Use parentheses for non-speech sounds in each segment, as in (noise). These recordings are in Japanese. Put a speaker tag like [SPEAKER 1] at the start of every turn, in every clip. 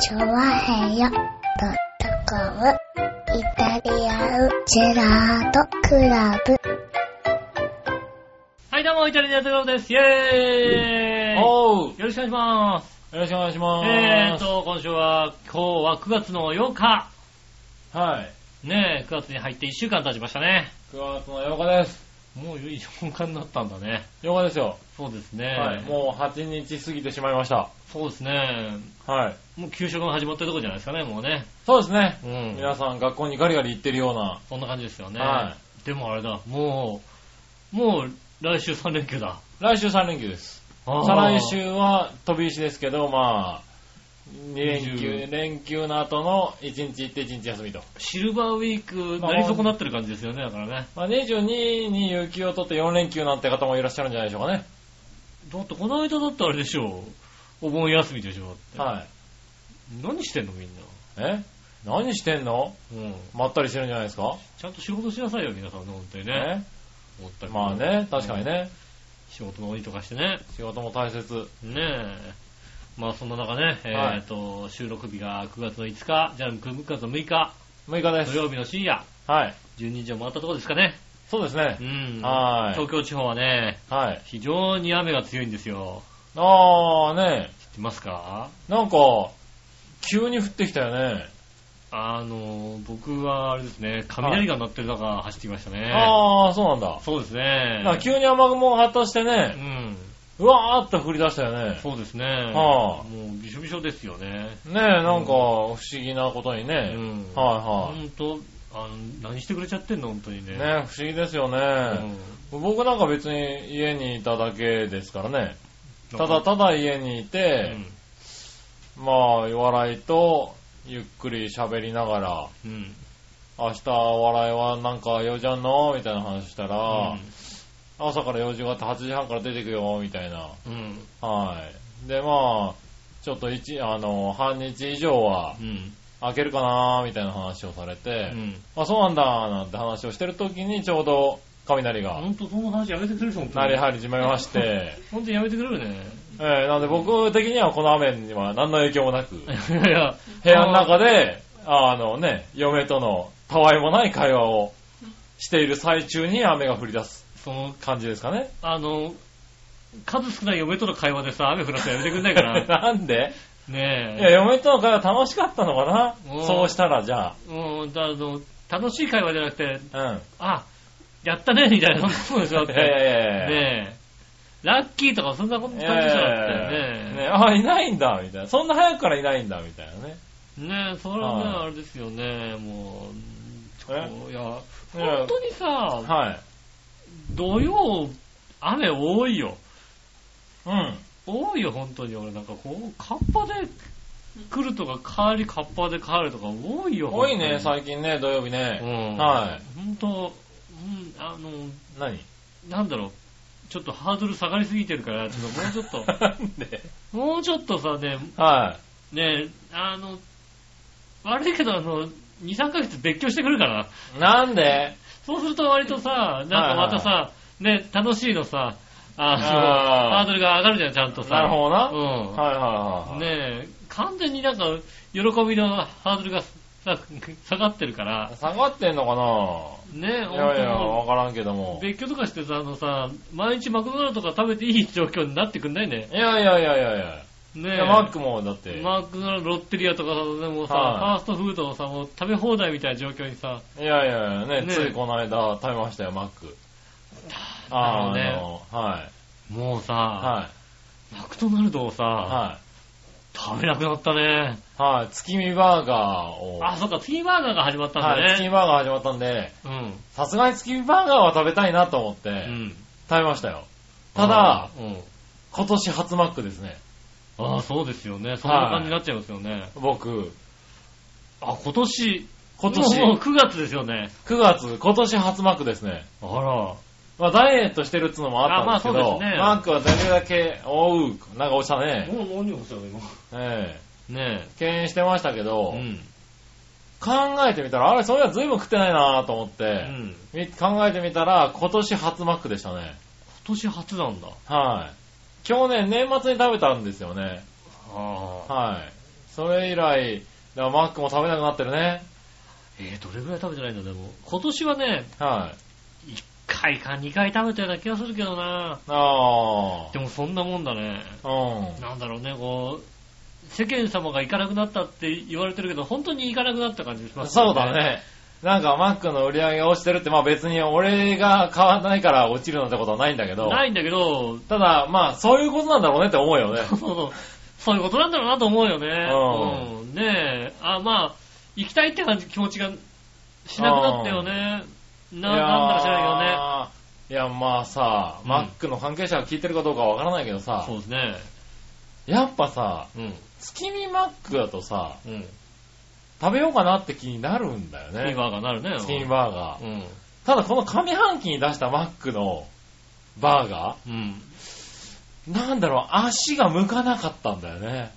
[SPEAKER 1] チョワヘヨドットコムイタリアンジェラートクラブ。
[SPEAKER 2] はい、どうも、イタリアンジェラートです。イェーイ
[SPEAKER 3] おう
[SPEAKER 2] よろしくお願いします。
[SPEAKER 3] よろしくお願いします。
[SPEAKER 2] えーと、今週は、今日は9月の8日。
[SPEAKER 3] はい。
[SPEAKER 2] ねえ、9月に入って1週間経ちましたね。
[SPEAKER 3] 9月の8日です。
[SPEAKER 2] もう4日になったんだね。
[SPEAKER 3] 8日ですよ。
[SPEAKER 2] そうですね。
[SPEAKER 3] はい。もう8日過ぎてしまいました。
[SPEAKER 2] そうですね。
[SPEAKER 3] はい。
[SPEAKER 2] もう給食が始まってるとこじゃないですかね、もうね。
[SPEAKER 3] そうですね。
[SPEAKER 2] うん。
[SPEAKER 3] 皆さん学校にガリガリ行ってるような。
[SPEAKER 2] そんな感じですよね。
[SPEAKER 3] は
[SPEAKER 2] でもあれだ、もう、もう来週3連休だ。
[SPEAKER 3] 来週3連休です。
[SPEAKER 2] あー
[SPEAKER 3] 再来。週は飛び石ですけど、まあ、2連休、
[SPEAKER 2] 20
[SPEAKER 3] 連休の後の1日行って1日休みと。
[SPEAKER 2] シルバーウィーク、なり損なってる感じですよね、だからね。
[SPEAKER 3] まあ22に有給を取って4連休なんて方もいらっしゃるんじゃないでしょうかね。
[SPEAKER 2] だってこの間だってあれでしょお盆休みでしょだって。
[SPEAKER 3] はい。
[SPEAKER 2] 何してんのみんな。
[SPEAKER 3] え何してんの
[SPEAKER 2] うん。
[SPEAKER 3] まったりしてるんじゃないですか
[SPEAKER 2] ちゃんと仕事しなさいよ、皆さんね、本当にね。思ったけ
[SPEAKER 3] え
[SPEAKER 2] ど
[SPEAKER 3] まあ。ね、確かにね。
[SPEAKER 2] 仕事の鬼とかしてね。
[SPEAKER 3] 仕事も大切。
[SPEAKER 2] ねえ。まあそんな中ね、えー
[SPEAKER 3] はい
[SPEAKER 2] と、収録日が9月の5日、じゃあ9月の6日、
[SPEAKER 3] 6日です
[SPEAKER 2] 土。曜日の深夜、
[SPEAKER 3] はい。
[SPEAKER 2] 12時を回ったところですかね。
[SPEAKER 3] そうですね
[SPEAKER 2] う。ん。
[SPEAKER 3] はい
[SPEAKER 2] 東京地方はね、
[SPEAKER 3] はい。
[SPEAKER 2] 非常に雨が強いんですよ。
[SPEAKER 3] あーね、
[SPEAKER 2] 知ってますか
[SPEAKER 3] なんか、急に降ってきたよね。
[SPEAKER 2] あの、僕はあれですね、雷が鳴ってる中走ってきましたね。
[SPEAKER 3] あー、そうなんだ。
[SPEAKER 2] そうですね。
[SPEAKER 3] なんか急に雨雲が発達して
[SPEAKER 2] う
[SPEAKER 3] ね、
[SPEAKER 2] ん。
[SPEAKER 3] うわーっと降り出したよね。
[SPEAKER 2] そうですね。
[SPEAKER 3] はあ
[SPEAKER 2] もうびしょびしょですよね。
[SPEAKER 3] ねえ、なんか不思議なことに
[SPEAKER 2] う
[SPEAKER 3] ね。
[SPEAKER 2] ん。
[SPEAKER 3] は
[SPEAKER 2] ほんと、あの、何してくれちゃってんの、本当に
[SPEAKER 3] い
[SPEAKER 2] ね。
[SPEAKER 3] はい。ねえ、不思議ですよ
[SPEAKER 2] う
[SPEAKER 3] ね。
[SPEAKER 2] ん。
[SPEAKER 3] 僕なんか別に家にいただけですからね。た
[SPEAKER 2] なん
[SPEAKER 3] だ
[SPEAKER 2] か、
[SPEAKER 3] ただ家にいて、まあ、笑いと、ゆっくり喋りながら、
[SPEAKER 2] うん。うん。
[SPEAKER 3] 明日笑いはなんか用事あんのみたいな話したら、朝から用事があって8時半から出てくよ、みたいな。
[SPEAKER 2] うん。うん。
[SPEAKER 3] はい。で、まあ、ちょっと一、あの、半日以上は
[SPEAKER 2] うん。
[SPEAKER 3] 開けるかな、みたいな話をされて、
[SPEAKER 2] うん。
[SPEAKER 3] あ、そうなんだ、なんて話をしてる時にちょうど雷が
[SPEAKER 2] ほんと、その話やめてくれる本当
[SPEAKER 3] 鳴り
[SPEAKER 2] に。
[SPEAKER 3] 始めまして、
[SPEAKER 2] ほんとやめてくれる
[SPEAKER 3] (laughs)
[SPEAKER 2] ね。
[SPEAKER 3] えーなんで僕的にはこの雨には何の影響もなく、
[SPEAKER 2] いやいや、
[SPEAKER 3] 部屋の中で、あのね、嫁とのたわいもない会話をしている最中に雨が降り出す
[SPEAKER 2] その、
[SPEAKER 3] 感じですかね。
[SPEAKER 2] あの、数少ない嫁との会話でさ、雨降らせてやめてくんない
[SPEAKER 3] (laughs)
[SPEAKER 2] かな。
[SPEAKER 3] なんでいや
[SPEAKER 2] ね、
[SPEAKER 3] 嫁との会話楽しかったのか
[SPEAKER 2] うん
[SPEAKER 3] なそうしたら、じゃ
[SPEAKER 2] え。うん、だあの、楽しい会話じゃなくて、
[SPEAKER 3] あ。うん。
[SPEAKER 2] あ、やったね、みたいなことでしょ、だっ
[SPEAKER 3] い
[SPEAKER 2] て。
[SPEAKER 3] やいやいやいや
[SPEAKER 2] ねえ。ラッキーとかそんなこと感じじゃなかったよ
[SPEAKER 3] ね
[SPEAKER 2] ね。
[SPEAKER 3] あ、いないんだ、みたいな。そんな早くからいないんだ、みたいなね。
[SPEAKER 2] ねえ、それはね、
[SPEAKER 3] はい
[SPEAKER 2] あれですよね、もうち
[SPEAKER 3] え
[SPEAKER 2] ょ。いや、
[SPEAKER 3] いや
[SPEAKER 2] 本当にさ、
[SPEAKER 3] はい。
[SPEAKER 2] 土曜、雨多いよ。
[SPEAKER 3] うん。
[SPEAKER 2] 多いよ、本当に。俺なんかこう、カッパで来るとか、帰りカッパで帰るとか多いよ。
[SPEAKER 3] 多いね、
[SPEAKER 2] 本
[SPEAKER 3] 最近ね、土曜日
[SPEAKER 2] 当に
[SPEAKER 3] ね。
[SPEAKER 2] うん。。
[SPEAKER 3] はい
[SPEAKER 2] 本当、うん、あの、
[SPEAKER 3] 何
[SPEAKER 2] なんだろう。ちょっとハードル下がりすぎてるから、ちょっともうちょっと、
[SPEAKER 3] (laughs) なんで (laughs)
[SPEAKER 2] もうちょっとさ、ね、
[SPEAKER 3] は
[SPEAKER 2] ねえ、あの、悪いけど、あの、2、3ヶ月別居してくるから。
[SPEAKER 3] い。なんで
[SPEAKER 2] そうすると割とさ、なんかまたさ、ね、楽しいのさ、あの、
[SPEAKER 3] あー
[SPEAKER 2] ハードルが上がるじゃん、ちゃんとさ。
[SPEAKER 3] なるほどな。はい
[SPEAKER 2] ど
[SPEAKER 3] は
[SPEAKER 2] うん。
[SPEAKER 3] いはいはい。
[SPEAKER 2] ねえ、完全になんか、喜びのハードルがさ下がってるから、
[SPEAKER 3] 下がってんのか
[SPEAKER 2] ねえ、
[SPEAKER 3] ないやいや、わ
[SPEAKER 2] 本
[SPEAKER 3] からんけど
[SPEAKER 2] 当
[SPEAKER 3] も。い
[SPEAKER 2] 別居とかしてさ、あのさ、毎日マクドナルドとか食べていい状況になってくんないね。
[SPEAKER 3] やいやいやいやいや。
[SPEAKER 2] ね
[SPEAKER 3] い
[SPEAKER 2] え。
[SPEAKER 3] やマックもだって、
[SPEAKER 2] マクドナルド、ロッテリアとかさ、でもさ、
[SPEAKER 3] はい
[SPEAKER 2] ファーストフードをさ、もう食べ放題みたいな状況にさ、
[SPEAKER 3] いやいやいや、ね、
[SPEAKER 2] ね
[SPEAKER 3] ついこの間食べましたよ、マック。
[SPEAKER 2] なるほ
[SPEAKER 3] あ
[SPEAKER 2] ど
[SPEAKER 3] ー
[SPEAKER 2] ね
[SPEAKER 3] あの、はい。
[SPEAKER 2] もうさ、
[SPEAKER 3] は
[SPEAKER 2] マクドナルドをさ、
[SPEAKER 3] い。は
[SPEAKER 2] 食べなくなったね。
[SPEAKER 3] い。はい。月見バーガーを。
[SPEAKER 2] あ、そっか、月見バーガーが始まったんだね。
[SPEAKER 3] はい。月見バーガー始まったんで、
[SPEAKER 2] うん。
[SPEAKER 3] さすがに月見バーガーは食べたいなと思って、
[SPEAKER 2] うん。
[SPEAKER 3] 食べましたよ。ただ、
[SPEAKER 2] うん。
[SPEAKER 3] 今年初マックですね。
[SPEAKER 2] ああ、そうですよね。そんな感じになっちゃいますよね。
[SPEAKER 3] 僕、
[SPEAKER 2] あ、今年、
[SPEAKER 3] 今
[SPEAKER 2] もうもう
[SPEAKER 3] 年、
[SPEAKER 2] 9月ですよね。
[SPEAKER 3] 9月、今年初マックですね。
[SPEAKER 2] あら。
[SPEAKER 3] まあ、ダイエットしてるっつうのもあったんですけ
[SPEAKER 2] あまあそ
[SPEAKER 3] ど、
[SPEAKER 2] うですね
[SPEAKER 3] マックはできるだけ、おう、なんか落ちたね。
[SPEAKER 2] もう何をしたの今。
[SPEAKER 3] ええ
[SPEAKER 2] ね
[SPEAKER 3] 敬遠してましたけ
[SPEAKER 2] え。
[SPEAKER 3] ど、
[SPEAKER 2] うん。
[SPEAKER 3] 考えてみたら、あれ、そういや随分食ってないなと思っ
[SPEAKER 2] う
[SPEAKER 3] て、
[SPEAKER 2] ん。
[SPEAKER 3] み考えてみたら、今年初マックでしたね。
[SPEAKER 2] 今年初なんだ。
[SPEAKER 3] はい。去年年末に食べたんですよね。
[SPEAKER 2] ああ。
[SPEAKER 3] はい。それ以来、だからマックも食べなくなってるね。
[SPEAKER 2] えー、どれぐらい食べてないんだ、でも。今年はね、
[SPEAKER 3] はい。
[SPEAKER 2] 1回か2回食べたような気がするけどな。
[SPEAKER 3] あ
[SPEAKER 2] でもそんなもんだね。
[SPEAKER 3] あ。うん。
[SPEAKER 2] なんだろうね、こう、世間様が行かなくなったって言われてるけど、本当に行かなくなった感じします
[SPEAKER 3] そうだ。ね。なんかマックの売り上げが落ちてるって、まあ別に俺が買わないから落ちるなんてことはないんだけど、
[SPEAKER 2] ないんだけど、
[SPEAKER 3] ただまあそういうことなんだろうねって思うよね。
[SPEAKER 2] そうそう、そういうことなんだろうなと思うよね。
[SPEAKER 3] う
[SPEAKER 2] うん。ねえ、あ、まあ、行きたいって感じ、気持ちがしなくなったよね。 (laughs) な、なんだか知らない
[SPEAKER 3] いやーいやまあさ、
[SPEAKER 2] うん
[SPEAKER 3] マックの関係者が聞いてるかどうかわからないけど
[SPEAKER 2] けどね。
[SPEAKER 3] さ
[SPEAKER 2] そ、うですね。
[SPEAKER 3] やっぱさ、
[SPEAKER 2] うん。
[SPEAKER 3] 月見マックだとさ、
[SPEAKER 2] うん。
[SPEAKER 3] 食べようかなって気になるんだよ
[SPEAKER 2] スキン
[SPEAKER 3] ね。
[SPEAKER 2] バーガーなるね。
[SPEAKER 3] 月見バーガー。
[SPEAKER 2] うん。
[SPEAKER 3] ただこの上半期に出したマックのバーガ
[SPEAKER 2] う
[SPEAKER 3] ー、なんだろう、足が向かなかったんだよね。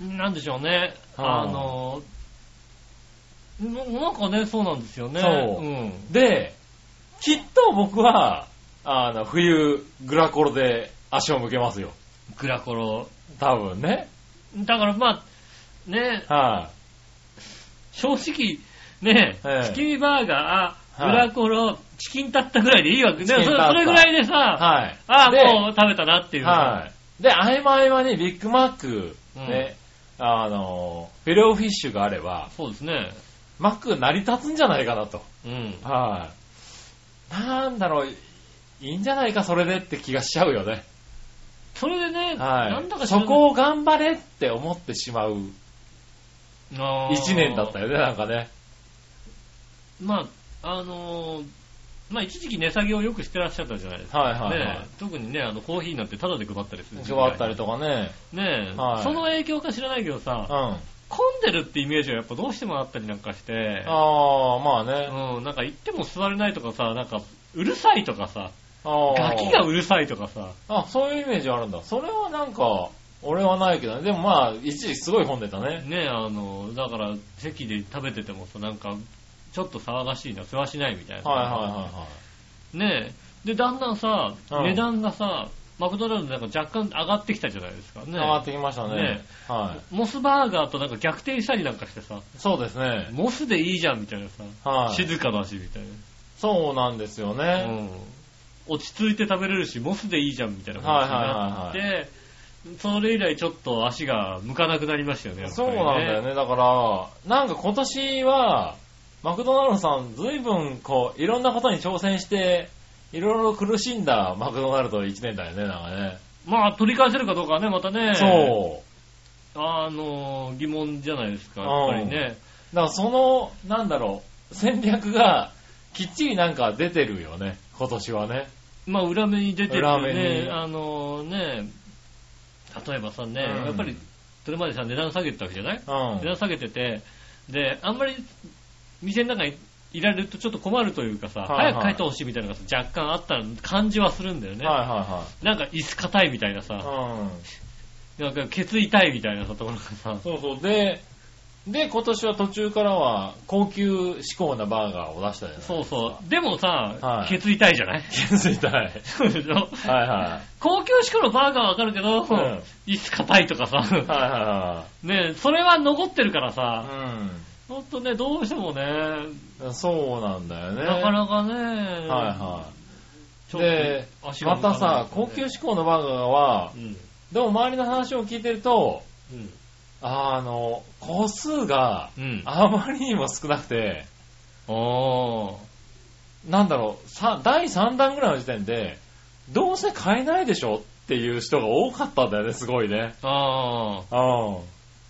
[SPEAKER 2] ん。なんでしょうね。
[SPEAKER 3] はあ
[SPEAKER 2] あの、ななんかね、そうなんですよね。
[SPEAKER 3] そう
[SPEAKER 2] うん。
[SPEAKER 3] で、きっと僕は、あの、冬、グラコロで足を向けますよ。
[SPEAKER 2] グラコロ。
[SPEAKER 3] 多分ね。
[SPEAKER 2] だからまあ、ね、
[SPEAKER 3] は
[SPEAKER 2] 正直、ね、
[SPEAKER 3] ええ
[SPEAKER 2] チキンバーガー、
[SPEAKER 3] はい
[SPEAKER 2] グラコロ、チキンタッタぐらいでいいわけね。
[SPEAKER 3] チ
[SPEAKER 2] それ
[SPEAKER 3] キン
[SPEAKER 2] そ
[SPEAKER 3] タッタ
[SPEAKER 2] れぐらいで
[SPEAKER 3] い。
[SPEAKER 2] さ、
[SPEAKER 3] はい。
[SPEAKER 2] ああ、
[SPEAKER 3] で
[SPEAKER 2] もう食べたなっていう。
[SPEAKER 3] はい。で、合間合間にビッグマック、ね、あの、フィレオフィッシュがあれば、
[SPEAKER 2] そうですね。
[SPEAKER 3] マック成り立つんじゃないかなと。
[SPEAKER 2] うん。
[SPEAKER 3] はい。なんだろう、いいいんじゃないか、それでって気がしちゃうよね。
[SPEAKER 2] それでね、
[SPEAKER 3] はい。
[SPEAKER 2] なんだか知ら
[SPEAKER 3] そ
[SPEAKER 2] ない
[SPEAKER 3] こを頑張れって思ってしまう
[SPEAKER 2] あー
[SPEAKER 3] 一年だったよね、なんかね。
[SPEAKER 2] まあ、あのーまあ一時期値下げをよくしてらっしゃったじゃないですか。
[SPEAKER 3] はいはい
[SPEAKER 2] ね、
[SPEAKER 3] は
[SPEAKER 2] 特にね、あのコーヒーなんてタダで配ったりする
[SPEAKER 3] い。
[SPEAKER 2] 時代
[SPEAKER 3] 配ったりとかね。
[SPEAKER 2] ねえ、
[SPEAKER 3] はい
[SPEAKER 2] その影響か知らないけど
[SPEAKER 3] うん。
[SPEAKER 2] さ、
[SPEAKER 3] あ
[SPEAKER 2] 混んでるってイメージはやっぱどうしてもあったりなんかして、
[SPEAKER 3] あー、まあね。
[SPEAKER 2] うん、なんか行っても座れないとかさ、なんか、うるさいとかさ、
[SPEAKER 3] ああ
[SPEAKER 2] ガキがうるさいとかさ、
[SPEAKER 3] あ、そういうイメージあるんだ。それはなんか、俺はないけどね。でもまあ、一時すごい混んでたね。
[SPEAKER 2] ねえ、あの、だから、席で食べててもさ、なんか、ちょっと騒がしいな、世話しないみたいな。
[SPEAKER 3] はいはいは
[SPEAKER 2] ねえ。で、だんだんさ、
[SPEAKER 3] うん
[SPEAKER 2] 値段がさ、マクドナルドなんか若干上がってきたじゃないですかね。
[SPEAKER 3] いはい。上がってきましたね
[SPEAKER 2] ね。
[SPEAKER 3] は
[SPEAKER 2] モスバーガーとなんか逆転したりなんかしてさ、
[SPEAKER 3] い。そうですね。
[SPEAKER 2] モスでいいじゃんみたいなさ、
[SPEAKER 3] はい。
[SPEAKER 2] 静かだしみたい
[SPEAKER 3] そうなんですよ
[SPEAKER 2] な、う
[SPEAKER 3] ね。
[SPEAKER 2] ん。落ち着いて食べれるし、モスでいいじゃんみたいな感じになって、
[SPEAKER 3] は
[SPEAKER 2] それ以来ちょっと足が向かなくなりましたよね、やっぱ
[SPEAKER 3] そう
[SPEAKER 2] りね
[SPEAKER 3] なんだよ。ね。だから、なんか今年は、マクドナルドさん、随分こう、いろんなことに挑戦して、いろいろ苦しんだマクドナルド1年だよね、なんかね。
[SPEAKER 2] まあ、取り返せるかどうかはね、またね、
[SPEAKER 3] そう。
[SPEAKER 2] あの、疑問じゃないですか、
[SPEAKER 3] うん
[SPEAKER 2] やっぱりね。
[SPEAKER 3] だからその、なんだろう、戦略が、きっちりなんか出てるよね、今年はね。
[SPEAKER 2] まあ、裏目に出てるよ
[SPEAKER 3] 裏目
[SPEAKER 2] ね
[SPEAKER 3] に、
[SPEAKER 2] あのね、例えばさね、
[SPEAKER 3] うん
[SPEAKER 2] やっぱり、それまでさ、値段下げてたわけじゃない、
[SPEAKER 3] う
[SPEAKER 2] 値段
[SPEAKER 3] ん。
[SPEAKER 2] 下げてて、で、あんまり、店の中にいられるとちょっと困るというかさ、
[SPEAKER 3] はいはい
[SPEAKER 2] 早く帰ってほしいみたいなのがさ若干あった感じはするんだよね。
[SPEAKER 3] はいは
[SPEAKER 2] なんか、椅子硬いみたいなさ
[SPEAKER 3] い、はい。うん。
[SPEAKER 2] なんか、ケツ痛いみたいなさ、ところがさ、
[SPEAKER 3] そうそう。で、で、今年は途中からは、高級志向なバーガーを出したじゃない
[SPEAKER 2] そうそう。でもさ、
[SPEAKER 3] はい
[SPEAKER 2] ケツ痛いじゃない
[SPEAKER 3] 気づいたい。
[SPEAKER 2] そうでしょ
[SPEAKER 3] はいは
[SPEAKER 2] 高級志向のバーガーはわかるけど、
[SPEAKER 3] ん
[SPEAKER 2] 椅子硬いとか
[SPEAKER 3] い。
[SPEAKER 2] さ、
[SPEAKER 3] はいは
[SPEAKER 2] ねそれは残ってるから
[SPEAKER 3] い
[SPEAKER 2] さ、
[SPEAKER 3] は
[SPEAKER 2] ほんとね、どうしてもね、
[SPEAKER 3] い。うん。そうなんだよね。
[SPEAKER 2] なか
[SPEAKER 3] は
[SPEAKER 2] なかね、
[SPEAKER 3] いは
[SPEAKER 2] ちょっと
[SPEAKER 3] でい。
[SPEAKER 2] 足が
[SPEAKER 3] ま
[SPEAKER 2] 向か
[SPEAKER 3] た
[SPEAKER 2] ない
[SPEAKER 3] さ、高級志向のバーガーは
[SPEAKER 2] う、ん、
[SPEAKER 3] でも周りの話を聞いてると、
[SPEAKER 2] うん、
[SPEAKER 3] あの、個数が
[SPEAKER 2] うん。
[SPEAKER 3] あまりにも少なくて、
[SPEAKER 2] おー
[SPEAKER 3] なんだろう、さ第3弾ぐらいの時点で、どうせ買えないでしょっていう人が多かったんだよね、すごいね。
[SPEAKER 2] あ
[SPEAKER 3] うん。
[SPEAKER 2] ー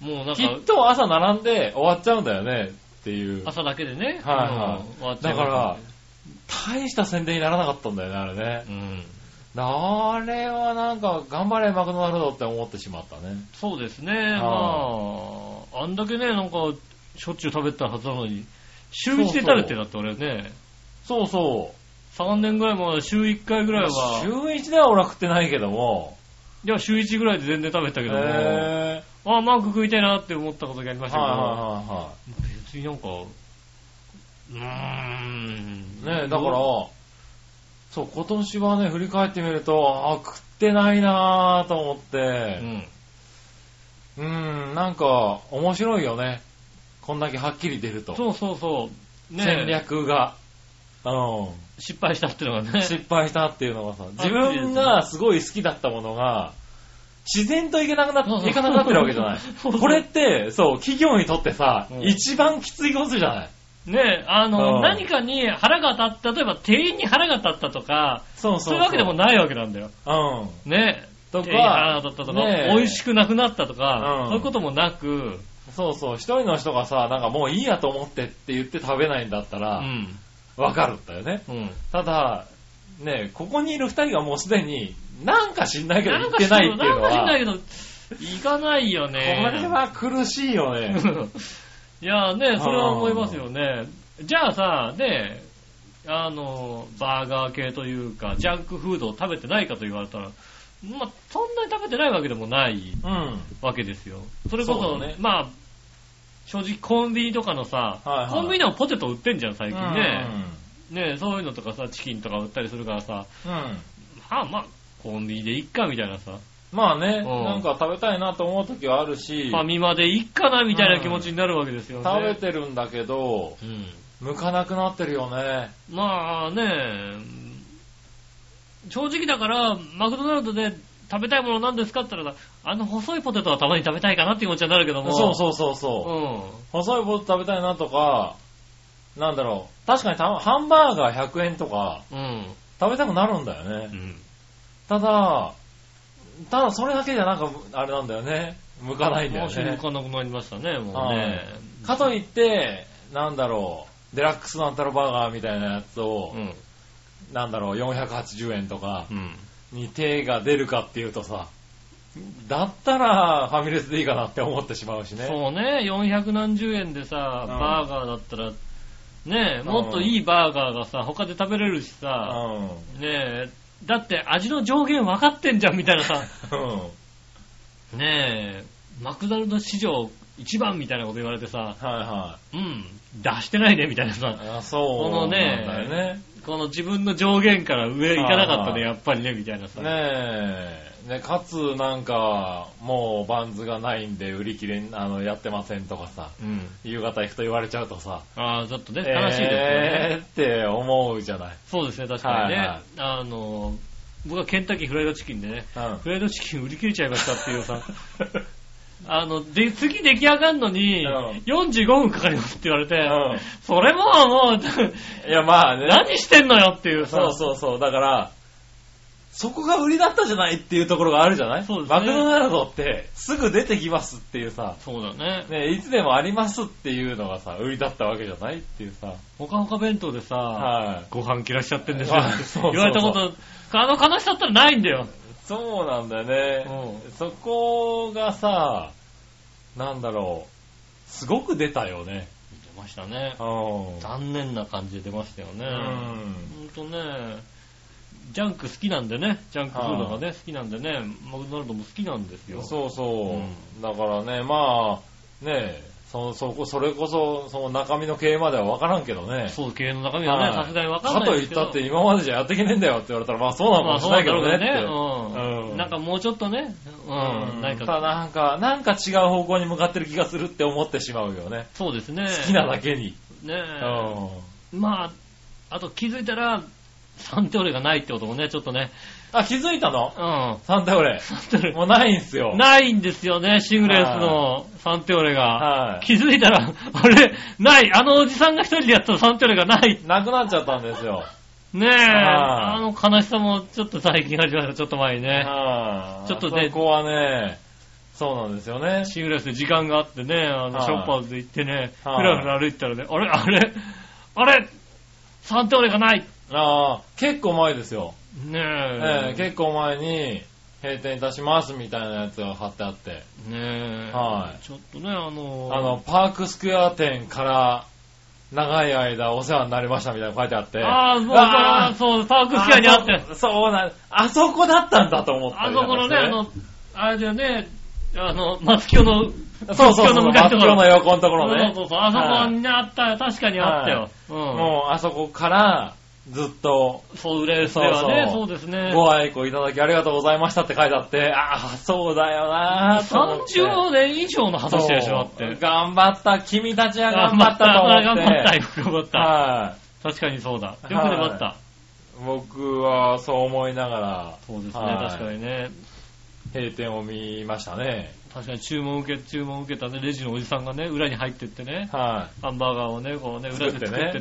[SPEAKER 2] もうなん
[SPEAKER 3] きっ
[SPEAKER 2] か、
[SPEAKER 3] と朝並んで終わっちゃうんだよねっていう。
[SPEAKER 2] 朝だけでね、
[SPEAKER 3] はいはい
[SPEAKER 2] うん終わっちゃ
[SPEAKER 3] だ
[SPEAKER 2] う
[SPEAKER 3] から、大した宣伝にならなかったんだよね、あれね。
[SPEAKER 2] うん、
[SPEAKER 3] あれはなんか、頑張れマクドナルドって思ってしまったね。
[SPEAKER 2] そうですね、まあ、あんだけね、なんか、しょっちゅう食べてたはずなのに、週1で食べてたって俺ね、
[SPEAKER 3] そうそう。
[SPEAKER 2] 3年ぐらいも週1回ぐらいは、
[SPEAKER 3] 週1では俺は食ってないけども。
[SPEAKER 2] いや、週1ぐらいで全然食べてたけども、
[SPEAKER 3] へ
[SPEAKER 2] あ、マーク食いたいなって思ったことがありま
[SPEAKER 3] ー
[SPEAKER 2] したけど、
[SPEAKER 3] は
[SPEAKER 2] 別になんか、うーん。
[SPEAKER 3] いはいはい。ねだから、そう、今年はね、振り返ってみると、あー食ってないなぁと思っ
[SPEAKER 2] う
[SPEAKER 3] て、
[SPEAKER 2] ん。
[SPEAKER 3] うーん、なんか、面白いよね。こんだけはっきり出ると。
[SPEAKER 2] そうそうそう。ね
[SPEAKER 3] 戦略が。うん。
[SPEAKER 2] 失敗したっていうのが (laughs) ね。
[SPEAKER 3] 失敗したっていうのがさ、自分がすごい好きだったものが、自然といけなくな
[SPEAKER 2] そう
[SPEAKER 3] っ
[SPEAKER 2] そう
[SPEAKER 3] て、いかなくなってるわけじゃない。
[SPEAKER 2] (laughs) そうそう
[SPEAKER 3] これって、そう、企業にとってさ
[SPEAKER 2] う、ん
[SPEAKER 3] 一番きついことじゃない。
[SPEAKER 2] ねあ
[SPEAKER 3] う
[SPEAKER 2] の、
[SPEAKER 3] ん
[SPEAKER 2] 何かに腹が立った、例えば店員に腹が立ったとか、
[SPEAKER 3] そう
[SPEAKER 2] そう
[SPEAKER 3] そう。
[SPEAKER 2] いうわけでもないわけなんだよ。
[SPEAKER 3] うん。
[SPEAKER 2] ね
[SPEAKER 3] と
[SPEAKER 2] 店員に腹
[SPEAKER 3] か
[SPEAKER 2] が、立ったとか、
[SPEAKER 3] ねえ
[SPEAKER 2] 美味しくなくなったとか、
[SPEAKER 3] うん
[SPEAKER 2] そういうこともなく、
[SPEAKER 3] そうそう、一人の人がさ、なんかもういいやと思ってって言って食べないんだった
[SPEAKER 2] う
[SPEAKER 3] ら、
[SPEAKER 2] ん。
[SPEAKER 3] わかるんだよね。
[SPEAKER 2] うん。
[SPEAKER 3] ただ、ね、ここにいる二人がもうすでに、なんか知んないけど
[SPEAKER 2] な
[SPEAKER 3] 行
[SPEAKER 2] ん
[SPEAKER 3] っ
[SPEAKER 2] か
[SPEAKER 3] て
[SPEAKER 2] し
[SPEAKER 3] ないっていうのは、
[SPEAKER 2] なんかしないけど、行かないよ
[SPEAKER 3] こ
[SPEAKER 2] ね。
[SPEAKER 3] れは苦しい
[SPEAKER 2] (laughs)
[SPEAKER 3] よね。
[SPEAKER 2] いやーね、それは思いますよね。じゃあさ、ね、あの、バーガー系というか、ジャンクフードを食べてないかと言われたら、まあ、そんなに食べてないわけでもない
[SPEAKER 3] うん。
[SPEAKER 2] わけですよ。それこ
[SPEAKER 3] そ
[SPEAKER 2] そ、
[SPEAKER 3] うだね
[SPEAKER 2] まあ、正直コンビニとかのさ、
[SPEAKER 3] はいはい
[SPEAKER 2] コンビニでもポテト売ってんじゃん、最近
[SPEAKER 3] う
[SPEAKER 2] ね。
[SPEAKER 3] ん
[SPEAKER 2] ね、そういうのとかさ、チキンとか売ったりするからさ、
[SPEAKER 3] うん。
[SPEAKER 2] まあまあ、コンビニでいっか、みたいなさ、
[SPEAKER 3] まあ
[SPEAKER 2] う
[SPEAKER 3] ね、
[SPEAKER 2] ん
[SPEAKER 3] なんか食べたいなと思う時はあるし
[SPEAKER 2] フ、ァミマでいっかな、みたいな気持ちになるわけですよね。
[SPEAKER 3] 食べてるんだけど、
[SPEAKER 2] うん
[SPEAKER 3] 向かなくなってるよね。
[SPEAKER 2] まあね、正直だから、マクドナルドで食べたいものなんですかって言ったら、あの細いポテトはたまに食べたいかなって気持ちになるけども。
[SPEAKER 3] そうそうそうそう。
[SPEAKER 2] う。
[SPEAKER 3] 細いポテト食べたいなとか、なんだろう。確かにたハンバーガー100円とか
[SPEAKER 2] うん。うん。
[SPEAKER 3] 食べたくなるんだよね。
[SPEAKER 2] うん。
[SPEAKER 3] ただ、ただそれだけじゃなんか、あれなんだよね。向かないんだよ
[SPEAKER 2] もう
[SPEAKER 3] ね
[SPEAKER 2] 向。かなくなりましたね、もう
[SPEAKER 3] はい
[SPEAKER 2] ね。
[SPEAKER 3] かといって、なんだろう。デラックスなんたらバーガーみたいなやつを
[SPEAKER 2] う、ん。
[SPEAKER 3] なんだろう、480円とか
[SPEAKER 2] うん。
[SPEAKER 3] に手が出るかっていうとさ、だったらファミレスでいいかなって思ってしまうしね。
[SPEAKER 2] そうね、400何十円でさ、
[SPEAKER 3] ん
[SPEAKER 2] バーガーだったら、ねえ、
[SPEAKER 3] ん
[SPEAKER 2] もっといいバーガーがさ、他で食べれるしさ、
[SPEAKER 3] う
[SPEAKER 2] ねえ、だって味の上限分かってんじゃんみたいなさ。
[SPEAKER 3] ん。うん。
[SPEAKER 2] ねえ、マクドナルド史上一番みたいなこと言われてさ、
[SPEAKER 3] は
[SPEAKER 2] うん、出してないねみたいないさ、
[SPEAKER 3] はい。あそう
[SPEAKER 2] このね
[SPEAKER 3] なんだよね。
[SPEAKER 2] この自分の上限から上行かなかったね、
[SPEAKER 3] あ
[SPEAKER 2] やっぱりね、みたいなさ。
[SPEAKER 3] ねえ。ね、かつなんか、もうバンズがないんで売り切れん、あの、やってませんとかさ、
[SPEAKER 2] うん。
[SPEAKER 3] 夕方行くと言われちゃうとさ、
[SPEAKER 2] ああ、ちょっとね、
[SPEAKER 3] え
[SPEAKER 2] 悲しいですよね。
[SPEAKER 3] えーって思うじゃない。
[SPEAKER 2] そうですね、確かにね。
[SPEAKER 3] はいはい
[SPEAKER 2] あの、僕はケンタッキーフライドチキンでね、
[SPEAKER 3] うん。
[SPEAKER 2] フライドチキン売り切れちゃいましたっていう
[SPEAKER 3] (laughs)
[SPEAKER 2] さ、あの、で、次出来上がるのに、
[SPEAKER 3] うん
[SPEAKER 2] 45分かかりますって言われて、
[SPEAKER 3] うん
[SPEAKER 2] それももう、
[SPEAKER 3] いや、まあね。
[SPEAKER 2] 何してんのよっていうさ、
[SPEAKER 3] そうそうそう。だから、そこが売りだったじゃないっていうところがあるじゃない
[SPEAKER 2] そうですね
[SPEAKER 3] マクドナルドって、すぐ出てきますっていうさ、
[SPEAKER 2] そうだね。
[SPEAKER 3] ね、いつでもありますっていうのがさ、売りだったわけじゃないっていうさ。
[SPEAKER 2] ほかほか弁当でさ、
[SPEAKER 3] はい。
[SPEAKER 2] ご飯切らしちゃってんですよ
[SPEAKER 3] あそうそうそう
[SPEAKER 2] 言われたこと、あの悲しさったらないんだよ。
[SPEAKER 3] そうなんだよね。
[SPEAKER 2] う
[SPEAKER 3] そこがさ、なんだろう、すごく出たよね。
[SPEAKER 2] 出ましたね。
[SPEAKER 3] うん。
[SPEAKER 2] 残念な感じで出ましたよね。
[SPEAKER 3] う
[SPEAKER 2] ほ
[SPEAKER 3] ん。
[SPEAKER 2] んとね、ジャンク好きなんでね、ジャンクフードがね、好きなんでね、マクドナルドも好きなんですよ。
[SPEAKER 3] そうそう、
[SPEAKER 2] うん
[SPEAKER 3] だからね、まあ、ねえ、そそこ、それこそ、その中身の経営までは分からんけどね。
[SPEAKER 2] そう、経営の中身はね、
[SPEAKER 3] はい
[SPEAKER 2] さすがにわかんないですけど。
[SPEAKER 3] かと言ったって今までじゃやってけねえんだよって言われたら、まあそうなのか
[SPEAKER 2] ま
[SPEAKER 3] も
[SPEAKER 2] あ
[SPEAKER 3] し
[SPEAKER 2] そ
[SPEAKER 3] れ
[SPEAKER 2] う
[SPEAKER 3] な
[SPEAKER 2] ないん
[SPEAKER 3] け
[SPEAKER 2] だろ
[SPEAKER 3] どね
[SPEAKER 2] う
[SPEAKER 3] って。
[SPEAKER 2] けどね。うん。なんかもうちょっとね、うん、なん
[SPEAKER 3] ただ
[SPEAKER 2] か、
[SPEAKER 3] なんか、なんか違う方向に向かってる気がするって思ってしまうよね。
[SPEAKER 2] そうですね。
[SPEAKER 3] 好きなだけに。
[SPEAKER 2] ね
[SPEAKER 3] う
[SPEAKER 2] え。
[SPEAKER 3] ん。
[SPEAKER 2] まあ、あと気づいたら、サンテオレがないってこともね、ちょっとね。
[SPEAKER 3] あ、気づいたの
[SPEAKER 2] うん。サ
[SPEAKER 3] サンタオレ。
[SPEAKER 2] ンテオレ
[SPEAKER 3] もうないんすよ。
[SPEAKER 2] ないんですよね、シングレースのサンテオレが。
[SPEAKER 3] はい。
[SPEAKER 2] 気づいたら、あれ、ない、あのおじさんが一人でやったサンテオレがない。
[SPEAKER 3] なくなっちゃったんですよ。
[SPEAKER 2] ねえ、
[SPEAKER 3] あ
[SPEAKER 2] あ
[SPEAKER 3] あ
[SPEAKER 2] の悲しさもちょっと最近始まった、ちょっと前にね。
[SPEAKER 3] はい
[SPEAKER 2] ちょっとね
[SPEAKER 3] そこはね、そうなんですよね。
[SPEAKER 2] シングレースで時間があってね、あの、
[SPEAKER 3] はい
[SPEAKER 2] ショッパーズで行ってね、ふ
[SPEAKER 3] はい
[SPEAKER 2] らふら歩いてたらね、あれ、あれ、あれ、サンテオレがない。
[SPEAKER 3] ああ、結構前ですよ。
[SPEAKER 2] ね
[SPEAKER 3] え
[SPEAKER 2] え
[SPEAKER 3] え、結構前に閉店いたしますみたいなやつが貼ってあって、
[SPEAKER 2] ねえ、
[SPEAKER 3] はい
[SPEAKER 2] ちょっとね、あの、
[SPEAKER 3] あの、パークスクエア店から長い間お世話になりましたみたいなの書いてあって、
[SPEAKER 2] ああ、そう
[SPEAKER 3] あ
[SPEAKER 2] か
[SPEAKER 3] ー、
[SPEAKER 2] そう、パークスキアにあって。
[SPEAKER 3] あそうそうなん、あそこだったんだと思った。
[SPEAKER 2] あそこのね、あの、あれだよね、あの、松清の、
[SPEAKER 3] そうそうそう、
[SPEAKER 2] の
[SPEAKER 3] マ
[SPEAKER 2] 昔
[SPEAKER 3] ッ
[SPEAKER 2] のところ
[SPEAKER 3] の横の
[SPEAKER 2] そ
[SPEAKER 3] とこ
[SPEAKER 2] う
[SPEAKER 3] ろね。
[SPEAKER 2] そうそう、あそこ
[SPEAKER 3] はい
[SPEAKER 2] にあったよ、確かにあったよ。うん。
[SPEAKER 3] もう、あそこから、ずっと
[SPEAKER 2] そう、レースではね、
[SPEAKER 3] そ
[SPEAKER 2] そううですね。
[SPEAKER 3] ご愛顧いただきありがとうございましたって書いてあって、ああ、そうだよなぁと思って。
[SPEAKER 2] 30年以上の話でしょ、だっ
[SPEAKER 3] そう
[SPEAKER 2] て。
[SPEAKER 3] 頑張った、君たちは頑張ったと思って。
[SPEAKER 2] 頑張った、よく頑張った。
[SPEAKER 3] は
[SPEAKER 2] (laughs) 確かにそうだ。よく粘った。
[SPEAKER 3] い。僕はそう思いながら、
[SPEAKER 2] そうですね、
[SPEAKER 3] はい
[SPEAKER 2] 確かにね。
[SPEAKER 3] 閉店を見ましたね。
[SPEAKER 2] 確かに注文受け、注文受けたね、レジのおじさんがね、裏に入ってってね、
[SPEAKER 3] は
[SPEAKER 2] ハンバーガーをね、こうね、裏で作ってね、
[SPEAKER 3] 作って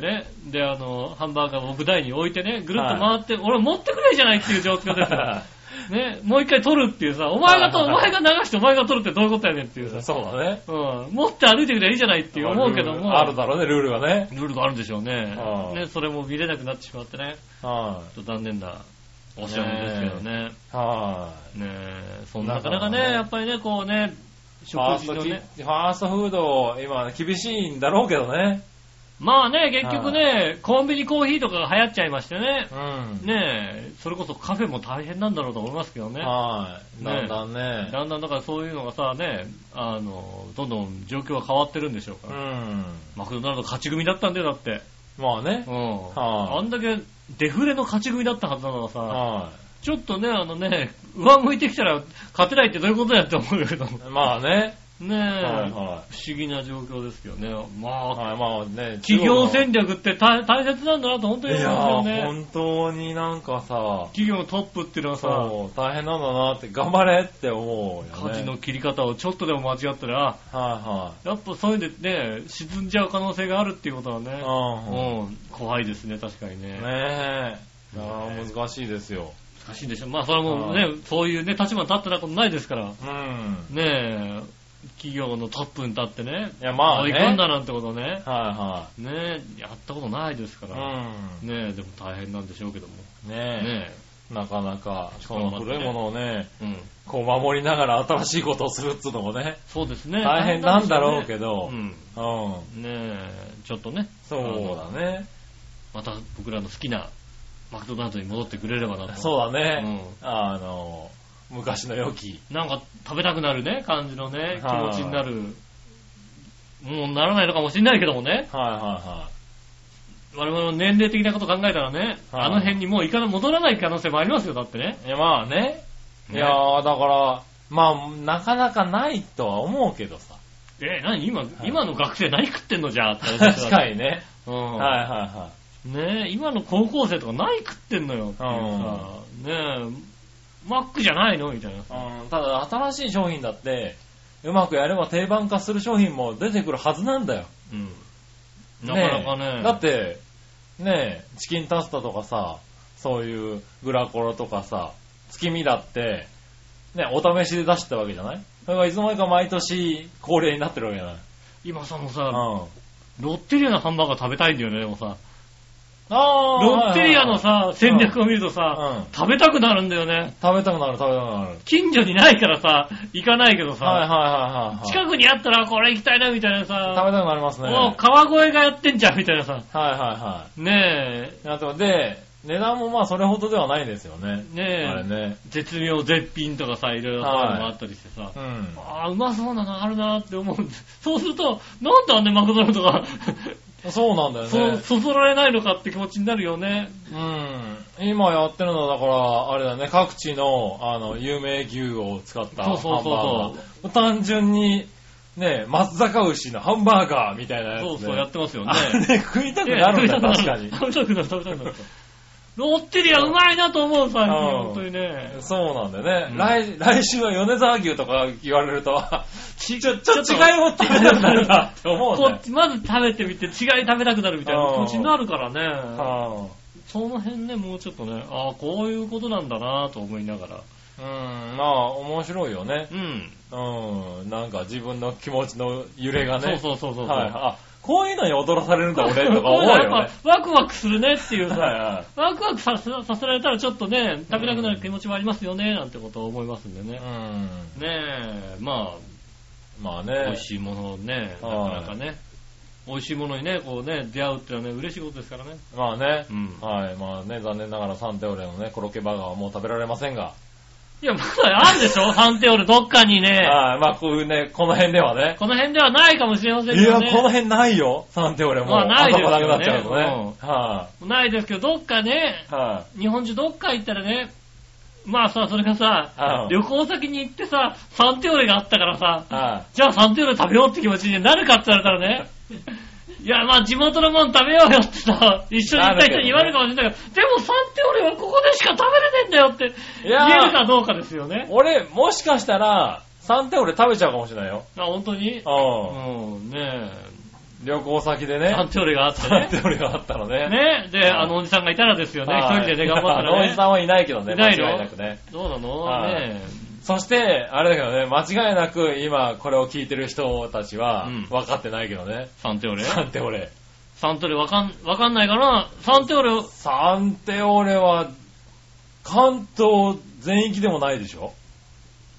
[SPEAKER 2] で、あの、ハンバーガーを僕台に置いてね、ぐるっと回って、俺持ってくれじゃないっていう (laughs) 状況ですよ。
[SPEAKER 3] い。
[SPEAKER 2] ね、もう一回取るっていうさ、お前がと、
[SPEAKER 3] は
[SPEAKER 2] お
[SPEAKER 3] いはい
[SPEAKER 2] 前
[SPEAKER 3] はい
[SPEAKER 2] が流してお前が取るってどういうことやねんっていうさ、
[SPEAKER 3] (laughs) そうだね。
[SPEAKER 2] うん、持って歩いてくればいいじゃないって思うけども、
[SPEAKER 3] あるだろうね、ルールはね。
[SPEAKER 2] ルールがあるんでしょうね
[SPEAKER 3] あ。あ
[SPEAKER 2] ね、それも見れなくなってしまってね、
[SPEAKER 3] は
[SPEAKER 2] ちょっと残念なお知らせですけどね。ね
[SPEAKER 3] い。は
[SPEAKER 2] え、そんなかなかね、やっぱりね、こうね、
[SPEAKER 3] い。ファー
[SPEAKER 2] 食事
[SPEAKER 3] スト
[SPEAKER 2] の
[SPEAKER 3] キ
[SPEAKER 2] ね、
[SPEAKER 3] ッファーストフード、今、厳しいんだろうけどね。
[SPEAKER 2] まあね、結局ね、コンビニコーヒーとかが流行っちゃいましてね、
[SPEAKER 3] うん。
[SPEAKER 2] ねえ、それこそカフェも大変なんだろうと思いますけどね。
[SPEAKER 3] はい。だ
[SPEAKER 2] ね
[SPEAKER 3] んだんね。
[SPEAKER 2] だんだんだからそういうのがさ、ね、あの、どんどん状況が変わってるんでしょうか
[SPEAKER 3] う
[SPEAKER 2] ら。
[SPEAKER 3] ん。
[SPEAKER 2] マクドナルド勝ち組だったんだよ、だって。
[SPEAKER 3] まあね
[SPEAKER 2] う。ん。
[SPEAKER 3] はい
[SPEAKER 2] あんだけデフレの勝ち組だったはずなのがさ、
[SPEAKER 3] は
[SPEAKER 2] ちょっとね、あのね、上向いてきたら勝てないってどういうことやって思うけど。ね
[SPEAKER 3] い。まあね。
[SPEAKER 2] え、
[SPEAKER 3] はいは
[SPEAKER 2] 不思議な状況ですよね。まあ、
[SPEAKER 3] い。はい、まあね。
[SPEAKER 2] 企業
[SPEAKER 3] 中
[SPEAKER 2] 戦略って大大切なんだなと本当
[SPEAKER 3] 国
[SPEAKER 2] に
[SPEAKER 3] のいや
[SPEAKER 2] 思うんです
[SPEAKER 3] ー、
[SPEAKER 2] よね。
[SPEAKER 3] 本当になんかさ、
[SPEAKER 2] 企業のトップっていうのはさ、
[SPEAKER 3] そう、大変なんだなって、頑張れって思うよね。
[SPEAKER 2] 舵の切り方をちょっとでも間違ったら、
[SPEAKER 3] は
[SPEAKER 2] やっぱそういうのでね、沈んじゃう可能性があるっていうことはね
[SPEAKER 3] い、はい。
[SPEAKER 2] うん、怖いですね、確かに
[SPEAKER 3] う
[SPEAKER 2] ね。
[SPEAKER 3] ん。ねえ。だから難しいですよ。
[SPEAKER 2] 難しいんでしょ。まあそれはもうね
[SPEAKER 3] う、
[SPEAKER 2] そういうね、立場に立ってたことないですから、
[SPEAKER 3] うん。
[SPEAKER 2] ねえ、企業のトップに立ってね、
[SPEAKER 3] いや、まあ
[SPEAKER 2] 追
[SPEAKER 3] ね。
[SPEAKER 2] い込んだなんてことね。
[SPEAKER 3] は
[SPEAKER 2] ねえ、やったことないですか
[SPEAKER 3] い
[SPEAKER 2] ら、
[SPEAKER 3] はい。
[SPEAKER 2] ねえ、でも大変なんでしょうけども。
[SPEAKER 3] うん。ね
[SPEAKER 2] ね
[SPEAKER 3] え。なかなか、その
[SPEAKER 2] そうなんだね
[SPEAKER 3] 古いものをね、
[SPEAKER 2] え、うん。
[SPEAKER 3] こう守りながら新しいことをするっつうのもね、
[SPEAKER 2] そうですね。
[SPEAKER 3] 大変なんだろうけ
[SPEAKER 2] ど。
[SPEAKER 3] ど
[SPEAKER 2] う、ん。
[SPEAKER 3] うん。
[SPEAKER 2] ねえ、ちょっとね、
[SPEAKER 3] そうだね。
[SPEAKER 2] また僕らの好きなマクドナルドに戻ってくれればなと。
[SPEAKER 3] そうだね。
[SPEAKER 2] う
[SPEAKER 3] あの、昔の良き。
[SPEAKER 2] ん。なんか食べたくなるね、感じのね、気
[SPEAKER 3] はい
[SPEAKER 2] 持ちになる。もうならないのかもしれないけどもね。
[SPEAKER 3] はいは
[SPEAKER 2] 我々の年齢的なこと考えたらね、
[SPEAKER 3] はい
[SPEAKER 2] あの辺にもういかな戻らない可能性もありますよ、だってね。
[SPEAKER 3] いはい。いや、まあね。い
[SPEAKER 2] ね
[SPEAKER 3] やー、だから、まあ、なかなかないとは思うけどさ。
[SPEAKER 2] え、何今、
[SPEAKER 3] い
[SPEAKER 2] 今の学生何食ってんのじゃあって話だ
[SPEAKER 3] 確かにね。
[SPEAKER 2] うん。
[SPEAKER 3] はいは
[SPEAKER 2] ねえ、今の高校生とか何食ってんのよっていうさ、ねえ、マックじゃないのみたいな。
[SPEAKER 3] いはい。うん、ただ、新しい商品だって、うまくやれば定番化する商品も出てくるはずなんだよ。
[SPEAKER 2] うん。なかなかね。
[SPEAKER 3] えだって、ねえ、チキンタツタとかさ、そういうグラコロとかさ、月見だって、ねえ、お試しで出してたわけじゃないそれがいつの間にか毎年恒例になってるわけじゃない
[SPEAKER 2] 今さ、もう
[SPEAKER 3] うん。
[SPEAKER 2] さ、
[SPEAKER 3] あ
[SPEAKER 2] ロッテリアのハンバーガー食べたいんだよね、でもさ。
[SPEAKER 3] あ
[SPEAKER 2] ロッテリアの
[SPEAKER 3] さ、
[SPEAKER 2] さ、戦略を見ると
[SPEAKER 3] う
[SPEAKER 2] さ、
[SPEAKER 3] ん。
[SPEAKER 2] 食べたくなるんだよね。
[SPEAKER 3] 食べたくなる、食べたくなる。
[SPEAKER 2] 近所にないからさ、 (laughs) 行かないけど
[SPEAKER 3] はいはい
[SPEAKER 2] さ、
[SPEAKER 3] はいはいはい。
[SPEAKER 2] 近くにあったらこれ行きたいな、みたいな
[SPEAKER 3] 食べ
[SPEAKER 2] さ、
[SPEAKER 3] たくなりますね。
[SPEAKER 2] もう川越がやってんじゃん、みたいなさ。
[SPEAKER 3] はいは
[SPEAKER 2] ね
[SPEAKER 3] いはい。あとで、値段もまあそれほどではないですよね。
[SPEAKER 2] え、
[SPEAKER 3] あれ
[SPEAKER 2] ねえ、
[SPEAKER 3] ね。
[SPEAKER 2] 絶妙絶品とかさ、いろいろそういうのもあったりしてさ。
[SPEAKER 3] うん。
[SPEAKER 2] ああ、うまそうなのあるなって思うんでそうすると、なんであんなマクドナルドが、 (laughs)
[SPEAKER 3] そうなんだよ
[SPEAKER 2] そ、
[SPEAKER 3] ね。
[SPEAKER 2] そそられないのかって気持ちになるよね。
[SPEAKER 3] うん。今やってるのはだから、あれだね、各地の、あの、有名牛を使ったハ
[SPEAKER 2] そ
[SPEAKER 3] ン
[SPEAKER 2] う
[SPEAKER 3] バ
[SPEAKER 2] そうそうそう
[SPEAKER 3] ーガー。単純に、ね、松坂牛のハンバーガーみたいなやつ、ね。
[SPEAKER 2] そうそう、やってます
[SPEAKER 3] (laughs)
[SPEAKER 2] よね。
[SPEAKER 3] あれ食いたく
[SPEAKER 2] ね
[SPEAKER 3] なるんだよ、確かに。
[SPEAKER 2] 食べたくなる、食べたくなる。ロッテリアうまいなと思う、最近、
[SPEAKER 3] うん
[SPEAKER 2] 本当にね。
[SPEAKER 3] そうなんだよね。
[SPEAKER 2] うん
[SPEAKER 3] 来、来週は米沢牛とか言われると、 (laughs) ちょ、ちょ、
[SPEAKER 2] ちょっと
[SPEAKER 3] 違いを食べたくなるなって思うんだ
[SPEAKER 2] こ
[SPEAKER 3] よ
[SPEAKER 2] っ。ちまず食べてみて、違い食べたくなるみたいな気持ちになるからね。
[SPEAKER 3] は
[SPEAKER 2] その辺ね、もうちょっとね、ああ、こういうことなんだなと思いながら。
[SPEAKER 3] あ、うん、まあ、面白いよね。
[SPEAKER 2] うん。
[SPEAKER 3] うん、なんか自分の気持ちの揺れが
[SPEAKER 2] そ
[SPEAKER 3] ね。
[SPEAKER 2] うそうそうそう。
[SPEAKER 3] はい。あ、こういうのに踊らされるんだ俺とか
[SPEAKER 2] こう
[SPEAKER 3] 思
[SPEAKER 2] いううの
[SPEAKER 3] よ
[SPEAKER 2] やっ
[SPEAKER 3] ね。
[SPEAKER 2] ぱワクワクするねっていう
[SPEAKER 3] はい
[SPEAKER 2] さ、
[SPEAKER 3] は
[SPEAKER 2] ワクワクさせさせられたらちょっとね、食べたくなる気持ちもありますよね、なんてことを思いますんで
[SPEAKER 3] い。
[SPEAKER 2] ね。
[SPEAKER 3] う
[SPEAKER 2] ねえ、まあ、
[SPEAKER 3] ん。まあ
[SPEAKER 2] 美
[SPEAKER 3] ね
[SPEAKER 2] 味。しいものをね、な
[SPEAKER 3] はい
[SPEAKER 2] かなかね、美味しいものにね、こうね、出会うってのはね、嬉しいことですからね。
[SPEAKER 3] まあね
[SPEAKER 2] う。ん。
[SPEAKER 3] はい。まあね、残念ながらサンテオレのね、コロッケバーガーはもう食べられませんが。
[SPEAKER 2] いや、まだあるでし
[SPEAKER 3] (laughs)
[SPEAKER 2] ょ判定俺どっかにね。
[SPEAKER 3] はい。まあ、こういうね、この辺ではね。
[SPEAKER 2] この辺ではないかもしれません
[SPEAKER 3] い
[SPEAKER 2] けど
[SPEAKER 3] や、
[SPEAKER 2] ね。
[SPEAKER 3] この辺ないよ。3点俺もう。
[SPEAKER 2] まあないですよね
[SPEAKER 3] 頭なくなっちゃうとね。は
[SPEAKER 2] ないですけど、どっかね、
[SPEAKER 3] い。は
[SPEAKER 2] 日本中どっか行ったらね、まあさ、それがさ
[SPEAKER 3] う、ん
[SPEAKER 2] 旅行先に行ってさ、サンテオレがあったからさ、
[SPEAKER 3] い。は
[SPEAKER 2] じゃあサンテオレ食べようって気持ちになるかって言われたらね、
[SPEAKER 3] (laughs)
[SPEAKER 2] いや、まあ地元のもん食べようよってさ、一緒に行った人に言われるかもしれないけど、でもサンテオレはここでしか食べれねえんだよって
[SPEAKER 3] い
[SPEAKER 2] 言
[SPEAKER 3] やー
[SPEAKER 2] えるかどうかですよ
[SPEAKER 3] い。
[SPEAKER 2] ね。
[SPEAKER 3] 俺、もしかしたら、3点俺食べちゃうかもしれないよ。
[SPEAKER 2] あ、本当にう、
[SPEAKER 3] うん
[SPEAKER 2] ね
[SPEAKER 3] ん。旅行先で
[SPEAKER 2] え、
[SPEAKER 3] ね
[SPEAKER 2] サ。ンテオレがあって
[SPEAKER 3] 3
[SPEAKER 2] ね。
[SPEAKER 3] 点俺があったら
[SPEAKER 2] ね、
[SPEAKER 3] ね。
[SPEAKER 2] で、あのおじさんがいたらですよね、
[SPEAKER 3] はい。
[SPEAKER 2] 一人でね、頑張った
[SPEAKER 3] あのお
[SPEAKER 2] ら
[SPEAKER 3] じ
[SPEAKER 2] ね
[SPEAKER 3] さ。んはいないけどね、
[SPEAKER 2] いないの
[SPEAKER 3] 間違いなくね。
[SPEAKER 2] どうなの
[SPEAKER 3] はい
[SPEAKER 2] ね
[SPEAKER 3] そして、あれだけどね、間違いなく今これを聞いてる人たちは
[SPEAKER 2] うん
[SPEAKER 3] 分かってないけどね。
[SPEAKER 2] サンテオレ
[SPEAKER 3] サンテオレ。
[SPEAKER 2] サンテオレわかん、わかんないから、サンテオレ、
[SPEAKER 3] サンテオレは関東全域でもないでしょ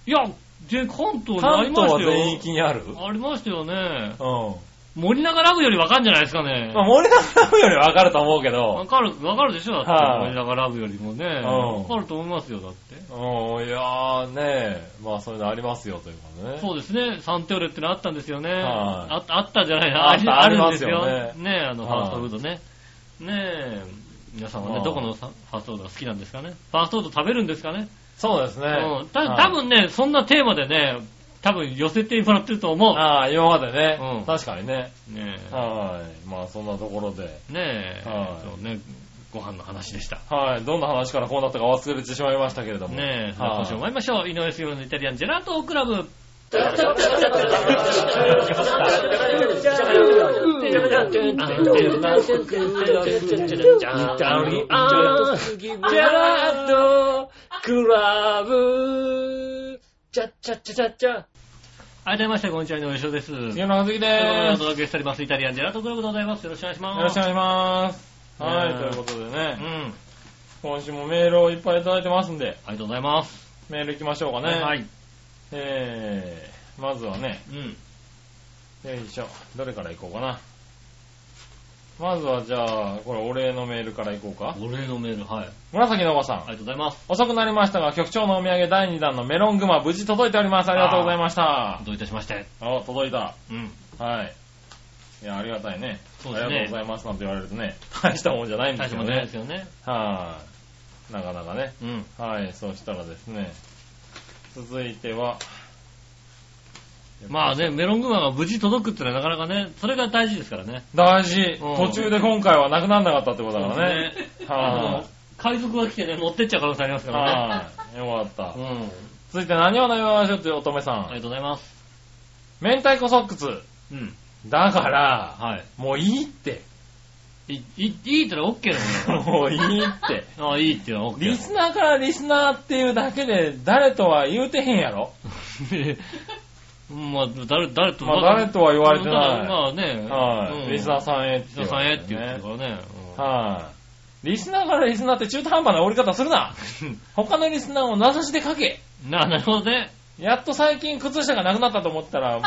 [SPEAKER 2] いや、で、関東にあり
[SPEAKER 3] 関
[SPEAKER 2] ま
[SPEAKER 3] 東
[SPEAKER 2] し
[SPEAKER 3] は
[SPEAKER 2] たよ。
[SPEAKER 3] 全域にあるうん。
[SPEAKER 2] ありましたよね。
[SPEAKER 3] ま
[SPEAKER 2] 森永ラブよりわかんじゃないですかね。
[SPEAKER 3] あ、森田ラブより分かると思うけ
[SPEAKER 2] わ
[SPEAKER 3] ど、
[SPEAKER 2] かる、わかるでしょだって、
[SPEAKER 3] はい
[SPEAKER 2] 森永ラブよりもね。
[SPEAKER 3] ん
[SPEAKER 2] わかると思いますよ、だって。
[SPEAKER 3] うん、いやーねまあそういうのありますよということね。
[SPEAKER 2] そうですね、サンテオレってのあったんですよね。
[SPEAKER 3] は
[SPEAKER 2] ああったんじゃないな、
[SPEAKER 3] あった
[SPEAKER 2] あるんですよ。
[SPEAKER 3] ありますよ
[SPEAKER 2] ねえ、あの、ファ
[SPEAKER 3] はい
[SPEAKER 2] ーストフードね。ねえ、皆さんは
[SPEAKER 3] う
[SPEAKER 2] ね、
[SPEAKER 3] ん
[SPEAKER 2] どこのさファーストフードが好きなんですかね。ファーストフード食べるんですかね。
[SPEAKER 3] そうですね。
[SPEAKER 2] うん。た
[SPEAKER 3] はい
[SPEAKER 2] 多分ね、そんなテーマでね、多分寄せてもらってると思う。
[SPEAKER 3] ああ、今までね、
[SPEAKER 2] うん
[SPEAKER 3] 確かにね。
[SPEAKER 2] ね
[SPEAKER 3] はい。まあそんなところで。
[SPEAKER 2] え。ねえ。
[SPEAKER 3] はい
[SPEAKER 2] そうね、ご飯の話でした。
[SPEAKER 3] はい。どんな話からこうなったか忘れてしまいましたけれども。
[SPEAKER 2] ねえ、さあ
[SPEAKER 3] は
[SPEAKER 2] 今週
[SPEAKER 3] い
[SPEAKER 2] も。参りましょう。井上杉村のイタリアンジェラートクラブ。ありがとうございました。こんにちは、井上翔です。という
[SPEAKER 3] 杉村和樹で
[SPEAKER 2] ことでお
[SPEAKER 3] ーす。よ
[SPEAKER 2] 届けしております、イタリアンジェラートクラブでございます。よろしくお願いします。
[SPEAKER 3] ろしくお願いします。
[SPEAKER 2] ね
[SPEAKER 3] は
[SPEAKER 2] え
[SPEAKER 3] い。ということで
[SPEAKER 2] う
[SPEAKER 3] ね、
[SPEAKER 2] ん。
[SPEAKER 3] 今週もメールをいっぱいいただいてますんで、
[SPEAKER 2] ありがとうございます。
[SPEAKER 3] メール行きましょうかね。
[SPEAKER 2] はい。
[SPEAKER 3] えー、まずはね、
[SPEAKER 2] うん。
[SPEAKER 3] よいしょ。どれから行こうかな。まずはじゃあ、これお礼のメールから行こうか。
[SPEAKER 2] お礼のメール、はい。
[SPEAKER 3] 紫のおばさん
[SPEAKER 2] あ。りがとうございます。
[SPEAKER 3] 遅くなりましたが、局長のお土産第2弾のメロングマ無事届いております。ありがとうございました。
[SPEAKER 2] どういたしまして。
[SPEAKER 3] あ、届いた。
[SPEAKER 2] うん。
[SPEAKER 3] はい。いや、ありがたいね。
[SPEAKER 2] そうですね
[SPEAKER 3] ありがとうございますなんて言われるとね、 (laughs) 大したもんじゃないんで
[SPEAKER 2] 大し
[SPEAKER 3] す
[SPEAKER 2] たも
[SPEAKER 3] よ
[SPEAKER 2] んじゃないで
[SPEAKER 3] ね
[SPEAKER 2] す。よね。
[SPEAKER 3] はい、なかなかね。
[SPEAKER 2] うん。
[SPEAKER 3] はい、そうしたらですね、続いては、
[SPEAKER 2] まあね、メロングマが無事届くってのはなかなかね、それが大事ですからね。
[SPEAKER 3] 大事、
[SPEAKER 2] うん
[SPEAKER 3] 途中で今回はなくならなかったってことだからね。
[SPEAKER 2] そうですねあ
[SPEAKER 3] は
[SPEAKER 2] の海賊が来てね、持ってっちゃう可能性あります
[SPEAKER 3] い、
[SPEAKER 2] からね。
[SPEAKER 3] はい、よかった。
[SPEAKER 2] うん。
[SPEAKER 3] 続いて、何を悩みましょうっていう乙女さ
[SPEAKER 2] ありが
[SPEAKER 3] ん。
[SPEAKER 2] とうございます。
[SPEAKER 3] 明太子ソックス。
[SPEAKER 2] うん。
[SPEAKER 3] だから、
[SPEAKER 2] はい。
[SPEAKER 3] もういいって。
[SPEAKER 2] いい、いいってのは OK なのよ。
[SPEAKER 3] もういいって。
[SPEAKER 2] (laughs) ああ、いいってのは OK なの。(laughs)
[SPEAKER 3] リスナーからリスナーっていうだけで、誰とは言うてへんやろ
[SPEAKER 2] まあ、誰、誰と、
[SPEAKER 3] まあ誰とは言われてない
[SPEAKER 2] まあね。
[SPEAKER 3] はい、
[SPEAKER 2] うん
[SPEAKER 3] リスナーさんへって
[SPEAKER 2] リスナー
[SPEAKER 3] 言
[SPEAKER 2] さ
[SPEAKER 3] わ
[SPEAKER 2] んへ
[SPEAKER 3] れ
[SPEAKER 2] ってて
[SPEAKER 3] ね、
[SPEAKER 2] 言ってるからね。うん
[SPEAKER 3] はい、リスナーからリスナーって中途半端な折り方するな他のリスナーを名指しで書け
[SPEAKER 2] (laughs) な、なるほどね。
[SPEAKER 3] やっと最近靴下がなくなったと思った (laughs) ら、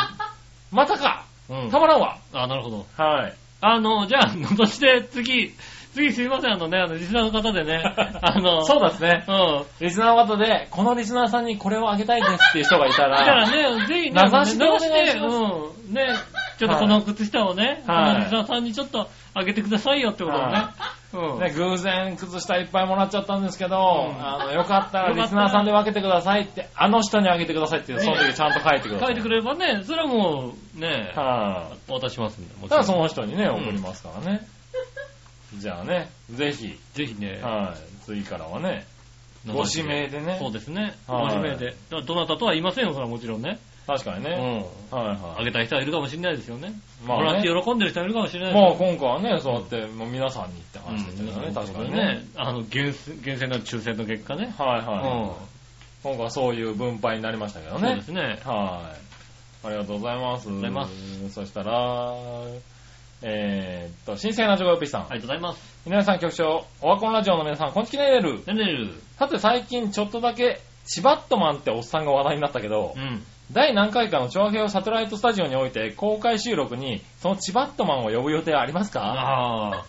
[SPEAKER 3] またか
[SPEAKER 2] うん
[SPEAKER 3] た。まらんわ、
[SPEAKER 2] あ、なるほど。
[SPEAKER 3] (laughs) はい。
[SPEAKER 2] あの、じゃあ、そして次、次すいません、あのね、あの、リスナーの方で
[SPEAKER 3] (laughs)
[SPEAKER 2] ね、あの、
[SPEAKER 3] そうですね。
[SPEAKER 2] うん。
[SPEAKER 3] リスナーの方で、このリスナーさんにこれをあげたいですっていう人がいた、
[SPEAKER 2] だから
[SPEAKER 3] (laughs)
[SPEAKER 2] らね、ぜひね、
[SPEAKER 3] 名指しでお願いします
[SPEAKER 2] うん。ね、ちょっとこの靴下をね、
[SPEAKER 3] は
[SPEAKER 2] この
[SPEAKER 3] い
[SPEAKER 2] リスナーさんにちょっとあげてくださいよってことをね。
[SPEAKER 3] は
[SPEAKER 2] うん。
[SPEAKER 3] ね、偶然靴下いっぱいもらっちゃったんですけど、
[SPEAKER 2] ん
[SPEAKER 3] あの、よかったらリスナーさんで分けてくださいって、あの人にあげてくださいって、その時ちゃんと書いてくださ
[SPEAKER 2] 書
[SPEAKER 3] い。
[SPEAKER 2] いてくれればね、それはもう、ね、
[SPEAKER 3] はい、
[SPEAKER 2] 渡しますんで、も
[SPEAKER 3] ただその
[SPEAKER 2] ん。
[SPEAKER 3] 人にね、
[SPEAKER 2] うん
[SPEAKER 3] 送りますからね。じゃあね、ぜひ、
[SPEAKER 2] ぜひね、
[SPEAKER 3] はい、次からはね、
[SPEAKER 2] 名
[SPEAKER 3] ご
[SPEAKER 2] 指し
[SPEAKER 3] 指名でね
[SPEAKER 2] そうですね。ご
[SPEAKER 3] はい
[SPEAKER 2] 指名で。だからどなたとは言いませんよ、それはもちろんね。
[SPEAKER 3] 確かに
[SPEAKER 2] う
[SPEAKER 3] ね、
[SPEAKER 2] ん。
[SPEAKER 3] はい
[SPEAKER 2] あ
[SPEAKER 3] は
[SPEAKER 2] げたい人はいるかもしれないですよね。
[SPEAKER 3] い。
[SPEAKER 2] も
[SPEAKER 3] ま
[SPEAKER 2] ら
[SPEAKER 3] あ、
[SPEAKER 2] って
[SPEAKER 3] ね、
[SPEAKER 2] 喜んでる人はいるかもしれないですよ
[SPEAKER 3] まあ今回はね、そうやって、もう皆さんにって話ですよね、確かにね。。
[SPEAKER 2] あの、厳選厳選の抽選の結果ね。
[SPEAKER 3] はい
[SPEAKER 2] うん
[SPEAKER 3] はい。今回はそういう分配になりましたけど
[SPEAKER 2] そうで
[SPEAKER 3] ね。
[SPEAKER 2] すね。
[SPEAKER 3] はい。ありがとうございます。あ
[SPEAKER 2] がとう
[SPEAKER 3] り
[SPEAKER 2] ござい
[SPEAKER 3] ます。そしたら、えーっと、新鮮なジョコヨッピーさん。
[SPEAKER 2] ありがとうございます。
[SPEAKER 3] 皆さん局長、オワコンラジオの皆さん、こんちきねれる。
[SPEAKER 2] ねねる。
[SPEAKER 3] さて最近ちょっとだけ、チバットマンっておっさんが話題になったけど
[SPEAKER 2] う、ん。
[SPEAKER 3] 第何回かの長編をサテライトスタ (laughs) ジオにおいて公開収録に、そのチバットマンを呼ぶ予定はありますか
[SPEAKER 2] ああ。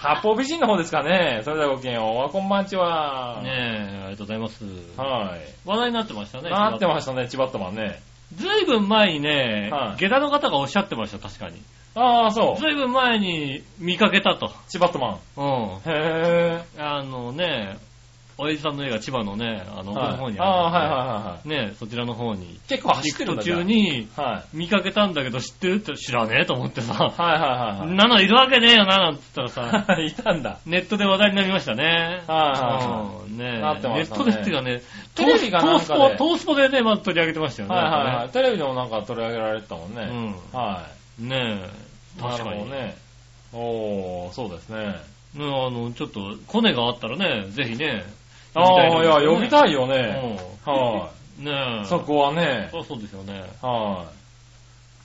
[SPEAKER 3] 八方美人の方ですかね。それではごきげんよう。あこんばんちは。
[SPEAKER 2] ねえ、ありがとうございます。
[SPEAKER 3] は
[SPEAKER 2] 話題になってました
[SPEAKER 3] い。
[SPEAKER 2] ね。
[SPEAKER 3] なってましたね、チバットマンね。
[SPEAKER 2] ずいぶん前にね、
[SPEAKER 3] はい
[SPEAKER 2] 下駄の方がおっしゃってました、確かに。
[SPEAKER 3] ああ、そう。
[SPEAKER 2] ずいぶん前に見かけたと。
[SPEAKER 3] チバットマン。
[SPEAKER 2] うん。
[SPEAKER 3] へ
[SPEAKER 2] あのね、おやじさんの家が千葉のね、あ
[SPEAKER 3] ぇ
[SPEAKER 2] の、奥
[SPEAKER 3] ー。
[SPEAKER 2] の方
[SPEAKER 3] はい
[SPEAKER 2] に
[SPEAKER 3] ああー、はい
[SPEAKER 2] あ
[SPEAKER 3] はいはいは
[SPEAKER 2] るんで、ね、そちらの方に
[SPEAKER 3] い。結構走
[SPEAKER 2] 行
[SPEAKER 3] って
[SPEAKER 2] く
[SPEAKER 3] るん
[SPEAKER 2] 途
[SPEAKER 3] だ
[SPEAKER 2] 中。に
[SPEAKER 3] じゃあはい。
[SPEAKER 2] 見かけたんだけど知ってるって知らねえと思ってさ、
[SPEAKER 3] はいはいはい
[SPEAKER 2] んなのいるわけねえよな、なんつったらさ、
[SPEAKER 3] (laughs) はい。いたんだ。
[SPEAKER 2] ネットで話題になりましたね。
[SPEAKER 3] は
[SPEAKER 2] うんねえ
[SPEAKER 3] なってま
[SPEAKER 2] ネ
[SPEAKER 3] し
[SPEAKER 2] ッ
[SPEAKER 3] たね
[SPEAKER 2] トでっていうかね、
[SPEAKER 3] テレビがなんかで
[SPEAKER 2] トースポ、トースポでね、まず取り上げてましたよね。
[SPEAKER 3] はいはいは
[SPEAKER 2] なん
[SPEAKER 3] い。テレビでもなんか取り上げられてたもん
[SPEAKER 2] か
[SPEAKER 3] ね。
[SPEAKER 2] ね
[SPEAKER 3] は
[SPEAKER 2] うん。ねえ、
[SPEAKER 3] い。
[SPEAKER 2] 確か
[SPEAKER 3] なる
[SPEAKER 2] に。
[SPEAKER 3] ほど
[SPEAKER 2] ね、
[SPEAKER 3] ね。おー、そうですね。
[SPEAKER 2] あの、ちょっと、コネがあったらね、ぜひね、
[SPEAKER 3] ああ、いや、呼び
[SPEAKER 2] い
[SPEAKER 3] たいよ
[SPEAKER 2] ですよ
[SPEAKER 3] ね。
[SPEAKER 2] ね。うん
[SPEAKER 3] は
[SPEAKER 2] ねえ。
[SPEAKER 3] い。そこはね。
[SPEAKER 2] そうそうですよね。
[SPEAKER 3] は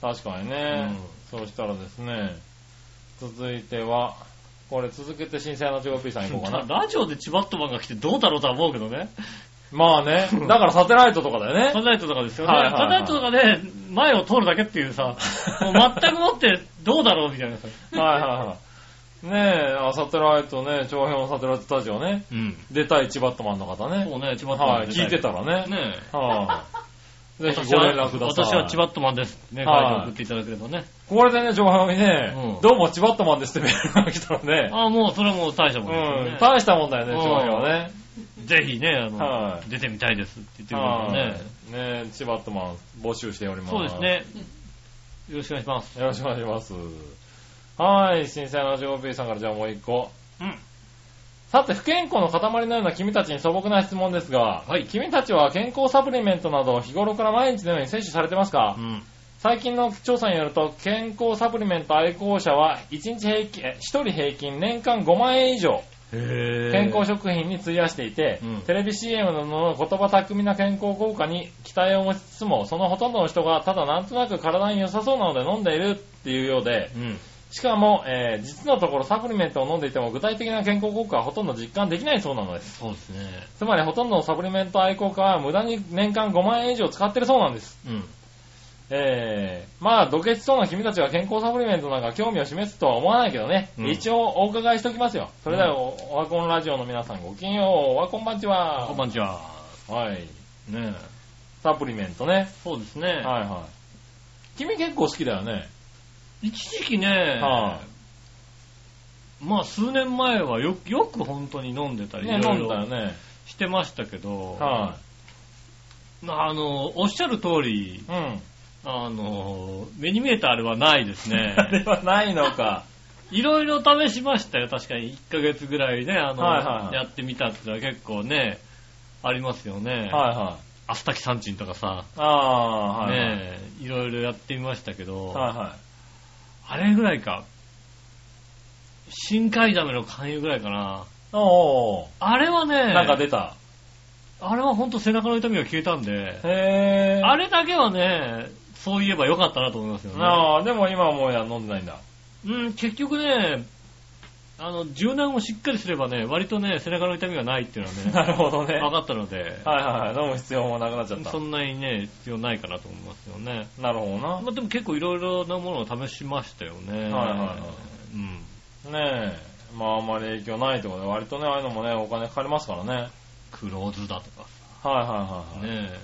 [SPEAKER 3] い。確かにね。そうしたらですね、続いては、これ続けて新鮮なチョコピーさん行こうかな。
[SPEAKER 2] ラジオでチバットマンが来てどうだろうとは思うけどね。
[SPEAKER 3] (laughs) まあ (laughs) ね、だからサテライトとかだよ
[SPEAKER 2] サテ
[SPEAKER 3] ね。
[SPEAKER 2] ライトとかですよね。
[SPEAKER 3] はいはいは
[SPEAKER 2] サ
[SPEAKER 3] い
[SPEAKER 2] テライトとかで前を通るだけっていうさ、もう全くもってどうだろうみたいなさ。
[SPEAKER 3] はいはいはい。ねえ、あサテライトね、長編サテライトスタジオね、
[SPEAKER 2] うん。
[SPEAKER 3] 出たいチバットマンの方ね。
[SPEAKER 2] そうね、チバットマン
[SPEAKER 3] はい、聞いてたらね。
[SPEAKER 2] ね
[SPEAKER 3] (laughs) はい。
[SPEAKER 2] え。
[SPEAKER 3] ぜひご連絡ください。
[SPEAKER 2] 私はチバットマンです。ね、
[SPEAKER 3] はい
[SPEAKER 2] 書いて送っていただければね。
[SPEAKER 3] これでね、長編に
[SPEAKER 2] うん、
[SPEAKER 3] ねどうもチバットマンですってメールが来たらね、
[SPEAKER 2] ああ、もうそれはもう大したもんです
[SPEAKER 3] うん
[SPEAKER 2] よ、ね。
[SPEAKER 3] 大したもんだよね、長編はね。
[SPEAKER 2] ぜひね、あの、
[SPEAKER 3] はい
[SPEAKER 2] 出てみたいですって言ってくれたら
[SPEAKER 3] はい
[SPEAKER 2] ね
[SPEAKER 3] ね。え、チバットマン募集しております。
[SPEAKER 2] そうです。ね。よろしくお願いします。
[SPEAKER 3] よろしくお願いします。はい、新鮮なジョーピーさんからじゃあもう一個。
[SPEAKER 2] うん。
[SPEAKER 3] さて、不健康の塊のような君たちに素朴な質問ですが、
[SPEAKER 2] はい
[SPEAKER 3] 君たちは健康サプリメントなど日頃から毎日のように摂取されてますか、
[SPEAKER 2] うん。
[SPEAKER 3] 最近の調査によると、健康サプリメント愛好者は1日平均、え1人平均年間5万円以上
[SPEAKER 2] へ
[SPEAKER 3] 健康食品に費やしていて、
[SPEAKER 2] うん
[SPEAKER 3] テレビ CM の言葉巧みな健康効果に期待を持ちつつも、そのほとんどの人がただなんとなく体に良さそうなので飲んでいるっていうようで、
[SPEAKER 2] うん。
[SPEAKER 3] しかも、えー実のところサプリメントを飲んでいても具体的な健康効果はほとんど実感できないそうなのです。
[SPEAKER 2] そうですね。
[SPEAKER 3] つまりほとんどのサプリメント愛好家は無駄に年間5万円以上使ってるそうなんです。
[SPEAKER 2] うん。
[SPEAKER 3] えー、まあ、ドケチそうな君たちは健康サプリメントなんか興味を示すとは思わないけどね。
[SPEAKER 2] うん
[SPEAKER 3] 一応お伺いしておきますよ。それではお、オワコンラジオの皆さんごきげんよう。オワコンバンチは。
[SPEAKER 2] こんばんちは。
[SPEAKER 3] はい。
[SPEAKER 2] ねえ。
[SPEAKER 3] サプリメントね。
[SPEAKER 2] そうですね。
[SPEAKER 3] はいはい。君結構好きだよね。
[SPEAKER 2] 一時期ね、
[SPEAKER 3] は
[SPEAKER 2] まあ数年前はよよく本当に飲んでた
[SPEAKER 3] い。
[SPEAKER 2] り、
[SPEAKER 3] ね、
[SPEAKER 2] いろ
[SPEAKER 3] 飲
[SPEAKER 2] い
[SPEAKER 3] んだよ
[SPEAKER 2] ろ
[SPEAKER 3] ね。
[SPEAKER 2] してましたけど、
[SPEAKER 3] は
[SPEAKER 2] あの、おっしゃる通り
[SPEAKER 3] い。、うん。
[SPEAKER 2] あの、目に見えたあれはないですね
[SPEAKER 3] (laughs) あ。れはないのか。
[SPEAKER 2] いろいろ試しましたよ、確かに。1ヶ月ぐらいね、あの、
[SPEAKER 3] はいはいはい
[SPEAKER 2] やってみたってのは結構ね、ありますよね。
[SPEAKER 3] はいはい。
[SPEAKER 2] アスタキサンチンとかさ、
[SPEAKER 3] ああ、はい。
[SPEAKER 2] ねえ、いろいろやってみましたけど、
[SPEAKER 3] はいは
[SPEAKER 2] あれぐらいか。深海ダメの勧誘ぐらいかな。
[SPEAKER 3] い。おー。
[SPEAKER 2] あれはね、
[SPEAKER 3] なんか出た。
[SPEAKER 2] あれはほんと背中の痛みが消えたんで、
[SPEAKER 3] へー。
[SPEAKER 2] あれだけはね、そういえばよかったなと思いますよね。
[SPEAKER 3] ああ、でも今はもうや飲んでないんだ。
[SPEAKER 2] うん、結局ね、あの、柔軟をしっかりすればね、割とね、背中の痛みがないっていうのはね、
[SPEAKER 3] (laughs) なるほどね。
[SPEAKER 2] 分かったので、
[SPEAKER 3] はいはいはい。飲む必要もなくなっちゃった
[SPEAKER 2] そ。んなにね、必要ないかなと思いますよね。
[SPEAKER 3] なるほどな。
[SPEAKER 2] まあでも結構いろいろなものを試しましたよね。
[SPEAKER 3] はいはいはい
[SPEAKER 2] うん。
[SPEAKER 3] ねえ。まああんまり影響ないとかで、割とね、ああいうのもね、お金かかりますからね。はい
[SPEAKER 2] クローズだとか
[SPEAKER 3] はいはいはい。
[SPEAKER 2] ねえ。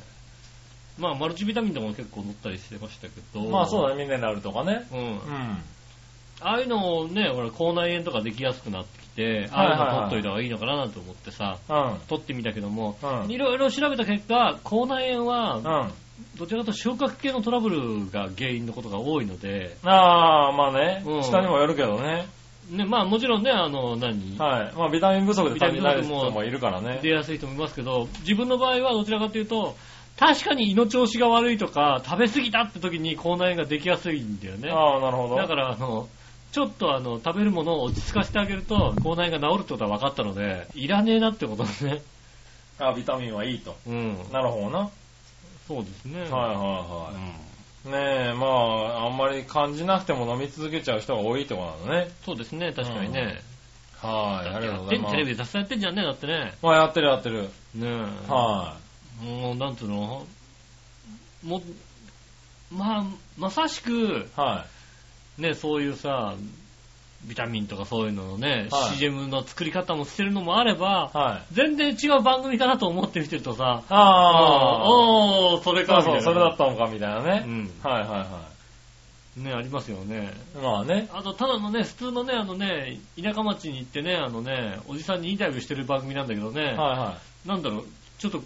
[SPEAKER 2] まあ、マルチビタミンとかも結構乗ったりしてましたけど。
[SPEAKER 3] まあそうだね、ミネラルとかね。
[SPEAKER 2] うん。
[SPEAKER 3] うん。はい
[SPEAKER 2] ああいうのをね、ほら、口内炎とかできやすくなってきて、あ
[SPEAKER 3] はいはいはい
[SPEAKER 2] あいうの取っといた方がいいのかななんて思ってさ、
[SPEAKER 3] うん。
[SPEAKER 2] 取ってみたけども、
[SPEAKER 3] うん
[SPEAKER 2] いろいろ調べた結果、口内炎は、
[SPEAKER 3] うん。
[SPEAKER 2] どちらかというと消化器系のトラブルが原因のことが多いので、
[SPEAKER 3] ああ、まあね、
[SPEAKER 2] うん
[SPEAKER 3] 下にもよるけどね。
[SPEAKER 2] ね、まあもちろんね、あの、何、
[SPEAKER 3] はい。まあビタミン不足で足りない人
[SPEAKER 2] ビタミン不足
[SPEAKER 3] も
[SPEAKER 2] も
[SPEAKER 3] いるからね
[SPEAKER 2] 出。やすい人もいますけど、自分の場合はどちらかというと、確かに胃の調子が悪いとか、食べ過ぎたって時に口内炎ができやすいんだよね。
[SPEAKER 3] ああ、なるほど。
[SPEAKER 2] だから、あの、ちょっとあの、食べるものを落ち着かせてあげると、口内炎が治るってことは分かったので、いらねえなってことですね。
[SPEAKER 3] あビタミンはいいと。
[SPEAKER 2] うん。
[SPEAKER 3] なるほどな。はい
[SPEAKER 2] そうですね。
[SPEAKER 3] はい
[SPEAKER 2] い
[SPEAKER 3] はい。
[SPEAKER 2] うん、
[SPEAKER 3] ねえ、まあ、あんまり感じなくても飲み続けちゃう人が多いってことなのね。
[SPEAKER 2] そうですね、確かにね。
[SPEAKER 3] はい、ありがとうございます。
[SPEAKER 2] テレビでたくさんやってんじゃんね、だってね。
[SPEAKER 3] まあ、やってるやってる。
[SPEAKER 2] ねえ。
[SPEAKER 3] は
[SPEAKER 2] もう、なんつうのもう、まあ、まさしく、
[SPEAKER 3] い。は
[SPEAKER 2] ね、そういうさ、ビタミンとかそういうののね、
[SPEAKER 3] はい
[SPEAKER 2] CM の作り方もしてるのもあれば、
[SPEAKER 3] はい。
[SPEAKER 2] 全然違う番組かなと思って見てるとさ、
[SPEAKER 3] ああ。
[SPEAKER 2] おー、それか
[SPEAKER 3] そう
[SPEAKER 2] みたい
[SPEAKER 3] そ
[SPEAKER 2] な。
[SPEAKER 3] う、それだったのか、みたいな
[SPEAKER 2] う
[SPEAKER 3] ね。
[SPEAKER 2] ん。
[SPEAKER 3] はいはいは
[SPEAKER 2] ね、ありますよね。
[SPEAKER 3] い。まあね。
[SPEAKER 2] あと、ただのね、普通のね、あのね、田舎町に行ってね、あのね、おじさんにインタビューしてる番組なんだけどね、
[SPEAKER 3] はいは
[SPEAKER 2] なんだろう、ちょっと、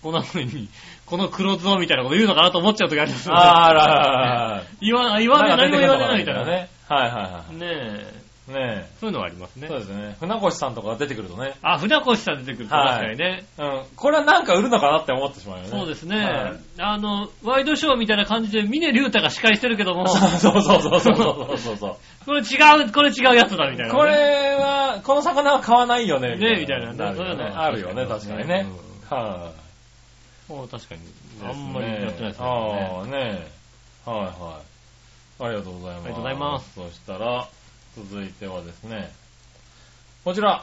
[SPEAKER 2] こんな風に、この (laughs) 黒ズボンみたいなこと言うのかなと思っちゃう時あります
[SPEAKER 3] い。
[SPEAKER 2] よね。
[SPEAKER 3] あららら
[SPEAKER 2] 言わ、言わない、何も言わないみたいなね。
[SPEAKER 3] ね。はいはいは
[SPEAKER 2] ねえ、
[SPEAKER 3] い。ね
[SPEAKER 2] そういうのはあります
[SPEAKER 3] え。
[SPEAKER 2] ね
[SPEAKER 3] そう。ですね。船越さんとかが出てくるとね。
[SPEAKER 2] あ、船越さん出てくると
[SPEAKER 3] はい
[SPEAKER 2] 確かにね。
[SPEAKER 3] うん。これはなんか売るのかなって思ってしまうよね。
[SPEAKER 2] そうですね、
[SPEAKER 3] はい
[SPEAKER 2] あの、ワイドショーみたいな感じで、峰竜太が司会してるけども、
[SPEAKER 3] (laughs) (laughs) そうそうそうそうそうそうそう。
[SPEAKER 2] (laughs)
[SPEAKER 3] (laughs)
[SPEAKER 2] これ違う、これ違うやつだみたいなね、
[SPEAKER 3] これは、この魚は買わないよね、
[SPEAKER 2] ねみたいなね
[SPEAKER 3] るよ
[SPEAKER 2] そういうのは
[SPEAKER 3] あるよね、確かにね。は
[SPEAKER 2] もう確かに、
[SPEAKER 3] い。
[SPEAKER 2] あんまりやってないですね。
[SPEAKER 3] ああ、ねえ。はいはい。ありがとうございます。
[SPEAKER 2] ありがとうございます。
[SPEAKER 3] そしたら、続いてはですね、こちら、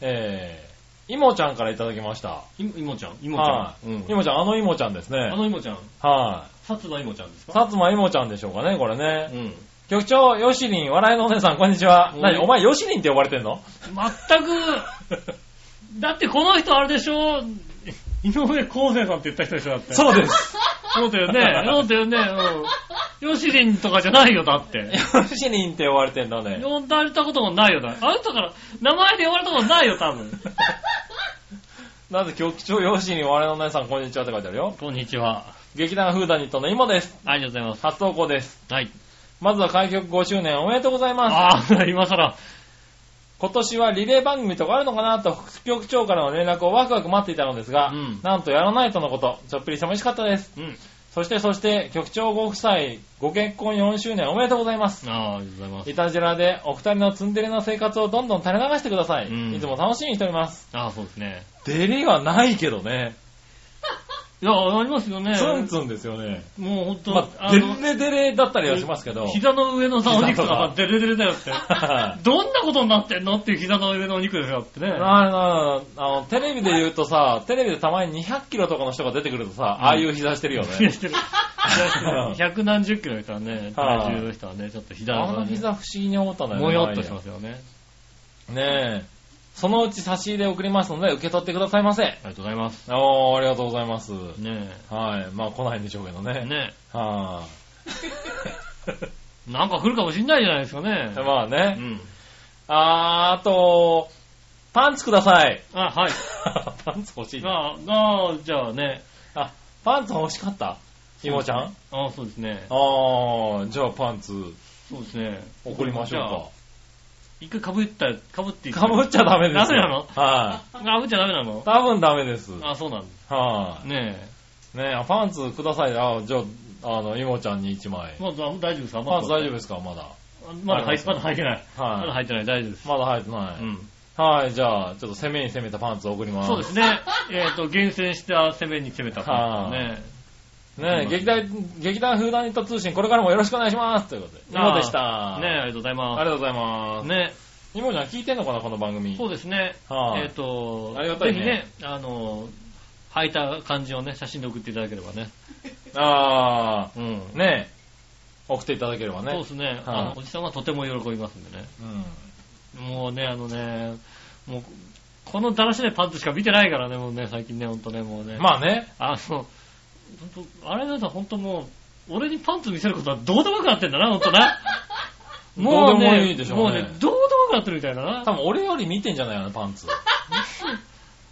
[SPEAKER 3] えー、いもちゃんからいただきました。
[SPEAKER 2] いいもちゃん、いもちゃ
[SPEAKER 3] は
[SPEAKER 2] ん。うん
[SPEAKER 3] い。いもちゃん、あのいもちゃんですね
[SPEAKER 2] あ。のいもちゃん、
[SPEAKER 3] は
[SPEAKER 2] 薩摩いもちゃんです
[SPEAKER 3] い。
[SPEAKER 2] か
[SPEAKER 3] 薩摩いもちゃんでしょうかね、これね。
[SPEAKER 2] うん。
[SPEAKER 3] 局長、ヨシリン、笑いのお姉さん、こんにちは。
[SPEAKER 2] おい
[SPEAKER 3] 何お前、ヨシリンって呼ばれてん
[SPEAKER 2] (laughs)
[SPEAKER 3] の
[SPEAKER 2] 全く、だってこの人あれでしょ井上康生さんって言った人でしょだって。
[SPEAKER 3] そうです。
[SPEAKER 2] そうだよ (laughs) ね。そうだよね。うん。ヨシリンとかじゃないよ、だ (laughs) って。
[SPEAKER 3] ヨシリンって呼ばれてん
[SPEAKER 2] (laughs)
[SPEAKER 3] だね。
[SPEAKER 2] 呼んだれたこともないよ、だってあんたから名前で呼ばれたことないよ、多分。
[SPEAKER 3] なぜ局長、ヨシリン、笑いのお姉さん、こんにちはって書いてあるよ。
[SPEAKER 2] (laughs) こんにちは。
[SPEAKER 3] 劇団フーダニットの今です。
[SPEAKER 2] ありがとうございます。
[SPEAKER 3] 初投稿です。
[SPEAKER 2] はい。
[SPEAKER 3] まずは開局5周年おめでとうございます。
[SPEAKER 2] ああ、今更。
[SPEAKER 3] 今年はリレー番組とかあるのかなと副局長からの連絡をワクワク待っていたのですが、
[SPEAKER 2] うん
[SPEAKER 3] なんとやらないとのこと、ちょっぴり寂しかったです。
[SPEAKER 2] うん。
[SPEAKER 3] そしてそして局長ご夫妻ご結婚4周年おめでとうございます。
[SPEAKER 2] ああ、ありがとうございます
[SPEAKER 3] い。たじらでお二人のツンデレな生活をどんどん垂れ流してください。
[SPEAKER 2] うん
[SPEAKER 3] いつも楽しみにしております。
[SPEAKER 2] ああ、そうですね。
[SPEAKER 3] デレはないけどね。
[SPEAKER 2] いや、ありますよね。
[SPEAKER 3] ツンツンですよね。
[SPEAKER 2] もうほんと、
[SPEAKER 3] まあ、
[SPEAKER 2] あ
[SPEAKER 3] デ
[SPEAKER 2] の、
[SPEAKER 3] レデレだったりはしますけど。
[SPEAKER 2] 膝の上のさ、お肉とかさ、デレデレだよ (laughs) って。
[SPEAKER 3] はい
[SPEAKER 2] どんなことになってんのっていう膝の上のお肉ですよってね。
[SPEAKER 3] (laughs) あれなあの、テレビで言うとさ、テレビでたまに200キロとかの人が出てくるとさ、ああいう膝してる
[SPEAKER 2] い
[SPEAKER 3] よ
[SPEAKER 2] や (laughs)
[SPEAKER 3] ね。
[SPEAKER 2] してる。百何十キロの人はね、体重の人はね、ちょっと膝
[SPEAKER 3] あ
[SPEAKER 2] が
[SPEAKER 3] の
[SPEAKER 2] ね、
[SPEAKER 3] 膝不思議に思ったんだよね。
[SPEAKER 2] もよっとしますよね。
[SPEAKER 3] ねえ。そのうち差し入れ送りますので、受け取ってくださいませ。
[SPEAKER 2] ありがとうございます。
[SPEAKER 3] おー、ありがとうございます。
[SPEAKER 2] ね
[SPEAKER 3] はい。まあ来ないんでしょうけど
[SPEAKER 2] え。
[SPEAKER 3] ね。
[SPEAKER 2] ね
[SPEAKER 3] は
[SPEAKER 2] (laughs) え。なんか来るかもしんないじゃないですかね
[SPEAKER 3] い。。まあ
[SPEAKER 2] う
[SPEAKER 3] ね。
[SPEAKER 2] ん。
[SPEAKER 3] あー、あと、パンツください。 (laughs)
[SPEAKER 2] あ、はい。
[SPEAKER 3] パンツ欲しいね。
[SPEAKER 2] ああ、じゃあね。
[SPEAKER 3] あ、パンツ欲しかったひもちゃん
[SPEAKER 2] あそうですね。
[SPEAKER 3] あー、じゃあパンツ
[SPEAKER 2] そうですね。
[SPEAKER 3] 送りましょうか。
[SPEAKER 2] 一回かぶった、かぶっていい
[SPEAKER 3] かぶっちゃダメですよ。
[SPEAKER 2] ダメなの
[SPEAKER 3] は
[SPEAKER 2] かぶっちゃダメなの
[SPEAKER 3] い。多分ダメです。
[SPEAKER 2] あそうなんです。
[SPEAKER 3] は
[SPEAKER 2] ね
[SPEAKER 3] い。ねえ、パンツください。あ、じゃあ、あの、いもちゃんに1枚
[SPEAKER 2] え。。まあ、大丈夫ですか
[SPEAKER 3] パンツ大丈夫
[SPEAKER 2] 夫
[SPEAKER 3] ですかまだ。
[SPEAKER 2] まだ入って、まだ入ってない。まだ
[SPEAKER 3] は
[SPEAKER 2] 入ってない、大丈夫です。
[SPEAKER 3] い。まだ入ってな
[SPEAKER 2] う
[SPEAKER 3] い。
[SPEAKER 2] ん。
[SPEAKER 3] はい、じゃあ、ちょっと攻めに攻めたパンツを送ります。
[SPEAKER 2] そうですね。えっ、と、厳選した攻めに攻めたパンツね。
[SPEAKER 3] ねえ、劇団、劇団フーダニット通信、これからもよろしくお願いしますということで。い
[SPEAKER 2] あー
[SPEAKER 3] もでした。
[SPEAKER 2] ねありがとうござい
[SPEAKER 3] ありが
[SPEAKER 2] ま。
[SPEAKER 3] とうございますす。
[SPEAKER 2] ね
[SPEAKER 3] いもちゃん聞いてんのかなこの番組。
[SPEAKER 2] そうですね。
[SPEAKER 3] は
[SPEAKER 2] え
[SPEAKER 3] い
[SPEAKER 2] っ、と、
[SPEAKER 3] ありがたいね
[SPEAKER 2] ぜひね、あの、履いた感じをね、写真で送っていただければね。
[SPEAKER 3] あ
[SPEAKER 2] うん。
[SPEAKER 3] ー、ねえ、送っていただけれ
[SPEAKER 2] そ
[SPEAKER 3] ば
[SPEAKER 2] う
[SPEAKER 3] ね
[SPEAKER 2] で。すね。あの、おじさんはとても喜びますんでね。
[SPEAKER 3] うん。
[SPEAKER 2] もうね、あのね、もう、このだらしないパンツしか見てないからね、もうね、最近ね、ほんとね、もうね。
[SPEAKER 3] まあね、
[SPEAKER 2] あ、の、ほんと、あれだとほんともう、俺にパンツ見せることはどうでもよくなってんだな、ほんとな。もう
[SPEAKER 3] (laughs) どうで
[SPEAKER 2] ね、
[SPEAKER 3] もいいでしょうね
[SPEAKER 2] もうね、どうでもよくなってるみたいだな
[SPEAKER 3] 多。分俺より見てんじゃないかな、パ
[SPEAKER 2] (laughs)
[SPEAKER 3] ンツ。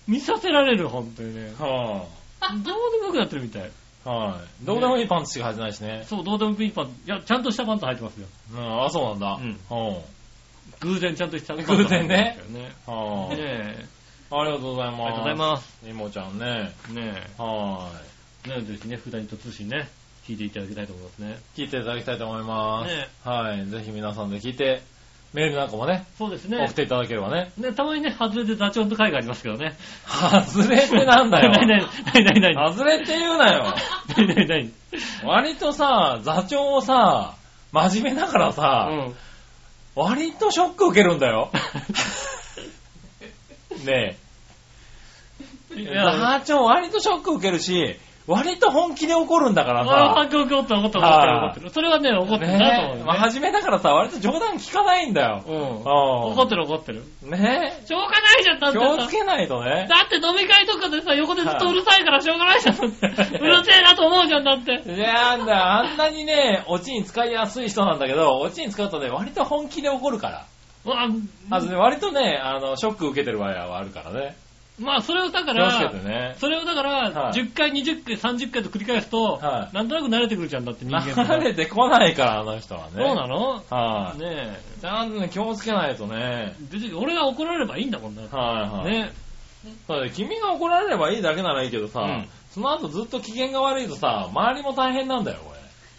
[SPEAKER 2] 見させられる、本当にね。
[SPEAKER 3] は
[SPEAKER 2] どうでもよくなってるみたい。
[SPEAKER 3] あ、はい。どうでもいいパンツしか履いてないしね。
[SPEAKER 2] そう、どうでもいいパンツ。いや、ちゃんとしたパンツ履いてますよ。
[SPEAKER 3] うん、あ、そうなんだ。
[SPEAKER 2] うん
[SPEAKER 3] は
[SPEAKER 2] 偶然ちゃんとしたパンツ履いてますよ
[SPEAKER 3] 偶然ね。
[SPEAKER 2] ね
[SPEAKER 3] あはあ、
[SPEAKER 2] え。
[SPEAKER 3] ありがとうございます。
[SPEAKER 2] ありがとうございます。
[SPEAKER 3] す。いもちゃんね。
[SPEAKER 2] ね
[SPEAKER 3] は
[SPEAKER 2] え。ねえ、ぜひね、普段と通信ね、聞いていただきたいと思いますね。
[SPEAKER 3] い。聞いていただきたいと思います。
[SPEAKER 2] ね
[SPEAKER 3] はい。ぜひ皆さんで聞いて、メールなんかもね、
[SPEAKER 2] そうです
[SPEAKER 3] 送
[SPEAKER 2] ね
[SPEAKER 3] っ。ていただければね。
[SPEAKER 2] ね、たまにね、外れてダチョウの会がありますけどね。
[SPEAKER 3] 外れてなんだ
[SPEAKER 2] (laughs) ないな
[SPEAKER 3] よ。
[SPEAKER 2] いないないない。
[SPEAKER 3] 外れて言う
[SPEAKER 2] (laughs)
[SPEAKER 3] なよ。
[SPEAKER 2] ないないない。
[SPEAKER 3] 割とさ、座長をさ、真面目だからさ、
[SPEAKER 2] うん。
[SPEAKER 3] 割とショック受けるん
[SPEAKER 2] (laughs)
[SPEAKER 3] だよ。ねえ。
[SPEAKER 2] いや、
[SPEAKER 3] 座長割とショック受けるし、割と本気で怒るんだから
[SPEAKER 2] ああ、
[SPEAKER 3] さ。
[SPEAKER 2] 怒ってる怒ってる怒ってる
[SPEAKER 3] はい
[SPEAKER 2] 怒ってる。それはね、怒ってるなと思う
[SPEAKER 3] ね
[SPEAKER 2] よ
[SPEAKER 3] まあ、初めだからさ、割と冗談聞かないんだよ。
[SPEAKER 2] ね。うん。怒
[SPEAKER 3] 怒
[SPEAKER 2] ってる怒ってる。
[SPEAKER 3] ね
[SPEAKER 2] しょうがないじゃん、だって
[SPEAKER 3] 気
[SPEAKER 2] さ。
[SPEAKER 3] をつけないとね。
[SPEAKER 2] だって飲み会とかでさ、横でずっとうるさいからしょうがないじゃん。だって
[SPEAKER 3] はいう
[SPEAKER 2] るせえなと思うじゃん、だ
[SPEAKER 3] (laughs)
[SPEAKER 2] って。
[SPEAKER 3] いやなんだ、あんなにね、オチに使いやすい人なんだけど、オチに使うとね、割と本気で怒るから。
[SPEAKER 2] まあ、
[SPEAKER 3] あとね、割とね、あの、ショック受けてる場合はあるからね。
[SPEAKER 2] まあ、それをだか
[SPEAKER 3] 気をつけ
[SPEAKER 2] ら、
[SPEAKER 3] てね。
[SPEAKER 2] それをだから、
[SPEAKER 3] はい
[SPEAKER 2] 10回、20回、30回と繰り返すと、
[SPEAKER 3] はい
[SPEAKER 2] なんとなく慣れてくるじゃん、だって人間って
[SPEAKER 3] 慣れてこないから、あの人はね。
[SPEAKER 2] そうなの
[SPEAKER 3] はい、
[SPEAKER 2] ね
[SPEAKER 3] ちゃんとね、気をつけないとね。
[SPEAKER 2] え。別に俺が怒られればいいんだもんな。
[SPEAKER 3] はいはい。
[SPEAKER 2] ね
[SPEAKER 3] そうだよ君が怒られればいいだけならいいけどさ、
[SPEAKER 2] うん
[SPEAKER 3] その後ずっと機嫌が悪いとさ、周りも大変なんだよ、 (laughs) こ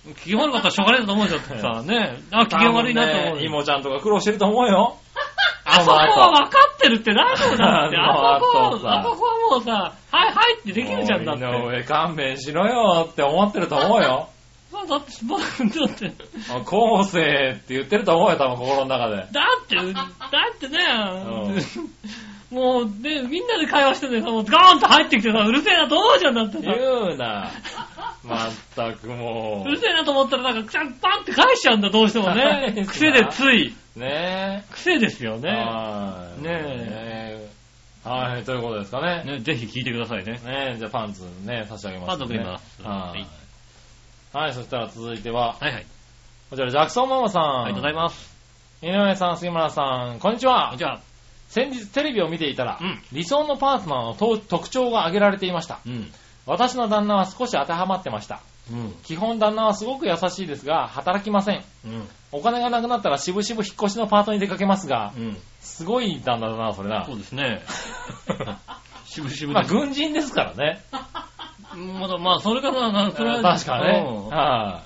[SPEAKER 3] れ。
[SPEAKER 2] 気が悪かったらしょうがないなと思うじゃん、さ、
[SPEAKER 3] (laughs)
[SPEAKER 2] ねえ。あ、機嫌悪いなと
[SPEAKER 3] 多
[SPEAKER 2] 思
[SPEAKER 3] 分
[SPEAKER 2] う
[SPEAKER 3] ね
[SPEAKER 2] よ。
[SPEAKER 3] イモちゃんとか苦労してると思う (laughs) よ。
[SPEAKER 2] あそこは分かってるって大丈夫だ
[SPEAKER 3] (laughs)
[SPEAKER 2] って。あ
[SPEAKER 3] あ
[SPEAKER 2] そこ
[SPEAKER 3] そうそう
[SPEAKER 2] は、あそこはもうさ、はいはいってできるじゃんだっ
[SPEAKER 3] もう
[SPEAKER 2] て。
[SPEAKER 3] 井上勘弁しろよって思ってると思う (laughs) よ。
[SPEAKER 2] そうだって、もうだって、
[SPEAKER 3] あ後世って言ってると思うよ、多分心の中で。
[SPEAKER 2] だって、 (laughs) だってね、 (laughs) もう、で、みんなで会話しててさ、もうガーンと入ってきてさ、うるせえなと思うじゃんだってさ。
[SPEAKER 3] 言う (laughs) な。まったくも
[SPEAKER 2] うるせえなと思ったらなんか、くしゃんパンって返しちゃうんだ、どうしても
[SPEAKER 3] 返す
[SPEAKER 2] ね。
[SPEAKER 3] な
[SPEAKER 2] 癖でつい。
[SPEAKER 3] う。ね
[SPEAKER 2] 癖ですよ
[SPEAKER 3] え。
[SPEAKER 2] ね。
[SPEAKER 3] はい
[SPEAKER 2] ねえ
[SPEAKER 3] ねえはい、ということですかね。
[SPEAKER 2] ねぜひ聞いてくださいね。
[SPEAKER 3] ねえ、じゃあパンツね、差し上げます、ね。
[SPEAKER 2] パンツ送ります
[SPEAKER 3] はい。はい、そしたら続いては、
[SPEAKER 2] はいはい。
[SPEAKER 3] こちら、ジャクソンママさん。
[SPEAKER 2] ありがとうございます。
[SPEAKER 3] 井上さん、杉村さん、こんにちは
[SPEAKER 2] じ。ゃあ、
[SPEAKER 3] 先日テレビを見ていたら、
[SPEAKER 2] うん
[SPEAKER 3] 理想のパートナーのと特徴が挙げられていました。
[SPEAKER 2] うん。
[SPEAKER 3] 私の旦那は少し当てはまってました。
[SPEAKER 2] うん。
[SPEAKER 3] 基本旦那はすごく優しいですが、働きません。
[SPEAKER 2] うん。
[SPEAKER 3] お金がなくなったらしぶしぶ引っ越しのパートに出かけますが、
[SPEAKER 2] うん。
[SPEAKER 3] すごい旦那だな、それな
[SPEAKER 2] そ。うですね。しぶしぶ
[SPEAKER 3] (laughs) まあ、
[SPEAKER 2] です。
[SPEAKER 3] 軍人ですからね。
[SPEAKER 2] まだ、まあ、それからな、それは。
[SPEAKER 3] 確かね。
[SPEAKER 2] うん
[SPEAKER 3] は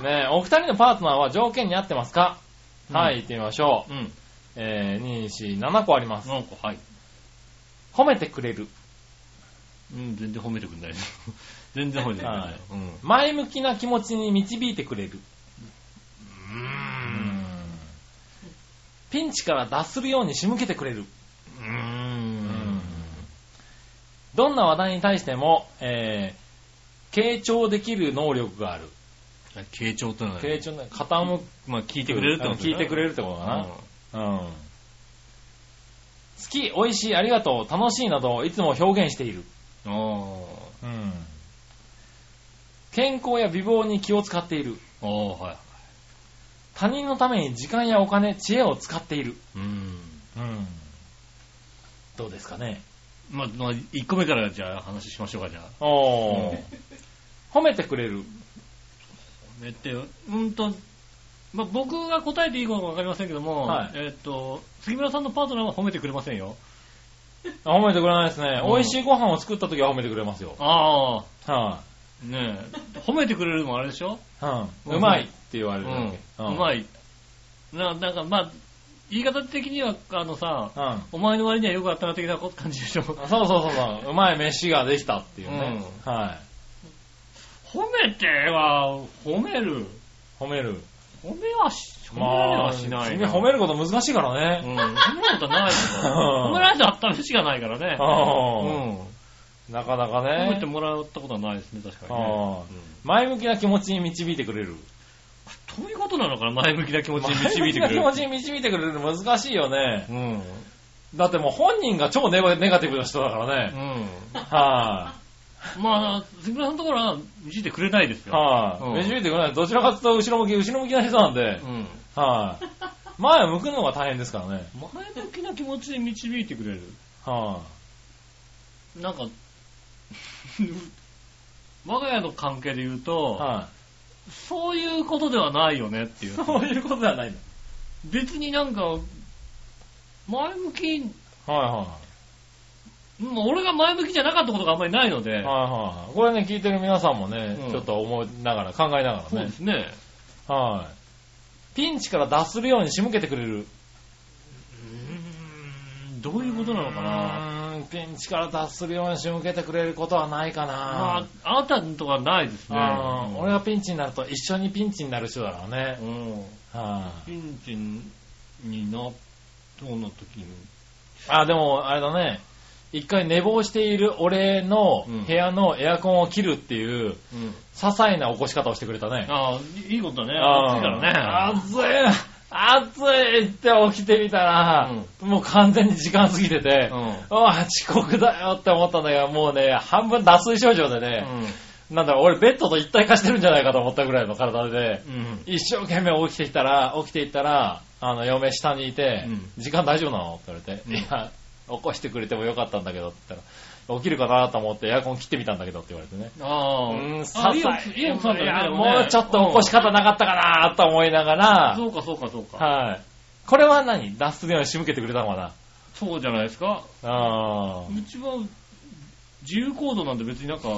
[SPEAKER 3] い、ねえお二人のパートナーは条件に合ってますか、
[SPEAKER 2] うん
[SPEAKER 3] はい、行ってみましょう。
[SPEAKER 2] うん。
[SPEAKER 3] えー、2、4、7個あります。
[SPEAKER 2] なんか、はい。
[SPEAKER 3] 褒めてくれる。
[SPEAKER 2] うん、全然褒めてく (laughs) んない。全然褒めてくんな
[SPEAKER 3] はいい。
[SPEAKER 2] うん。う
[SPEAKER 3] 前向きな気持ちに導いてくれる。
[SPEAKER 2] ー
[SPEAKER 3] ピンチから脱するように仕向けてくれる。
[SPEAKER 2] うーん。
[SPEAKER 3] どんな話題に対しても、えー、傾聴できる能力がある。
[SPEAKER 2] 傾聴ってのは、
[SPEAKER 3] 傾聴ね、傾く。
[SPEAKER 2] まあ、聞いてくれるってこと
[SPEAKER 3] 聞いてくれ
[SPEAKER 2] る
[SPEAKER 3] るってこと
[SPEAKER 2] か
[SPEAKER 3] だな。うん好き、美味しい、ありがとう、楽しいなど、いつも表現している。
[SPEAKER 2] うん。お
[SPEAKER 3] うん。健康や美貌に気を使っている。
[SPEAKER 2] ー。おー、はい。
[SPEAKER 3] 他人のために時間やお金、知恵を使っている。
[SPEAKER 2] うん。
[SPEAKER 3] うん。どうですかね。
[SPEAKER 2] まあ、まあ、1個目からじゃあ話しましょうか、じゃあ。
[SPEAKER 3] おー。褒めてくれる。
[SPEAKER 2] えって、うんと、まあ、僕が答えていいかわかりませんけども、
[SPEAKER 3] はい
[SPEAKER 2] えっと、杉村さんのパートナーは褒めてくれませんよ。
[SPEAKER 3] あ褒めてくれないですね。
[SPEAKER 2] うん
[SPEAKER 3] 美味しいご飯を作った時は褒めてくれますよ。
[SPEAKER 2] ああ、
[SPEAKER 3] は
[SPEAKER 2] ねえ、褒めてくれるのもあれでしょ
[SPEAKER 3] い、う
[SPEAKER 2] うん
[SPEAKER 3] ん。うまいって言わ
[SPEAKER 2] う
[SPEAKER 3] れ
[SPEAKER 2] ん
[SPEAKER 3] るだけ。
[SPEAKER 2] うま
[SPEAKER 3] い。
[SPEAKER 2] い。な、なんか、まあ、言い方的には、あのさ、
[SPEAKER 3] うん。あ
[SPEAKER 2] お前の割にはよくあったな的なこと感じでしょ
[SPEAKER 3] そうそうそうそう。うまい飯ができたっていうね。はい。
[SPEAKER 2] 褒めては、褒める。
[SPEAKER 3] 褒める。
[SPEAKER 2] 褒めはし、褒められ
[SPEAKER 3] ま
[SPEAKER 2] は
[SPEAKER 3] あ、
[SPEAKER 2] しない
[SPEAKER 3] 君
[SPEAKER 2] な。
[SPEAKER 3] 褒めること難しいから
[SPEAKER 2] うん、
[SPEAKER 3] ね。
[SPEAKER 2] 褒めることないから。
[SPEAKER 3] うん (laughs)
[SPEAKER 2] 褒められてあった飯がないからね。
[SPEAKER 3] あ
[SPEAKER 2] うん。
[SPEAKER 3] なかなか
[SPEAKER 2] 褒めて
[SPEAKER 3] ね。
[SPEAKER 2] もらったことはないですね、確かに
[SPEAKER 3] あ
[SPEAKER 2] ね
[SPEAKER 3] あ。前向きな気持ちに導いてくれ
[SPEAKER 2] う
[SPEAKER 3] る。
[SPEAKER 2] んどういうことなのかな、前向きな気持ちに導いてくれ
[SPEAKER 3] 前向きな気
[SPEAKER 2] る
[SPEAKER 3] 持。ちに導いてくれるの難しいよね。
[SPEAKER 2] うん。
[SPEAKER 3] だってもう本人が超ネガネガティブな人だからね。
[SPEAKER 2] う
[SPEAKER 3] は
[SPEAKER 2] ん。まあ、杉村さんのところは導いてくれないです
[SPEAKER 3] い。
[SPEAKER 2] よ。う
[SPEAKER 3] は
[SPEAKER 2] ん
[SPEAKER 3] い。導いてくれない。どちらかというと後ろ向き、後ろ向きな人なんで
[SPEAKER 2] う。ん。
[SPEAKER 3] はい。前を向くのが大変ですからね。
[SPEAKER 2] 前向きな気持ちで導いてくれる。
[SPEAKER 3] は
[SPEAKER 2] なんか、 (laughs) 我が家の関係で言う
[SPEAKER 3] い。
[SPEAKER 2] と、
[SPEAKER 3] は
[SPEAKER 2] そういうことではないよねってい
[SPEAKER 3] い。
[SPEAKER 2] う。
[SPEAKER 3] そういうことではないん
[SPEAKER 2] 別になんか、前向き、
[SPEAKER 3] だ。はいはい。
[SPEAKER 2] うん俺が前向きじゃなかったことがあんまりないので、
[SPEAKER 3] はいはいはい。これね、聞いてる皆さんもね、
[SPEAKER 2] うん
[SPEAKER 3] ちょっと思いながら、考えなが
[SPEAKER 2] そう
[SPEAKER 3] ら
[SPEAKER 2] で
[SPEAKER 3] ね。
[SPEAKER 2] すね。
[SPEAKER 3] はい。ピンチから脱するように仕向けてくれる。
[SPEAKER 2] うーんどういうことなのかな。
[SPEAKER 3] うーん、ピンチから脱するように仕向けてくれることはないか
[SPEAKER 2] ま
[SPEAKER 3] な。
[SPEAKER 2] あ、あなたのとかないですね。
[SPEAKER 3] うん俺がピンチになると一緒にピンチになる人だからね
[SPEAKER 2] う。ん。
[SPEAKER 3] はい
[SPEAKER 2] ピンチにな、どうなった時に。
[SPEAKER 3] あ、でも、あれだね。一回寝坊している俺の部屋のエアコンを切るっていう、
[SPEAKER 2] うん。
[SPEAKER 3] 些細な起こし方をしてくれたね。
[SPEAKER 2] ああ、いいことだね。
[SPEAKER 3] あ
[SPEAKER 2] 暑いからね。
[SPEAKER 3] ー暑い暑いって起きてみたら、もう完全に時間過ぎてて、
[SPEAKER 2] う
[SPEAKER 3] ああ、遅刻だよって思ったんだけど、もうね、半分脱水症状でね、
[SPEAKER 2] ん。
[SPEAKER 3] なんだろう、俺ベッドと一体化してるんじゃないかと思ったぐらいの体で、
[SPEAKER 2] うん。
[SPEAKER 3] 一生懸命起きてきたら、起きていったら、あの、嫁下にいて、
[SPEAKER 2] うん
[SPEAKER 3] 時間大丈夫なのって言われて、
[SPEAKER 2] うん
[SPEAKER 3] いや、起こしてくれてもよかったんだけどって言ったら、起きるかなと思ってエアコン切ってみたんだけどって言われてね。
[SPEAKER 2] ああ。
[SPEAKER 3] うん、
[SPEAKER 2] あいいよ
[SPEAKER 3] ささ
[SPEAKER 2] いいよさ
[SPEAKER 3] いやもうちょっと起こし方なかったかなと思いながら、
[SPEAKER 2] そうか、そうか、そうか。
[SPEAKER 3] はい。これは何脱出電話仕向けてくれたのか
[SPEAKER 2] そうじゃないですか。
[SPEAKER 3] なうん。
[SPEAKER 2] うちは、自由行動なんで別になん
[SPEAKER 3] (laughs)
[SPEAKER 2] か、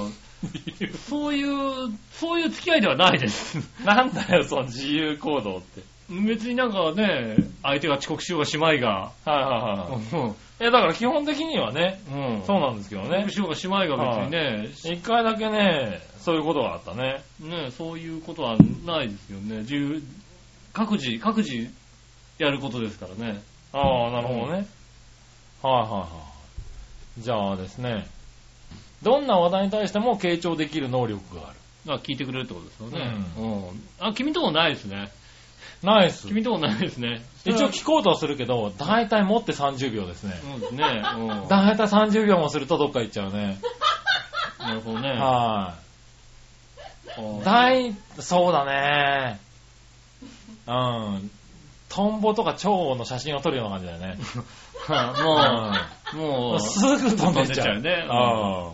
[SPEAKER 2] そういう、そういう付き合いではないです。
[SPEAKER 3] なんだよ、その自由行動って。
[SPEAKER 2] 別になんかね、相手が遅刻しようがしまいが、
[SPEAKER 3] はいはいはい。いや、だから基本的にはね、
[SPEAKER 2] うん
[SPEAKER 3] そうなんですけど
[SPEAKER 2] 遅
[SPEAKER 3] ね
[SPEAKER 2] 刻。しようがしまいが別にね、
[SPEAKER 3] 一回だけね、そういうことがあったね。
[SPEAKER 2] ね、そういうことはないですよね。自由、各自、各自やることですからね。
[SPEAKER 3] ああ、なるほどね。はいはいはい。じゃあですね、どんな話題に対しても傾聴できる能力がある。
[SPEAKER 2] まあ聞いてくれるってことですよね。うん。あ、君んとこないですね。
[SPEAKER 3] ナイス。
[SPEAKER 2] 君んとこないですね。
[SPEAKER 3] 一応聞こうとはするけど、大体持って30秒ですね。
[SPEAKER 2] そうですね。うん。な
[SPEAKER 3] 大体30秒もするとどっか行っちゃうね。
[SPEAKER 2] るほどね。
[SPEAKER 3] は
[SPEAKER 2] うん
[SPEAKER 3] い。大、そうだね。うん。トンボとか蝶の写真を撮るような感じだよね。
[SPEAKER 2] もう、も
[SPEAKER 3] う
[SPEAKER 2] う、
[SPEAKER 3] ん。すぐ飛んでっちゃ
[SPEAKER 2] 飛
[SPEAKER 3] うん
[SPEAKER 2] でっちゃうね
[SPEAKER 3] あ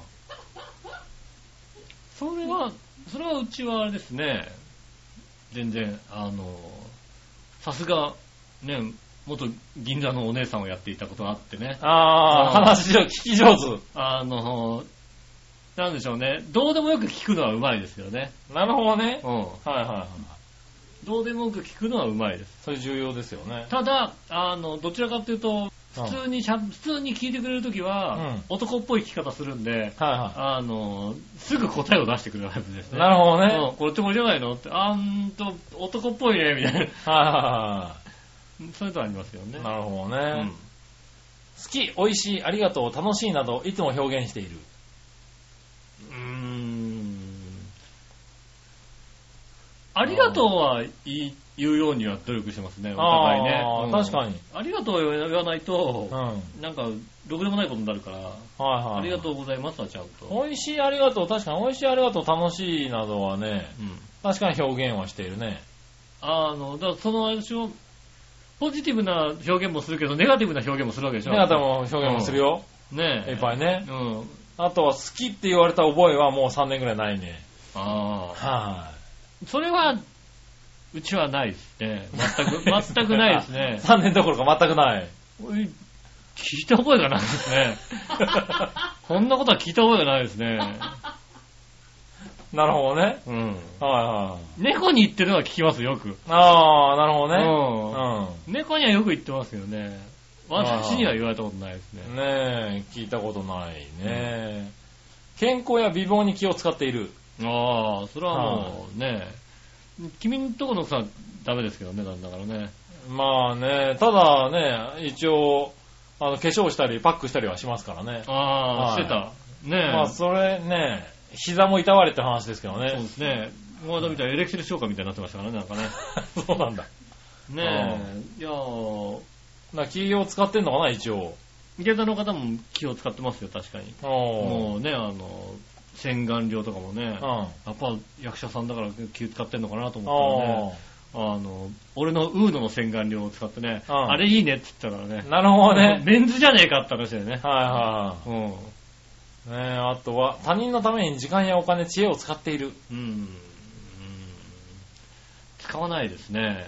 [SPEAKER 2] それは、それはうちはあれですね、全然、あの、さすが、ね、元銀座のお姉さんをやっていたことがあってね、
[SPEAKER 3] あー、
[SPEAKER 2] うん
[SPEAKER 3] 話を聞き上手。
[SPEAKER 2] あの、なんでしょうね、どうでもよく聞くのはうまいですよね。
[SPEAKER 3] なるほどね。
[SPEAKER 2] うん。
[SPEAKER 3] はいはいはい。
[SPEAKER 2] どうでもよく聞くのはうまいです。
[SPEAKER 3] それ重要ですよね。
[SPEAKER 2] ただ、あの、どちらかというと、
[SPEAKER 3] うん
[SPEAKER 2] 普通にしゃ、普通に聞いてくれるときは、
[SPEAKER 3] うん
[SPEAKER 2] 男っぽい聞き方するんで、
[SPEAKER 3] はいは
[SPEAKER 2] あの、すぐ答えを出してくれるタイプです
[SPEAKER 3] い。
[SPEAKER 2] ね。
[SPEAKER 3] なるほどね。
[SPEAKER 2] うんこれってこれじゃないのって、あーんと、男っぽいね、みたいな。 (laughs)
[SPEAKER 3] は
[SPEAKER 2] そういうのありますよね
[SPEAKER 3] いはいはい。。なるほど
[SPEAKER 2] う
[SPEAKER 3] ね
[SPEAKER 2] ん。
[SPEAKER 3] 好き、美味しい、ありがとう、楽しいなど、いつも表現している。
[SPEAKER 2] うーん。ありがとうは言い言うようには努力してますね、お互いね
[SPEAKER 3] あー。
[SPEAKER 2] うん
[SPEAKER 3] 確かに。
[SPEAKER 2] ありがとうを言わないと
[SPEAKER 3] うん。、はい
[SPEAKER 2] なんか、ろくでもないことになるから、
[SPEAKER 3] はい。
[SPEAKER 2] ありがと
[SPEAKER 3] う。
[SPEAKER 2] うございますはちゃんと。
[SPEAKER 3] 美味しい、ありがとう、確かに、美味しい、ありがとう、楽しいなどはね、
[SPEAKER 2] うん。
[SPEAKER 3] 確かに表現はしているね。
[SPEAKER 2] あの、だからその、私も、ポジティブな表現もするけど、ネガティブな表現もするわけでしょ。
[SPEAKER 3] ね、あとも表現もするよ。
[SPEAKER 2] ねえ。
[SPEAKER 3] いっぱいね。
[SPEAKER 2] うん。
[SPEAKER 3] あとは、好きって言われた覚えはもう3年ぐらいないね。
[SPEAKER 2] ああ。
[SPEAKER 3] は
[SPEAKER 2] それは、うちはないですね。全 (laughs) く、
[SPEAKER 3] い。
[SPEAKER 2] 全くないですね。
[SPEAKER 3] 3年どころか全くない。
[SPEAKER 2] おい聞いた覚えがないですね。こんなことは聞いた覚えがないですね。
[SPEAKER 3] (laughs) なるほどね。
[SPEAKER 2] うん。
[SPEAKER 3] はいはい。
[SPEAKER 2] 猫に言ってるのは聞きますよ、よく。
[SPEAKER 3] ああ、なるほどね。
[SPEAKER 2] うん
[SPEAKER 3] うん。
[SPEAKER 2] 猫にはよく言ってますよね。私には言われたことないですね。
[SPEAKER 3] ねえ、聞いたことないね。健康や美貌に気を使っている。
[SPEAKER 2] ああ、それはもうね、君んとこのさ、ダメですけどね、なんだからね。
[SPEAKER 3] まあね、ただね、一応、あの、化粧したり、パックしたりはしますからね。
[SPEAKER 2] ああ、
[SPEAKER 3] はい
[SPEAKER 2] してた。ねえ。
[SPEAKER 3] まあ、それね、膝も痛われって話ですけど
[SPEAKER 2] そう
[SPEAKER 3] ね
[SPEAKER 2] で。すね。もうだみたいなエレクトリ消化みたいになってましたからね、なんかね。
[SPEAKER 3] (laughs) そうなんだ。だか
[SPEAKER 2] ねえ。いやー
[SPEAKER 3] ら気を使ってんのかな、一応。
[SPEAKER 2] 下駄の方も気を使ってますよ、確かに。
[SPEAKER 3] おー
[SPEAKER 2] もうね、あの、洗顔料とかもね
[SPEAKER 3] う、ん。
[SPEAKER 2] やっぱ役者さんだから気使ってんのかなと思ったらね、
[SPEAKER 3] お
[SPEAKER 2] あの、俺のウーノの洗顔料を使ってね、
[SPEAKER 3] うん
[SPEAKER 2] あれいいねって言ったからね
[SPEAKER 3] ー、なるほどね。
[SPEAKER 2] メンズじゃねえかって話だよね。
[SPEAKER 3] は
[SPEAKER 2] うん。
[SPEAKER 3] いはい。ねえ、あとは、他人のために時間やお金、知恵を使っている。
[SPEAKER 2] うんうん。使わないですね。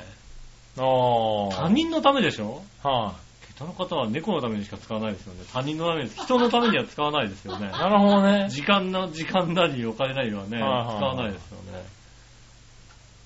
[SPEAKER 3] おー
[SPEAKER 2] 他人のためでしょ
[SPEAKER 3] は
[SPEAKER 2] 下駄の方は猫のためにしか使わないですよね。他人のためです。人のためには使わないですよね
[SPEAKER 3] い。。なるほどね。
[SPEAKER 2] 時間な、時間なりお金なりはね、使
[SPEAKER 3] はいはい
[SPEAKER 2] わないですよね。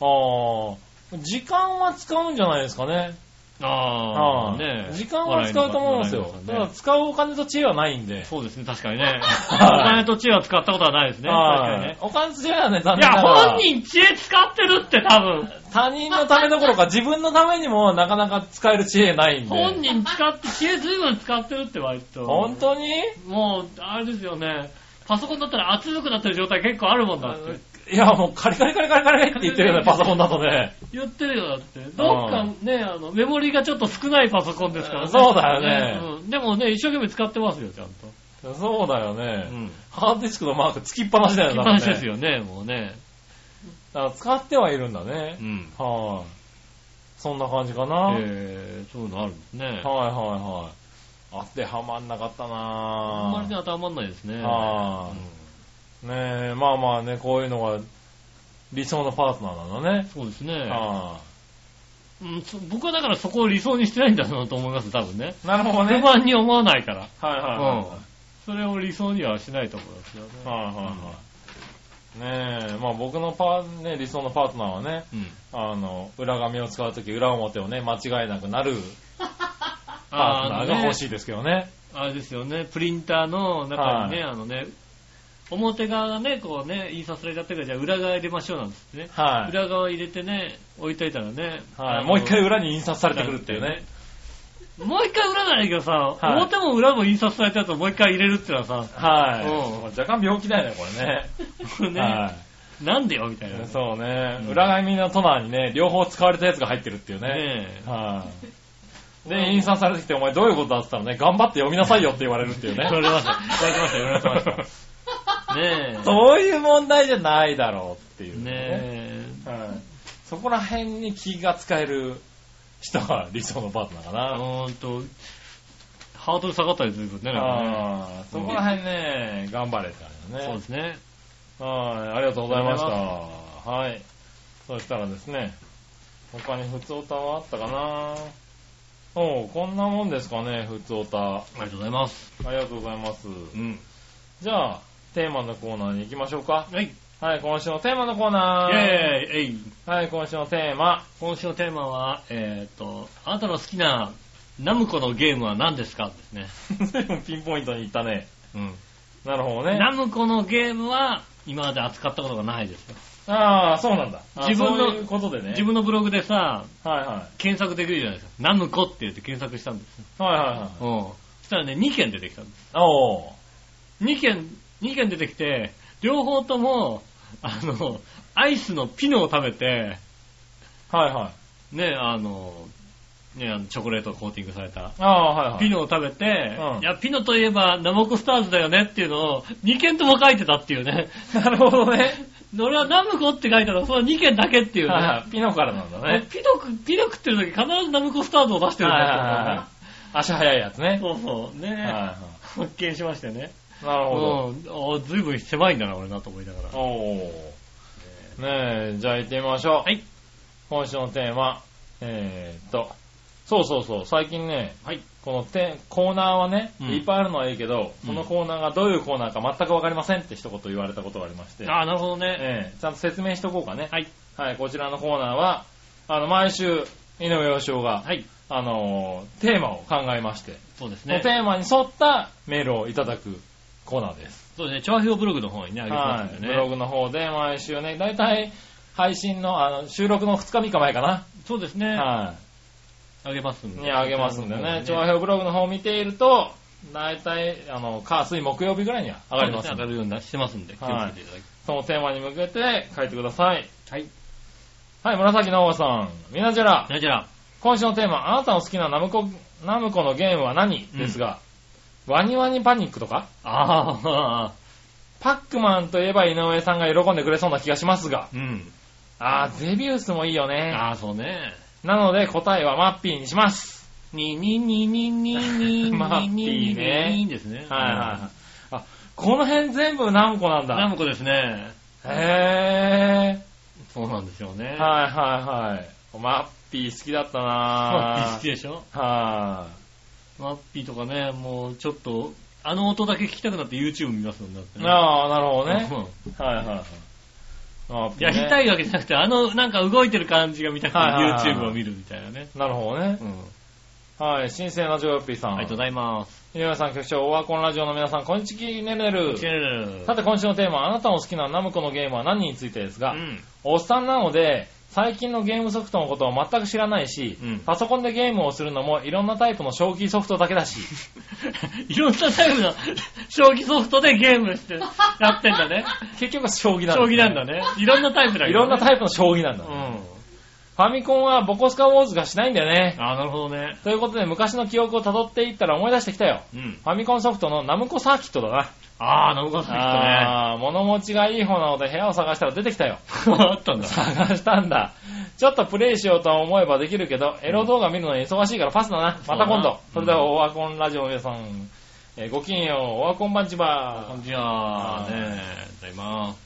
[SPEAKER 3] ああ、時間は使うんじゃないですかね。
[SPEAKER 2] ああ、ねえ
[SPEAKER 3] 時間は使うと思うんですよ。
[SPEAKER 2] 笑いの
[SPEAKER 3] ただ
[SPEAKER 2] 笑いの
[SPEAKER 3] 使うお金と知恵はないんで。
[SPEAKER 2] そうですね、確かにね。お金と知恵は使ったことはないですね。確かに
[SPEAKER 3] はい
[SPEAKER 2] ね。
[SPEAKER 3] お金と知恵はね、残
[SPEAKER 2] い
[SPEAKER 3] 念
[SPEAKER 2] や、
[SPEAKER 3] ながら
[SPEAKER 2] 本人知恵使ってるって多分。
[SPEAKER 3] 他人のためどころか自分のためにもなかなか使える知恵ないんで。
[SPEAKER 2] 本人使って、知恵随分使ってるって割と。
[SPEAKER 3] 本当に
[SPEAKER 2] もう、あれですよね。パソコンだったら熱くなってる状態結構あるもんだって。
[SPEAKER 3] いや、もうカリカリカリカリカリって言ってるよね、パソコンだとね。
[SPEAKER 2] 言ってるよ、だって。どっかね、あの、メモリがちょっと少ないパソコンですからね。
[SPEAKER 3] そうだよね
[SPEAKER 2] うんでもね、一生懸命使ってますよ、ちゃんと。
[SPEAKER 3] そうだよね。
[SPEAKER 2] うん。
[SPEAKER 3] ハードディスクのマークつきっぱなしだよね、
[SPEAKER 2] 一般です
[SPEAKER 3] よ。
[SPEAKER 2] よね、もうね。
[SPEAKER 3] だから使ってはいるんだね
[SPEAKER 2] う。ん。
[SPEAKER 3] はい、そんな感じかな。
[SPEAKER 2] えー、そういうのあるんですね。
[SPEAKER 3] はいはいはい。当てはまんなかったなぁ。
[SPEAKER 2] あんまりね、当てはまんないですね。
[SPEAKER 3] あ
[SPEAKER 2] うん
[SPEAKER 3] ねえ、まあまあね、こういうのが理想のパートナーなのね。
[SPEAKER 2] そうですね。
[SPEAKER 3] あ
[SPEAKER 2] うんそ僕はだからそこを理想にしてないんだろうなと思います、多分ね。
[SPEAKER 3] あなるほど
[SPEAKER 2] 不
[SPEAKER 3] ね。
[SPEAKER 2] 満に思わないから。
[SPEAKER 3] はいはい
[SPEAKER 2] うん
[SPEAKER 3] は
[SPEAKER 2] それを理想にはしないと思いますよね。
[SPEAKER 3] い。はいはいはい。ねえ、まあ僕のパー、ね、理想のパートナーはね、
[SPEAKER 2] うん。
[SPEAKER 3] あの、裏紙を使うとき裏表をね、間違えなくなるパート
[SPEAKER 2] あ
[SPEAKER 3] ナ
[SPEAKER 2] あの
[SPEAKER 3] ーが
[SPEAKER 2] ね
[SPEAKER 3] 欲しいですけどね。
[SPEAKER 2] あれですよね、プリンターの中にね、
[SPEAKER 3] は
[SPEAKER 2] あのね、表側がね、こうね、印刷されちゃってるから、じゃあ裏側入れましょうなんつってね。
[SPEAKER 3] はい。
[SPEAKER 2] 裏側入れてね、置いといたらね。あ
[SPEAKER 3] はい。
[SPEAKER 2] の
[SPEAKER 3] もう一回裏に印刷されてくるっていうね。。
[SPEAKER 2] もう一回裏ならいいけどさ、
[SPEAKER 3] い
[SPEAKER 2] 表も裏も印刷されたやつをもう一回入れるってのはさ、
[SPEAKER 3] はい。
[SPEAKER 2] うん
[SPEAKER 3] 若干病気だよね、これね。
[SPEAKER 2] これ (laughs) ね、
[SPEAKER 3] は
[SPEAKER 2] なんでよみたいな。
[SPEAKER 3] い。そうね
[SPEAKER 2] う。ん
[SPEAKER 3] 裏紙のトナーにね、両方使われたやつが入ってるっていうね。
[SPEAKER 2] ねえ
[SPEAKER 3] (laughs) はい。で、印刷されてきて、お前どういうことだって言ったらね、頑張って読みなさいよって言われるって (laughs) いうね。
[SPEAKER 2] 言われました。言われました、言われました。ねえ。
[SPEAKER 3] そういう問題じゃないだろうっていうね。
[SPEAKER 2] ね
[SPEAKER 3] はい。そこら辺に気が使える人が理想のパートナーか
[SPEAKER 2] え。
[SPEAKER 3] な。
[SPEAKER 2] ほんと、ハードル下がったりすることね、なんか
[SPEAKER 3] ああ、そこら辺ね、頑張れって感
[SPEAKER 2] ね。
[SPEAKER 3] じ
[SPEAKER 2] そ
[SPEAKER 3] だ
[SPEAKER 2] う
[SPEAKER 3] ね
[SPEAKER 2] です。ね。
[SPEAKER 3] はい、ありがとうございました。
[SPEAKER 2] ありが
[SPEAKER 3] はい。そしたらですね、他に普通歌はあったかなおう、こんなもんですかね、普通歌。
[SPEAKER 2] ありがとうございます。
[SPEAKER 3] ありがとうございます。
[SPEAKER 2] うん。
[SPEAKER 3] じゃあ、テーマのコーナーに行きましょうか。
[SPEAKER 2] はい。イ
[SPEAKER 3] はい、今週のテーマのコーナー。
[SPEAKER 2] ェーイえい
[SPEAKER 3] はい、今週のテーマ。 (laughs)
[SPEAKER 2] 今週のテーマは、えっと、あなたの好きなナムコのゲームは何ですかですね。
[SPEAKER 3] 随分ピンポイントに行ったね。
[SPEAKER 2] うん。
[SPEAKER 3] なるほどね。
[SPEAKER 2] ナムコのゲームは、今まで扱ったことがないですよ。
[SPEAKER 3] ああ、そうなんだ。あ
[SPEAKER 2] 自分の
[SPEAKER 3] そういうことでね。
[SPEAKER 2] 自分のブログでさ、
[SPEAKER 3] はいは
[SPEAKER 2] 検索できるじゃないですか。ナムコって言って検索したんですよ。
[SPEAKER 3] い。はいはいはい。
[SPEAKER 2] うん。そしたらね、2件出てきたんです
[SPEAKER 3] おう。
[SPEAKER 2] 2件、二件出てきて、両方とも、あの、アイスのピノを食べて、
[SPEAKER 3] はいはい。
[SPEAKER 2] ね、あの、ね、あのチョコレートコーティングされた。
[SPEAKER 3] ああ、はいはい。
[SPEAKER 2] ピノを食べて、
[SPEAKER 3] うん
[SPEAKER 2] いや、ピノといえば、ナモコスターズだよねっていうのを、2件とも書いてたっていうね。
[SPEAKER 3] なるほどね。
[SPEAKER 2] (laughs) 俺はナムコって書いたら、その2件だけっていう
[SPEAKER 3] はい
[SPEAKER 2] ね
[SPEAKER 3] は。いピノからなんだね。
[SPEAKER 2] ピノく、ピノ食ってる時必ずナムコスターズを出してるん
[SPEAKER 3] はい
[SPEAKER 2] だ
[SPEAKER 3] 足早いやつ
[SPEAKER 2] け
[SPEAKER 3] ね。
[SPEAKER 2] どね。そうそう。
[SPEAKER 3] はい
[SPEAKER 2] ね、
[SPEAKER 3] は
[SPEAKER 2] 発見しましたよね。
[SPEAKER 3] い。なる
[SPEAKER 2] う
[SPEAKER 3] ほど。
[SPEAKER 2] ん。おずいぶん狭いんだな、俺なと思いながら。
[SPEAKER 3] おお。ねえ、じゃあ行ってみましょ
[SPEAKER 2] は
[SPEAKER 3] う。
[SPEAKER 2] い。
[SPEAKER 3] 今週のテーマ。えーっと、そうそうそう、最近ね、
[SPEAKER 2] はい。
[SPEAKER 3] このてコーナーはね、
[SPEAKER 2] うん
[SPEAKER 3] いっぱいあるのはいいけど、
[SPEAKER 2] うん
[SPEAKER 3] そのコーナーがどういうコーナーか全くわかりませんって一言言われたことがありまして、
[SPEAKER 2] ああ、なるほどね。
[SPEAKER 3] ええちゃんと説明しとこうかね。
[SPEAKER 2] はい。
[SPEAKER 3] はい、こちらのコーナーは、あの、毎週、井上洋翔が、
[SPEAKER 2] はい。
[SPEAKER 3] あのー、テーマを考えまして、
[SPEAKER 2] そうです
[SPEAKER 3] その
[SPEAKER 2] ね
[SPEAKER 3] テ。ーマに沿ったメールをいただくコーナーです。
[SPEAKER 2] そうですね。調和表ブログの方にね、あげてま
[SPEAKER 3] は
[SPEAKER 2] す
[SPEAKER 3] い、
[SPEAKER 2] ん
[SPEAKER 3] ブ
[SPEAKER 2] で
[SPEAKER 3] ロ
[SPEAKER 2] ね。
[SPEAKER 3] グの方で毎週ね、だいたい配信の、あの、収録の2日3日前かな。
[SPEAKER 2] そうですね。
[SPEAKER 3] は
[SPEAKER 2] あげますん
[SPEAKER 3] い。
[SPEAKER 2] で。
[SPEAKER 3] にあげますんでね、調和
[SPEAKER 2] 表
[SPEAKER 3] 表ブログの方を見ていると、だいたい、あの、火、水、木曜日ぐらいには上がります
[SPEAKER 2] 上
[SPEAKER 3] んで
[SPEAKER 2] がるようになしてますんで、気をつ
[SPEAKER 3] はい
[SPEAKER 2] けていただき。
[SPEAKER 3] そのテーマに向けて書いてください。
[SPEAKER 2] はい。
[SPEAKER 3] はい、紫のおばさん、みなじゃら、
[SPEAKER 2] じゃあじゃあ、
[SPEAKER 3] 今週のテーマ、あなたの好きなナムコ、ナムコのゲームは何
[SPEAKER 2] うん
[SPEAKER 3] ですが、ワニワニパニックとか、
[SPEAKER 2] ああ、
[SPEAKER 3] パックマンといえば井上さんが喜んでくれそうな気がしますが、
[SPEAKER 2] うん。
[SPEAKER 3] あー、ゼビウスもいいよね。
[SPEAKER 2] ああ、そうね。
[SPEAKER 3] なので答えはマッピーにします。
[SPEAKER 2] に、に、に、に、に、に、に、
[SPEAKER 3] まあい
[SPEAKER 2] に、に、
[SPEAKER 3] いね
[SPEAKER 2] に、ですね。
[SPEAKER 3] はいはいはい。あ、この辺全部何個なん
[SPEAKER 2] ナ
[SPEAKER 3] だ。
[SPEAKER 2] ムコですね。
[SPEAKER 3] へ
[SPEAKER 2] そうなんですよね。
[SPEAKER 3] ぇー。はいはいはい。マッピー好きだったな
[SPEAKER 2] マッピー好き
[SPEAKER 3] ー
[SPEAKER 2] でしょ
[SPEAKER 3] は
[SPEAKER 2] マッピーとかね、もうちょっと、あの音だけ聞きたくなって YouTube 見ますもんだって
[SPEAKER 3] い。
[SPEAKER 2] ね。
[SPEAKER 3] ああ、なるほど
[SPEAKER 2] う
[SPEAKER 3] ね。
[SPEAKER 2] ん
[SPEAKER 3] はいはいはい。うあー
[SPEAKER 2] やりた
[SPEAKER 3] い。
[SPEAKER 2] いわけじゃなくて、あの、なんか動いてる感じが見たくて、
[SPEAKER 3] はいはいはい
[SPEAKER 2] YouTube を見るみたいなね。
[SPEAKER 3] なるほどね
[SPEAKER 2] う。ん。
[SPEAKER 3] はい。新鮮なジョヨッピーさん。
[SPEAKER 2] ありがとうございます。
[SPEAKER 3] 井上さん、局長、オワコンラジオの皆さん、こんにちきねねる。
[SPEAKER 2] チェル
[SPEAKER 3] さて、今週のテーマ、あなたの好きなナムコのゲームは何についてです
[SPEAKER 2] う
[SPEAKER 3] が、
[SPEAKER 2] ん。
[SPEAKER 3] おっさんなので、最近のゲームソフトのことを全く知らないし、
[SPEAKER 2] うん
[SPEAKER 3] パソコンでゲームをするのもいろんなタイプの正規ソフトだけだし、
[SPEAKER 2] いろんなタイプの将棋ソフトでゲームして、やってんだね。
[SPEAKER 3] 結局は将棋なんだ、
[SPEAKER 2] 将棋なんだね。いろんなタイプだけど、ね。
[SPEAKER 3] いろんなタイプの将棋なん
[SPEAKER 2] う
[SPEAKER 3] だ、
[SPEAKER 2] ん。
[SPEAKER 3] ファミコンはボコスカウォーズがしないんだよね。
[SPEAKER 2] ああ、なるほどね。
[SPEAKER 3] ということで、昔の記憶を辿っていったら思い出してきたよ。
[SPEAKER 2] うん。
[SPEAKER 3] ファミコンソフトのナムコサーキットだな。
[SPEAKER 2] ああ、なるほどね。
[SPEAKER 3] あー物持ちがいい方なので部屋を探したら出てき
[SPEAKER 2] (laughs)
[SPEAKER 3] たよ。
[SPEAKER 2] あったんだ。
[SPEAKER 3] 探したんだ。ちょっとプレイしようとは思えばできるけど、エロ動画見るのに忙しいからパスだな。
[SPEAKER 2] そ
[SPEAKER 3] ま
[SPEAKER 2] うだな
[SPEAKER 3] た今度。それで
[SPEAKER 2] う
[SPEAKER 3] は、
[SPEAKER 2] ん
[SPEAKER 3] オワコンラジオの皆さん、えーごきげんよう、オワコンバンチ
[SPEAKER 2] こ
[SPEAKER 3] バ
[SPEAKER 2] んにちは。ねえ、ありがとうございます。
[SPEAKER 3] ー。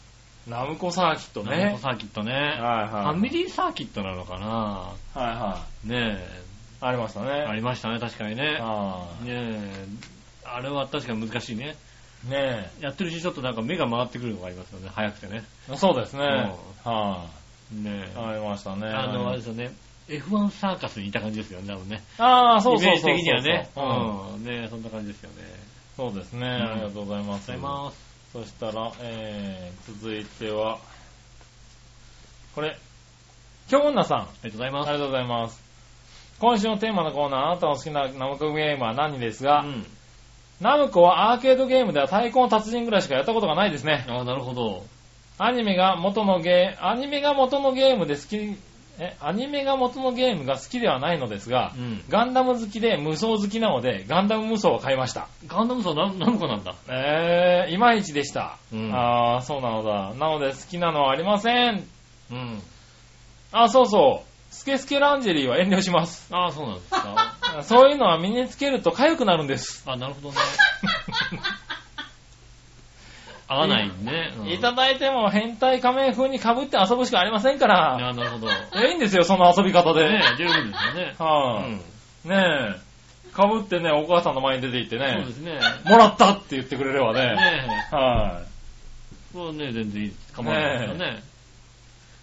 [SPEAKER 3] ナムコサーキット
[SPEAKER 2] ナムコ
[SPEAKER 3] ね。
[SPEAKER 2] サーキットね。
[SPEAKER 3] はい
[SPEAKER 2] フ
[SPEAKER 3] は
[SPEAKER 2] ァ
[SPEAKER 3] い。
[SPEAKER 2] ミリーサーキットなのかな
[SPEAKER 3] はいは
[SPEAKER 2] ね
[SPEAKER 3] い。ありましたね。
[SPEAKER 2] え、ありましたね、確かにね。
[SPEAKER 3] あ
[SPEAKER 2] ねえ、あれは確かに難しいね。
[SPEAKER 3] ーね
[SPEAKER 2] やってるし、ちょっとなんか目が回ってくるのがありますよね、早くてね。
[SPEAKER 3] え。そうですね。
[SPEAKER 2] う
[SPEAKER 3] は
[SPEAKER 2] ね
[SPEAKER 3] い。
[SPEAKER 2] え。
[SPEAKER 3] ありましたね。
[SPEAKER 2] あの、あれですよね。F1 サーカスにいた感じですよね、多分ね。
[SPEAKER 3] あーそうそうそうそう。
[SPEAKER 2] イメージ的にはね。
[SPEAKER 3] うん。
[SPEAKER 2] うん。ねえそんな感じですよね。
[SPEAKER 3] そうですね。ありがとうございま
[SPEAKER 2] ご
[SPEAKER 3] す。
[SPEAKER 2] ざいます。
[SPEAKER 3] そしたら、えー、続いては、これ、京女さん。
[SPEAKER 2] ありがとうございま
[SPEAKER 3] あり
[SPEAKER 2] す。
[SPEAKER 3] がとうございます。今週のテーマのコーナー、あなたの好きなナムコゲームは何ですが、
[SPEAKER 2] うん。
[SPEAKER 3] ナムコはアーケードゲームでは太鼓の達人ぐらいしかやったことがないですね。
[SPEAKER 2] ああ、なるほど。
[SPEAKER 3] アニメが元のゲー、アニメが元のゲームで好き、え、アニメが元のゲームが好きではないのですが
[SPEAKER 2] う、ん。
[SPEAKER 3] ガンダム好きで無双好きなので、ガンダム無双を買いました。
[SPEAKER 2] ガンダムソーナナムコなんだ。
[SPEAKER 3] えー、いまいちでした。
[SPEAKER 2] うん
[SPEAKER 3] あー、そうなのだ。なので好きなのはありません。
[SPEAKER 2] うん。
[SPEAKER 3] あ、そうそう。スケスケランジェリーは遠慮します。 (laughs)
[SPEAKER 2] ああ、そうなんですか。
[SPEAKER 3] あそういうのは身につけると痒くなるんです。
[SPEAKER 2] あ、なるほどね。合わないね。うん
[SPEAKER 3] いただいても変態仮面風に被って遊ぶしかありませんか
[SPEAKER 2] あ
[SPEAKER 3] ら。
[SPEAKER 2] なるほど。ね
[SPEAKER 3] いいんですよ、その遊び方で。
[SPEAKER 2] 十分ですよね。
[SPEAKER 3] は
[SPEAKER 2] うん
[SPEAKER 3] い、ねえ。被ってね、お母さんの前に出て行って
[SPEAKER 2] そう
[SPEAKER 3] ね
[SPEAKER 2] で、すね。
[SPEAKER 3] もらったって言ってくれればね。
[SPEAKER 2] ねえ。
[SPEAKER 3] は
[SPEAKER 2] そうね、全然いいです。構わないですよね。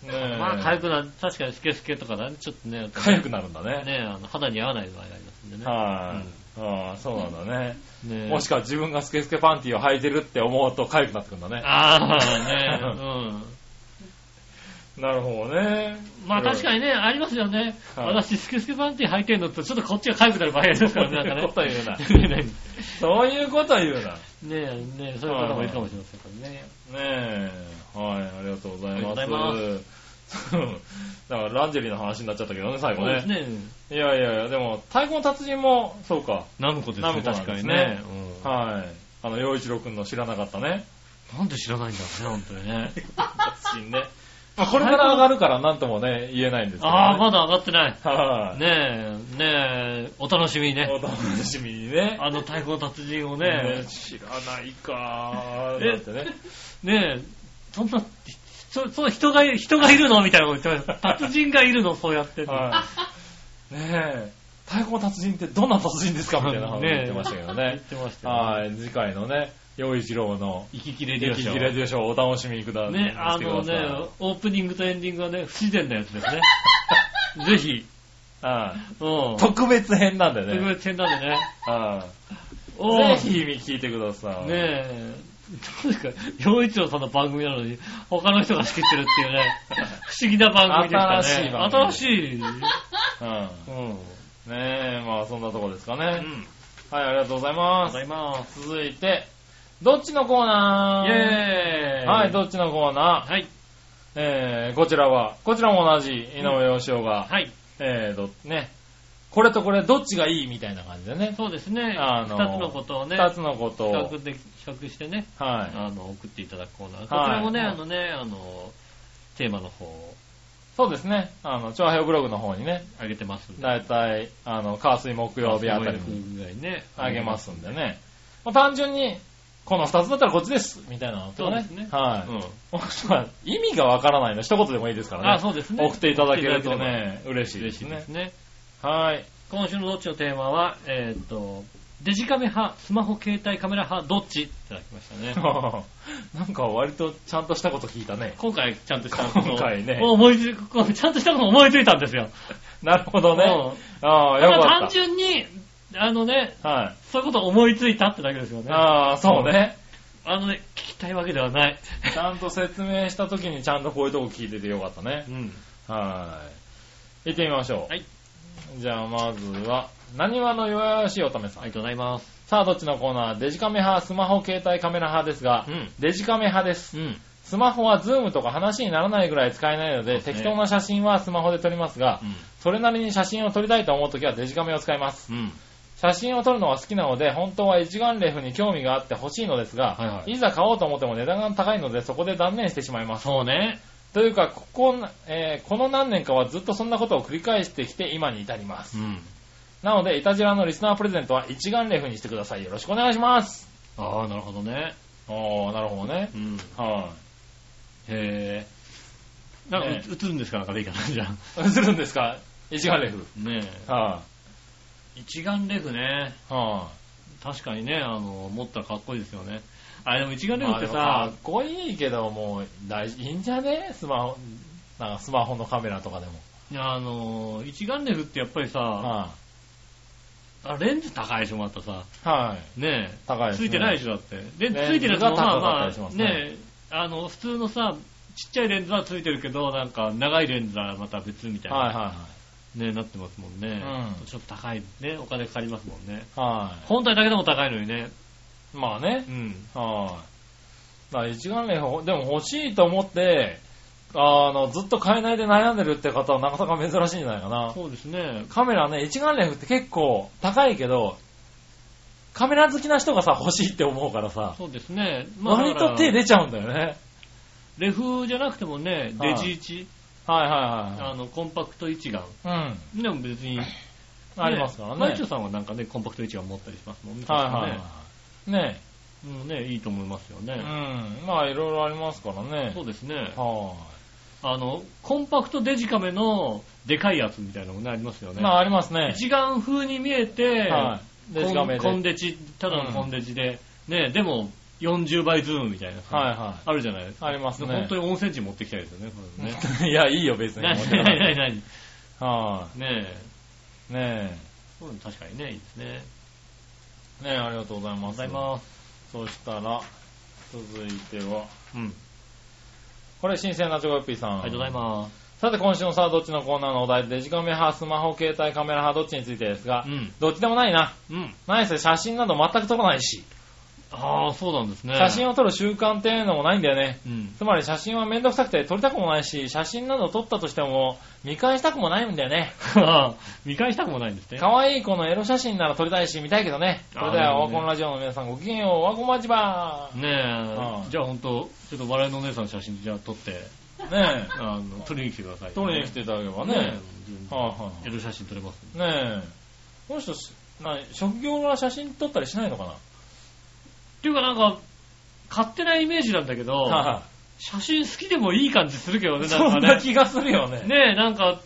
[SPEAKER 3] い、ねえ。
[SPEAKER 2] まあ、痒くなる。確かにスケスケとかだね。ちょっとね。
[SPEAKER 3] 痒くなるんだね。
[SPEAKER 2] ねえ、あの肌に合わない場合がありますんでね。
[SPEAKER 3] はい、ああ、そうなんだね。
[SPEAKER 2] い。ねえ。
[SPEAKER 3] もしか自分がスケスケパンティを履いてるって思うと痒くなってくるんだね。
[SPEAKER 2] ああ、ね
[SPEAKER 3] なるほどね。
[SPEAKER 2] うん。 (laughs) まあ確かにね、ありますよね。
[SPEAKER 3] はい
[SPEAKER 2] 私、スケスケパンティー履いてんのと、ちょっとこっちが痒くなる場合がありますからね、なんかね。
[SPEAKER 3] そういうことは
[SPEAKER 2] 言え (laughs) ない。ね
[SPEAKER 3] そういうこと言うな。
[SPEAKER 2] え、ねえ、そういう方もいるかもしれませんからね。
[SPEAKER 3] ねえ。はい、ありがとうございます。
[SPEAKER 2] ありがとうござ
[SPEAKER 3] だからランジェリーの話になっちゃったけどね、最
[SPEAKER 2] そ
[SPEAKER 3] 後
[SPEAKER 2] うで
[SPEAKER 3] ね。
[SPEAKER 2] すね。
[SPEAKER 3] いやいやいや、でも、太鼓の達人も、そうか。
[SPEAKER 2] ナムコです
[SPEAKER 3] ナム
[SPEAKER 2] ね、
[SPEAKER 3] コなん
[SPEAKER 2] 確
[SPEAKER 3] ですね
[SPEAKER 2] かにね。うん
[SPEAKER 3] はい。あの、洋一郎くんの知らなかったね。
[SPEAKER 2] なんで知らないんだろうね、本当に (laughs) ね。
[SPEAKER 3] 達人ね。まあ、これから上がるからなんともね、言えないんですけど、ね。
[SPEAKER 2] ああ、まだ上がってない。
[SPEAKER 3] はい、
[SPEAKER 2] ねえ、ねえ、お楽しみにね。
[SPEAKER 3] お楽しみにね。
[SPEAKER 2] あの太鼓の達人をね、
[SPEAKER 3] 知らないかー。
[SPEAKER 2] え
[SPEAKER 3] だってね。
[SPEAKER 2] ねえ、そんな、そ、その人がいる、人がいるのみたいなこと言ってました。達人がいるの、そうやって。
[SPEAKER 3] はい。ねえ、太鼓の達人ってどんな達人ですかみたいな話を言ってましたけど
[SPEAKER 2] 言っ
[SPEAKER 3] ね。
[SPEAKER 2] てましたよ。
[SPEAKER 3] はい、次回のね、洋一郎の、
[SPEAKER 2] 息切れで
[SPEAKER 3] 劇
[SPEAKER 2] しょ。
[SPEAKER 3] ジレディオショーをお楽しみください。
[SPEAKER 2] ね、あの
[SPEAKER 3] してくださ
[SPEAKER 2] ね、オープニングとエンディングはね、不自然なやつ
[SPEAKER 3] (laughs)
[SPEAKER 2] ですね。ぜひ、
[SPEAKER 3] いはい
[SPEAKER 2] うん。
[SPEAKER 3] 特別編なんで
[SPEAKER 2] 特
[SPEAKER 3] ね。
[SPEAKER 2] 別編なんでね。
[SPEAKER 3] は
[SPEAKER 2] お
[SPEAKER 3] い
[SPEAKER 2] ー
[SPEAKER 3] ぜひ聞いてくださ
[SPEAKER 2] ね
[SPEAKER 3] い。
[SPEAKER 2] え、どうですか、洋一郎さんの番組なのに、他の人が仕切ってるっていう
[SPEAKER 3] (laughs)
[SPEAKER 2] ね、不思議な番組でしたね。
[SPEAKER 3] 新しい番組
[SPEAKER 2] 新しい。
[SPEAKER 3] うん
[SPEAKER 2] うん。うん。
[SPEAKER 3] ねえ、まあそんなとこですかね。
[SPEAKER 2] あり
[SPEAKER 3] はい、ありがとうござ
[SPEAKER 2] がとう
[SPEAKER 3] いま
[SPEAKER 2] ご
[SPEAKER 3] す
[SPEAKER 2] ざ。います。
[SPEAKER 3] 続いて、どっちのコ
[SPEAKER 2] イ
[SPEAKER 3] ー
[SPEAKER 2] ェ
[SPEAKER 3] ナー
[SPEAKER 2] ーイ。
[SPEAKER 3] はい、どっちのコーナー
[SPEAKER 2] はい。
[SPEAKER 3] えー、こちらは、こちらも同じ、井上芳雄が、
[SPEAKER 2] はい。
[SPEAKER 3] えー、ど、ね、これとこれどっちがいいみたいな感じでね、
[SPEAKER 2] そうですね。
[SPEAKER 3] あのー
[SPEAKER 2] 二つのことをね、
[SPEAKER 3] 二つのこと
[SPEAKER 2] 比
[SPEAKER 3] を、
[SPEAKER 2] 較で、比較してね、
[SPEAKER 3] はい。
[SPEAKER 2] あの、送っていただくコーナー。こちらもね、
[SPEAKER 3] はい
[SPEAKER 2] あのね、あの、テーマの方を
[SPEAKER 3] そうですね、あの、長平ブログの方にね、
[SPEAKER 2] 上げてますんで。
[SPEAKER 3] だいたい、あの、火水木曜日あたりに
[SPEAKER 2] ぐらいね。
[SPEAKER 3] あげますんでね。まあ、単純に、この二つだったらこっちですみたいなのとかね。
[SPEAKER 2] そうですね
[SPEAKER 3] はい。 (laughs)
[SPEAKER 2] う
[SPEAKER 3] もしくは意味がわからないの一言でもいいですか
[SPEAKER 2] ん。あ、
[SPEAKER 3] らね。
[SPEAKER 2] そうですね。
[SPEAKER 3] 送っていただけると
[SPEAKER 2] 送っていただければ。
[SPEAKER 3] ね、嬉しいで
[SPEAKER 2] 嬉し
[SPEAKER 3] す
[SPEAKER 2] いで
[SPEAKER 3] ね
[SPEAKER 2] す。ね。
[SPEAKER 3] はい。
[SPEAKER 2] 今週のどっちのテーマは、えーっと、デジカメ派、スマホ携帯カメラ派、どっちいただきましたね。
[SPEAKER 3] (laughs) なんか割とちゃんとしたこと聞いたね。
[SPEAKER 2] 今回ちゃんとしたことを
[SPEAKER 3] 今回ね
[SPEAKER 2] 思いついこうちゃんとしたことを思いついたんですよ。
[SPEAKER 3] なるほどね。
[SPEAKER 2] うん
[SPEAKER 3] ああ、
[SPEAKER 2] た
[SPEAKER 3] よ
[SPEAKER 2] だ
[SPEAKER 3] か
[SPEAKER 2] 単
[SPEAKER 3] っ
[SPEAKER 2] 純に、あのね、
[SPEAKER 3] た。はい。
[SPEAKER 2] そういうことを思いついたってだけですよね。あ
[SPEAKER 3] ああ、そうね。
[SPEAKER 2] のね、聞きたいわけではない。
[SPEAKER 3] ちゃんと説明した時にちゃんとこういうとこ聞いててよかったね
[SPEAKER 2] う。ん。
[SPEAKER 3] はい。行ってみましょう。
[SPEAKER 2] はい。
[SPEAKER 3] じゃあまずは、何話の弱々しい乙女さん。
[SPEAKER 2] ありがとうございます。
[SPEAKER 3] さあ、どっちのコーナーデジカメ派、スマホ携帯カメラ派ですが、
[SPEAKER 2] うん
[SPEAKER 3] デジカメ派です。
[SPEAKER 2] うん。
[SPEAKER 3] スマホはズームとか話にならないぐらい使えないの
[SPEAKER 2] そ
[SPEAKER 3] で、
[SPEAKER 2] うですね
[SPEAKER 3] 適当な写真はスマホで撮りますが、それなりに写真を撮りたいと思うときはデジカメを使います。
[SPEAKER 2] うん。
[SPEAKER 3] 写真を撮るのが好きなので、本当は一眼レフに興味があって欲しいのですが、
[SPEAKER 2] はいはい
[SPEAKER 3] ざ買おうと思っても値段が高いので、そこで断念してしまいます。
[SPEAKER 2] そうね。
[SPEAKER 3] というか、ここ、えーこの何年かはずっとそんなことを繰り返してきて今に至ります。
[SPEAKER 2] ん。
[SPEAKER 3] なので、イタジラのリスナープレゼントは一眼レフにしてください。よろしくお願いします。
[SPEAKER 2] ああ、なるほどね。
[SPEAKER 3] おー、なるほどね。
[SPEAKER 2] うん。
[SPEAKER 3] は
[SPEAKER 2] へえ。なんか、
[SPEAKER 3] ね
[SPEAKER 2] 映るんですかなんかでいいかな、じゃあ。
[SPEAKER 3] い、映るんですか一眼レフ。
[SPEAKER 2] ね
[SPEAKER 3] は
[SPEAKER 2] え。一眼レフね。
[SPEAKER 3] い、は
[SPEAKER 2] 確かにね、あの、持ったらかっこいいですよね。あれでも一眼
[SPEAKER 3] い、
[SPEAKER 2] レフ
[SPEAKER 3] ま
[SPEAKER 2] っ
[SPEAKER 3] あ
[SPEAKER 2] て
[SPEAKER 3] でも
[SPEAKER 2] さ、
[SPEAKER 3] かっこいいけど、もう、大事、いいんじゃねスマホ、なんかスマホのカメラとかでも。
[SPEAKER 2] あの、一眼レフってやっぱりさ、
[SPEAKER 3] は
[SPEAKER 2] あレンズ高いでしょ、またさ。
[SPEAKER 3] い、はい、
[SPEAKER 2] ねえ。
[SPEAKER 3] 高いです、
[SPEAKER 2] つ
[SPEAKER 3] ね。
[SPEAKER 2] いてないでしょ、だって。レンズ
[SPEAKER 3] ね
[SPEAKER 2] ついてるやつもまあ
[SPEAKER 3] 高かった
[SPEAKER 2] ま
[SPEAKER 3] りしま
[SPEAKER 2] あ、
[SPEAKER 3] すね
[SPEAKER 2] ねえ、あの、普通のさ、ちっちゃいレンズはついてるけど、なんか、長いレンズはまた別みたいな。
[SPEAKER 3] はいは
[SPEAKER 2] ね、なってますもんね。
[SPEAKER 3] うん
[SPEAKER 2] ちょっと高い、ね、お金かかりますもんね。
[SPEAKER 3] いは
[SPEAKER 2] 本体だけでも高いのにね。
[SPEAKER 3] い。まあね
[SPEAKER 2] う。ん。
[SPEAKER 3] はい、だから一眼レフ、でも欲しいと思って、あの、ずっと買えないで悩んでるって方はなかなか珍しいんじゃないかな。
[SPEAKER 2] そうですね。
[SPEAKER 3] カメラね、一眼レフって結構高いけど、カメラ好きな人がさ、欲しいって思うからさ、
[SPEAKER 2] そうですね。
[SPEAKER 3] 割と手。
[SPEAKER 2] だから
[SPEAKER 3] 出ちゃうんだよね。
[SPEAKER 2] レフじゃなくてもね、
[SPEAKER 3] は
[SPEAKER 2] デ
[SPEAKER 3] い
[SPEAKER 2] ジ位置、
[SPEAKER 3] はいは
[SPEAKER 2] あの、コンパクト一眼。
[SPEAKER 3] いはい。うん。
[SPEAKER 2] でも別に、
[SPEAKER 3] ありますからね。
[SPEAKER 2] マイチョさんはなんかね、コンパクト一眼持ったりしますもんね。
[SPEAKER 3] はい
[SPEAKER 2] 確か
[SPEAKER 3] はい
[SPEAKER 2] ね
[SPEAKER 3] はい。ね
[SPEAKER 2] うんね、いいと思いますよ
[SPEAKER 3] え。う
[SPEAKER 2] ね。
[SPEAKER 3] ん。まあ、いろいろありますからね。
[SPEAKER 2] そうですね。
[SPEAKER 3] は
[SPEAKER 2] あの、コンパクトデジカメのでかいやつみたいなのもね、ありますよ
[SPEAKER 3] い。
[SPEAKER 2] ね
[SPEAKER 3] ま。あ、ありますね。
[SPEAKER 2] 一眼風に見えて、
[SPEAKER 3] はい。デジカメで。
[SPEAKER 2] コンコン
[SPEAKER 3] はい
[SPEAKER 2] デジ、ただのコンデジで、ね、でも40倍ズームみたいなさ、
[SPEAKER 3] は
[SPEAKER 2] あるじゃないです
[SPEAKER 3] い。
[SPEAKER 2] か。
[SPEAKER 3] ありますね。
[SPEAKER 2] 本当に温泉地持ってきたいですよね、これね。
[SPEAKER 3] (laughs) いや、いいよ、別に。
[SPEAKER 2] なになになになに
[SPEAKER 3] は
[SPEAKER 2] ねえ。
[SPEAKER 3] い。ね
[SPEAKER 2] そういうの確かにね、いいですね。
[SPEAKER 3] え。ねえ、ありがとうござい
[SPEAKER 2] ありがとう
[SPEAKER 3] ま
[SPEAKER 2] ご
[SPEAKER 3] す。
[SPEAKER 2] ざいます。
[SPEAKER 3] そしたら、続いては、
[SPEAKER 2] うん。
[SPEAKER 3] これ、新鮮なチョコヨッピーさん。
[SPEAKER 2] ありがとうございます。
[SPEAKER 3] す。さて、今週のさあ、どっちのコーナーのお題、デジカメ派、スマホ、携帯カメラ派、どっちについてですが
[SPEAKER 2] う、ん。
[SPEAKER 3] どっちでもないな。
[SPEAKER 2] うん。
[SPEAKER 3] ないせ、写真など全く撮らないし、
[SPEAKER 2] ああ、そうなんですね。
[SPEAKER 3] 写真
[SPEAKER 2] を。
[SPEAKER 3] を撮る習慣っていうのもないんだよね。
[SPEAKER 2] うん。
[SPEAKER 3] つまり写真はめんどくさくて撮りたくもないし、写真など撮ったとしても見返したくもないんだよね。
[SPEAKER 2] 見返したくもないんですね。
[SPEAKER 3] 可愛い子のエロ写真なら撮りたいし、見たいけどね。そ
[SPEAKER 2] あー
[SPEAKER 3] れでは、オワコ
[SPEAKER 2] なるほどね
[SPEAKER 3] ンラジオの皆さんごきげんよう、オワコンマジバー
[SPEAKER 2] ね
[SPEAKER 3] うん
[SPEAKER 2] え。じゃあ本当ちょっと笑いのお姉さんの写真じゃあ撮って、
[SPEAKER 3] ね
[SPEAKER 2] あの、撮りに来てください。
[SPEAKER 3] え、撮りに来
[SPEAKER 2] て
[SPEAKER 3] ていただければ
[SPEAKER 2] ね。
[SPEAKER 3] ね。
[SPEAKER 2] え。
[SPEAKER 3] はいはい
[SPEAKER 2] エロ写真撮れます。
[SPEAKER 3] ねえ。この人、しな職業は写真撮ったりしないのか
[SPEAKER 2] っていうかなんか、勝手なイメージなんだけど、
[SPEAKER 3] なはい
[SPEAKER 2] 写真好きでもいい感じするけどね、なん
[SPEAKER 3] (laughs) そ
[SPEAKER 2] か
[SPEAKER 3] んな
[SPEAKER 2] ね。
[SPEAKER 3] 気がするよね。
[SPEAKER 2] ねえ、なんか、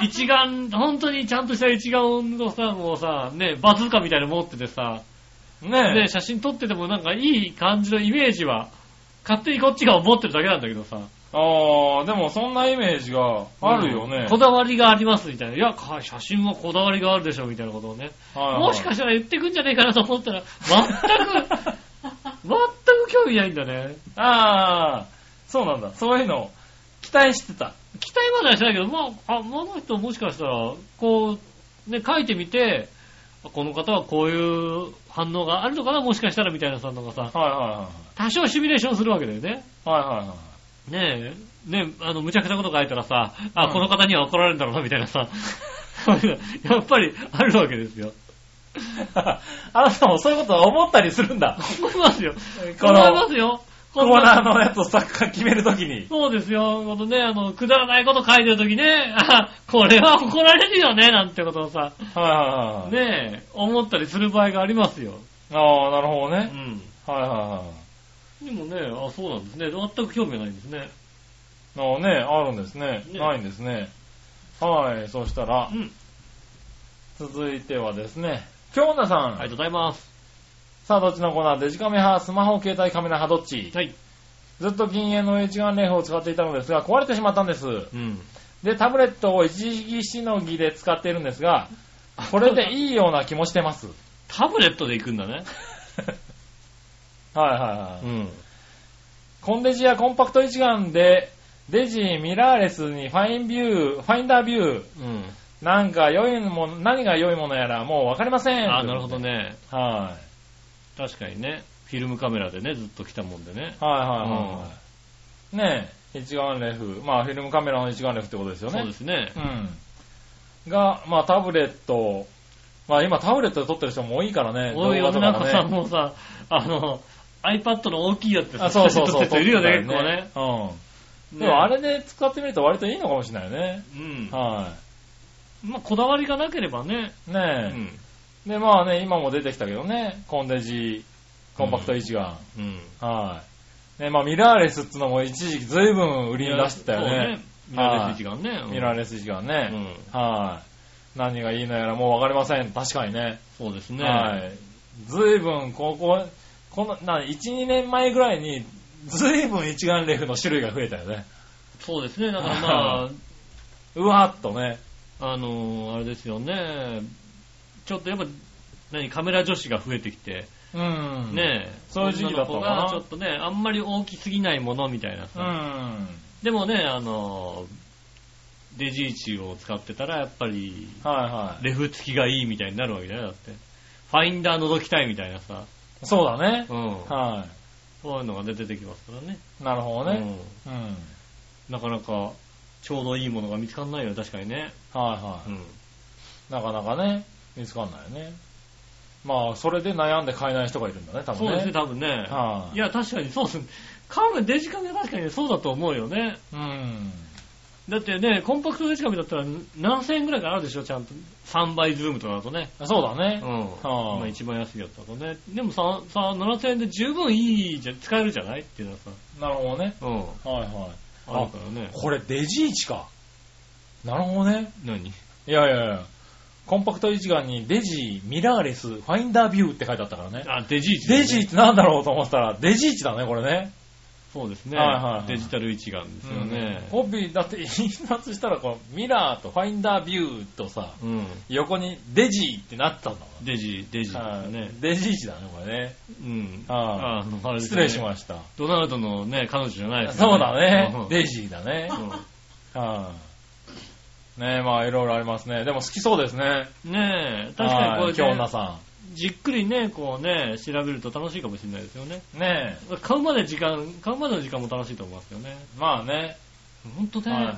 [SPEAKER 2] 一眼、本当にちゃんとした一眼のさ、もうさ、ねえ、バズーカみたいなの持っててさ、ね
[SPEAKER 3] ね
[SPEAKER 2] え、写真撮っててもなんかいい感じのイメージは、勝手にこっちが思ってるだけなんだけどさ。
[SPEAKER 3] え。ああ、でもそんなイメージがあるよね。
[SPEAKER 2] こだわりがありますみたいな。いや、か写真もこだわりがあるでしょみたいなことをね。
[SPEAKER 3] はいはい
[SPEAKER 2] もしかしたら言ってくんじゃねえかなと思ったら、
[SPEAKER 3] (laughs)
[SPEAKER 2] 全く、全く興味ないんだね。
[SPEAKER 3] ああ、そうなんだ。そういうのを期待してた。
[SPEAKER 2] 期待まではしないけど、まあ、あ、まああの人もしかしたら、こう、ね、書いてみて、あこの方はこういう反応があるのかな、もしかしたらみたいなさ、なんかさ、
[SPEAKER 3] はいは
[SPEAKER 2] 多少シミュレーションするわけだよね。
[SPEAKER 3] いはい。はいはい (laughs) はい。
[SPEAKER 2] ねえ、ねえ、あの、無茶苦なこと書いたらさ、あ、
[SPEAKER 3] うん
[SPEAKER 2] この方には怒られるんだろうな、みたいなさ、 (laughs) そういうのやっぱりあるわけですよ。
[SPEAKER 3] あなたもそういうことは思ったりするんだ。
[SPEAKER 2] 思いますよ。
[SPEAKER 3] こ
[SPEAKER 2] 思い
[SPEAKER 3] の
[SPEAKER 2] ますよ。
[SPEAKER 3] コー
[SPEAKER 2] こんな
[SPEAKER 3] ナーのやつをサッカー決めるときに。
[SPEAKER 2] そうですよ。このね、あの、くだらないこと書いてるときね、 (laughs) あ、これは怒られるよね、なんてことをさ、
[SPEAKER 3] はいはいはい。
[SPEAKER 2] ねえ、思ったりする場合がありますよ。
[SPEAKER 3] ああ、なるほど
[SPEAKER 2] う
[SPEAKER 3] ね。
[SPEAKER 2] ん。
[SPEAKER 3] はいはいはい。
[SPEAKER 2] でもね、あ、そうなんですね。全く興味がないんですね。
[SPEAKER 3] ああね、あるんですね。
[SPEAKER 2] ね
[SPEAKER 3] ないんですね。はい、そしたら
[SPEAKER 2] う、ん。
[SPEAKER 3] 続いてはですね、京奈さん。
[SPEAKER 2] ありがとうございます。
[SPEAKER 3] さあ、どっちのコーナーデジカメ派、スマホ、携帯カメラ派、どっち
[SPEAKER 2] はい。
[SPEAKER 3] ずっと禁煙の一眼レフを使っていたのですが、壊れてしまったんです。
[SPEAKER 2] うん。
[SPEAKER 3] で、タブレットを一時しのぎで使っているんですが、これでいいような気もして (laughs) ます。
[SPEAKER 2] タブレットで行くんだね。
[SPEAKER 3] はいはいはい。
[SPEAKER 2] うん。
[SPEAKER 3] コンデジやコンパクト一眼で、デジ、ミラーレスにファインビュー、ファインダービュー、
[SPEAKER 2] うん。
[SPEAKER 3] なんか良いもの、何が良いものやらもうわかりません。
[SPEAKER 2] ああ、なるほど。ね。
[SPEAKER 3] は
[SPEAKER 2] 確かにね。フィルムカメラでね、ずっと来たもんでね。
[SPEAKER 3] い。はいはいはい。ねえ、一眼レフ。まあ、フィルムカメラの一眼レフってことですよね。
[SPEAKER 2] そうですね。
[SPEAKER 3] うん。が、まあ、タブレット、まあ今タブレットで撮ってる人も多いからね。
[SPEAKER 2] おい、世
[SPEAKER 3] 動画と
[SPEAKER 2] の
[SPEAKER 3] か
[SPEAKER 2] 中
[SPEAKER 3] ね
[SPEAKER 2] さ、もうさ、あの、iPad の大きいやつでさ
[SPEAKER 3] あ、そうそう
[SPEAKER 2] 写真撮
[SPEAKER 3] そ
[SPEAKER 2] っ
[SPEAKER 3] う。
[SPEAKER 2] てる人いるよね、
[SPEAKER 3] 撮
[SPEAKER 2] 結構ね。
[SPEAKER 3] ってたよねうん。で
[SPEAKER 2] ね
[SPEAKER 3] もあれで使ってみると割といいのかもしれないよね。
[SPEAKER 2] うん。
[SPEAKER 3] は
[SPEAKER 2] まあ、こだわりがなければね。
[SPEAKER 3] い。
[SPEAKER 2] う
[SPEAKER 3] ねえ。
[SPEAKER 2] ん。
[SPEAKER 3] で、まあね、今も出てきたけどね、コンデジ、コンパクト一眼。
[SPEAKER 2] うん。
[SPEAKER 3] はい。ね、まあミラーレスっつのも一時期随分売りに出してたよ
[SPEAKER 2] そう
[SPEAKER 3] ね。。
[SPEAKER 2] ミラーレス一眼ね。うん
[SPEAKER 3] ミラーレス一眼ね。
[SPEAKER 2] うん。
[SPEAKER 3] はい。何がいいのやらもうわかりません。確かにね。
[SPEAKER 2] そうですね。
[SPEAKER 3] はい。ずいぶん、ここ、この、な、1、2年前ぐらいに、ずいぶん一眼レフの種類が増えたよね。
[SPEAKER 2] そうですね。だから
[SPEAKER 3] (laughs)
[SPEAKER 2] ま
[SPEAKER 3] うわっとね。
[SPEAKER 2] あ、あのーあれですよね。ちょっとやっぱ、何、カメラ女子が増えてきて、
[SPEAKER 3] うん。
[SPEAKER 2] ねえ。
[SPEAKER 3] そういう時期だったのかな
[SPEAKER 2] 女の子がちょっとね、あんまり大きすぎないものみたいな
[SPEAKER 3] う
[SPEAKER 2] さ。
[SPEAKER 3] ん。
[SPEAKER 2] でもね、あのーデジイチを使ってたら、やっぱり、
[SPEAKER 3] はいはい。
[SPEAKER 2] レフ付きがいいみたいになるわけじゃないだって。ファインダー覗きたいみたいなさ。
[SPEAKER 3] そうだね。
[SPEAKER 2] うん。
[SPEAKER 3] は
[SPEAKER 2] そういうのが出てきますからね。
[SPEAKER 3] い。なるほどね。うん。はい
[SPEAKER 2] うん。なかなか、ちょうどいいものが見つかんないよね、確かにね。
[SPEAKER 3] は
[SPEAKER 2] うん。
[SPEAKER 3] い。なかなかね、見つかんないよね。まあ、それで悩んで買えない人がいるんだね、多分
[SPEAKER 2] そう
[SPEAKER 3] ね。
[SPEAKER 2] ですね、多分ね。
[SPEAKER 3] はい
[SPEAKER 2] いや、確かにそうです。カメラ、デジカメは確かにそうだと思うよね。
[SPEAKER 3] うん。
[SPEAKER 2] だってね、コンパクトデジカメだったら何千円ぐらいからあるでしょ、ちゃんと。3倍ズームとかだとね。
[SPEAKER 3] そうだね。
[SPEAKER 2] うん。
[SPEAKER 3] あ
[SPEAKER 2] 今一番安いやつだとね。でもさ、さ、7000円で十分いいじゃ、使えるじゃないっていうのはさ。
[SPEAKER 3] なるほどね。
[SPEAKER 2] うん。
[SPEAKER 3] はいはい。
[SPEAKER 2] あるからね。
[SPEAKER 3] これ、デジイチか。なるほどね。
[SPEAKER 2] 何
[SPEAKER 3] いやいやいや、コンパクト一眼にデジ、ミラーレス、ファインダービューって書いてあったからね。
[SPEAKER 2] あ、デジイチだね、
[SPEAKER 3] デジってなんだろうと思ったら、デジイチだね、これね。
[SPEAKER 2] そうですね、
[SPEAKER 3] はいはいはい
[SPEAKER 2] デジタル一眼ですよね。
[SPEAKER 3] ホビー、だって、印刷したらこう、ミラーとファインダービューとさ、
[SPEAKER 2] うん。
[SPEAKER 3] 横にデジってなってたんだも
[SPEAKER 2] デジ、デジです
[SPEAKER 3] ん。
[SPEAKER 2] ね。
[SPEAKER 3] デジイチだね、これね。
[SPEAKER 2] うん。
[SPEAKER 3] は
[SPEAKER 2] あのあれです
[SPEAKER 3] 失
[SPEAKER 2] ね
[SPEAKER 3] 礼しました。
[SPEAKER 2] ドナルドのね、彼女じゃないですよ
[SPEAKER 3] そうだね
[SPEAKER 2] う。ん
[SPEAKER 3] デジだね。 (laughs) はいねえ、まあ、いろいろありますね。でも好きそうですね。
[SPEAKER 2] うんねえ、確かにこ
[SPEAKER 3] は
[SPEAKER 2] う
[SPEAKER 3] い京
[SPEAKER 2] や
[SPEAKER 3] 女
[SPEAKER 2] って
[SPEAKER 3] さ
[SPEAKER 2] じっくりね、こうね、調べると楽しいかもしれないですよね。
[SPEAKER 3] ん。ねえ。
[SPEAKER 2] 買うまで時間、買うまでの時間も楽しいと思いますよね。
[SPEAKER 3] まあね、
[SPEAKER 2] ほんとね、
[SPEAKER 3] はいは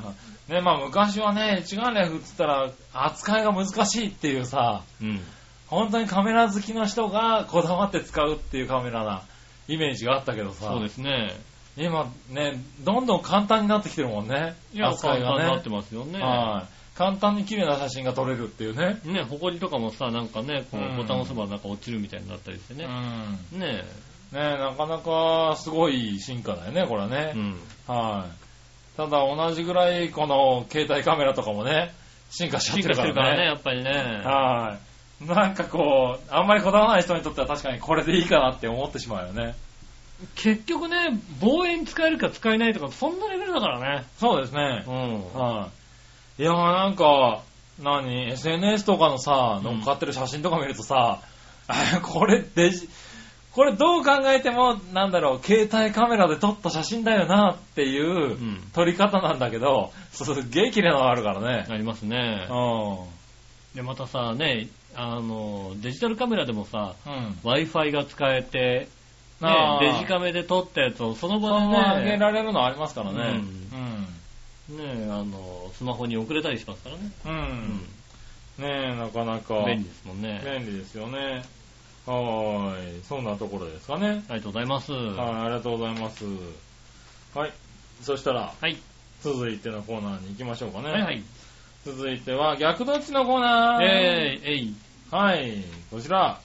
[SPEAKER 3] い。ね、まあ昔はね、一眼レフって言ったら扱いが難しいっていうさ、
[SPEAKER 2] うん。
[SPEAKER 3] 本当にカメラ好きの人がこだわって使うっていうカメラなイメージがあったけどさ
[SPEAKER 2] そう、ですね。
[SPEAKER 3] 今ね、どんどん簡単になってきてるもんね。
[SPEAKER 2] いや、
[SPEAKER 3] 扱
[SPEAKER 2] 簡
[SPEAKER 3] い
[SPEAKER 2] 単にな
[SPEAKER 3] が
[SPEAKER 2] ってますよね。
[SPEAKER 3] ね。はい。簡単に綺麗な写真が撮れるっていうね。
[SPEAKER 2] ね、ほこりとかもさ、なんかね、こう
[SPEAKER 3] うん
[SPEAKER 2] ボタン押せばなんか落ちるみたいになったりして
[SPEAKER 3] う
[SPEAKER 2] ね。
[SPEAKER 3] ん。
[SPEAKER 2] ね
[SPEAKER 3] ねなかなかすごい進化だよね、これは
[SPEAKER 2] え。
[SPEAKER 3] ね
[SPEAKER 2] う。ん。
[SPEAKER 3] はい。ただ同じぐらいこの携帯カメラとかもね、進化しちゃっ
[SPEAKER 2] 進
[SPEAKER 3] て
[SPEAKER 2] 化
[SPEAKER 3] る
[SPEAKER 2] して
[SPEAKER 3] か
[SPEAKER 2] る
[SPEAKER 3] ら
[SPEAKER 2] から
[SPEAKER 3] ね
[SPEAKER 2] ね、。やっぱりね。
[SPEAKER 3] はい。なんかこう、あんまりこだわらない人にとっては確かにこれでいいかなって思ってしまうよね。
[SPEAKER 2] 結局ね、望遠使えるか使えないとか、そんなレベルだからね。
[SPEAKER 3] そうですね。
[SPEAKER 2] う
[SPEAKER 3] はい。いやーなんか、何 ?SNS とかのさ、
[SPEAKER 2] うん
[SPEAKER 3] 乗っかってる写真とか見るとさ、 (laughs) あこれデジ、これどう考えても、なんだろう、携帯カメラで撮った写真だよなってい
[SPEAKER 2] う
[SPEAKER 3] う
[SPEAKER 2] ん
[SPEAKER 3] 撮り方なんだけど、すっげえ綺麗なのがあるからね。
[SPEAKER 2] ん。ありますね。
[SPEAKER 3] う
[SPEAKER 2] で、またさ、ね、あの、デジタルカメラでもさ、
[SPEAKER 3] ん。うん。
[SPEAKER 2] Wi-Fi が使えて、
[SPEAKER 3] あ
[SPEAKER 2] ね、
[SPEAKER 3] ー
[SPEAKER 2] デジカメで撮ったやつをその
[SPEAKER 3] そ
[SPEAKER 2] 場
[SPEAKER 3] のまま上
[SPEAKER 2] で
[SPEAKER 3] げ
[SPEAKER 2] ね、
[SPEAKER 3] られるのありますからね。
[SPEAKER 2] ね、あの、スマホに送れたりしますからね。
[SPEAKER 3] うん。うん
[SPEAKER 2] う
[SPEAKER 3] ねえ、なかなか。
[SPEAKER 2] ん。便利ですもんね。
[SPEAKER 3] 便利ですよね。はーい。そんなところですかね。
[SPEAKER 2] ありがとうございます。は
[SPEAKER 3] はい、ありがとうございます。はい。そしたら、
[SPEAKER 2] い。
[SPEAKER 3] 続いてのコーナーに行きましょうかね。
[SPEAKER 2] はいはい。
[SPEAKER 3] 続いては、逆どっちのコーナー。
[SPEAKER 2] えー、えい。
[SPEAKER 3] はい。こちら。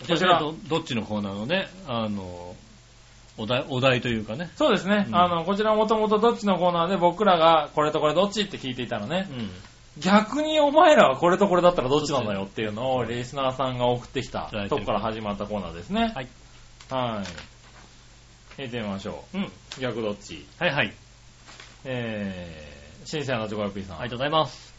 [SPEAKER 3] こ
[SPEAKER 2] こ
[SPEAKER 3] ち
[SPEAKER 2] ち
[SPEAKER 3] ら
[SPEAKER 2] ら、どどっちのコーナーのね、あの、お題、お題というかね。
[SPEAKER 3] そうですね。
[SPEAKER 2] うん
[SPEAKER 3] あの、こちらもともとどっちのコーナーで僕らがこれとこれどっちって聞いていたのね。
[SPEAKER 2] うん。
[SPEAKER 3] 逆にお前らはこれとこれだったらどっちなのよっていうのをリスナーさんが送ってきた
[SPEAKER 2] いただいて
[SPEAKER 3] と
[SPEAKER 2] る
[SPEAKER 3] こから始まったコーナーですね。
[SPEAKER 2] はい。
[SPEAKER 3] はい。見てみましょ
[SPEAKER 2] うん。
[SPEAKER 3] う。逆どっち
[SPEAKER 2] はいはい。
[SPEAKER 3] えー、新鮮なチョコヨッピーさん。
[SPEAKER 2] ありがとうございます。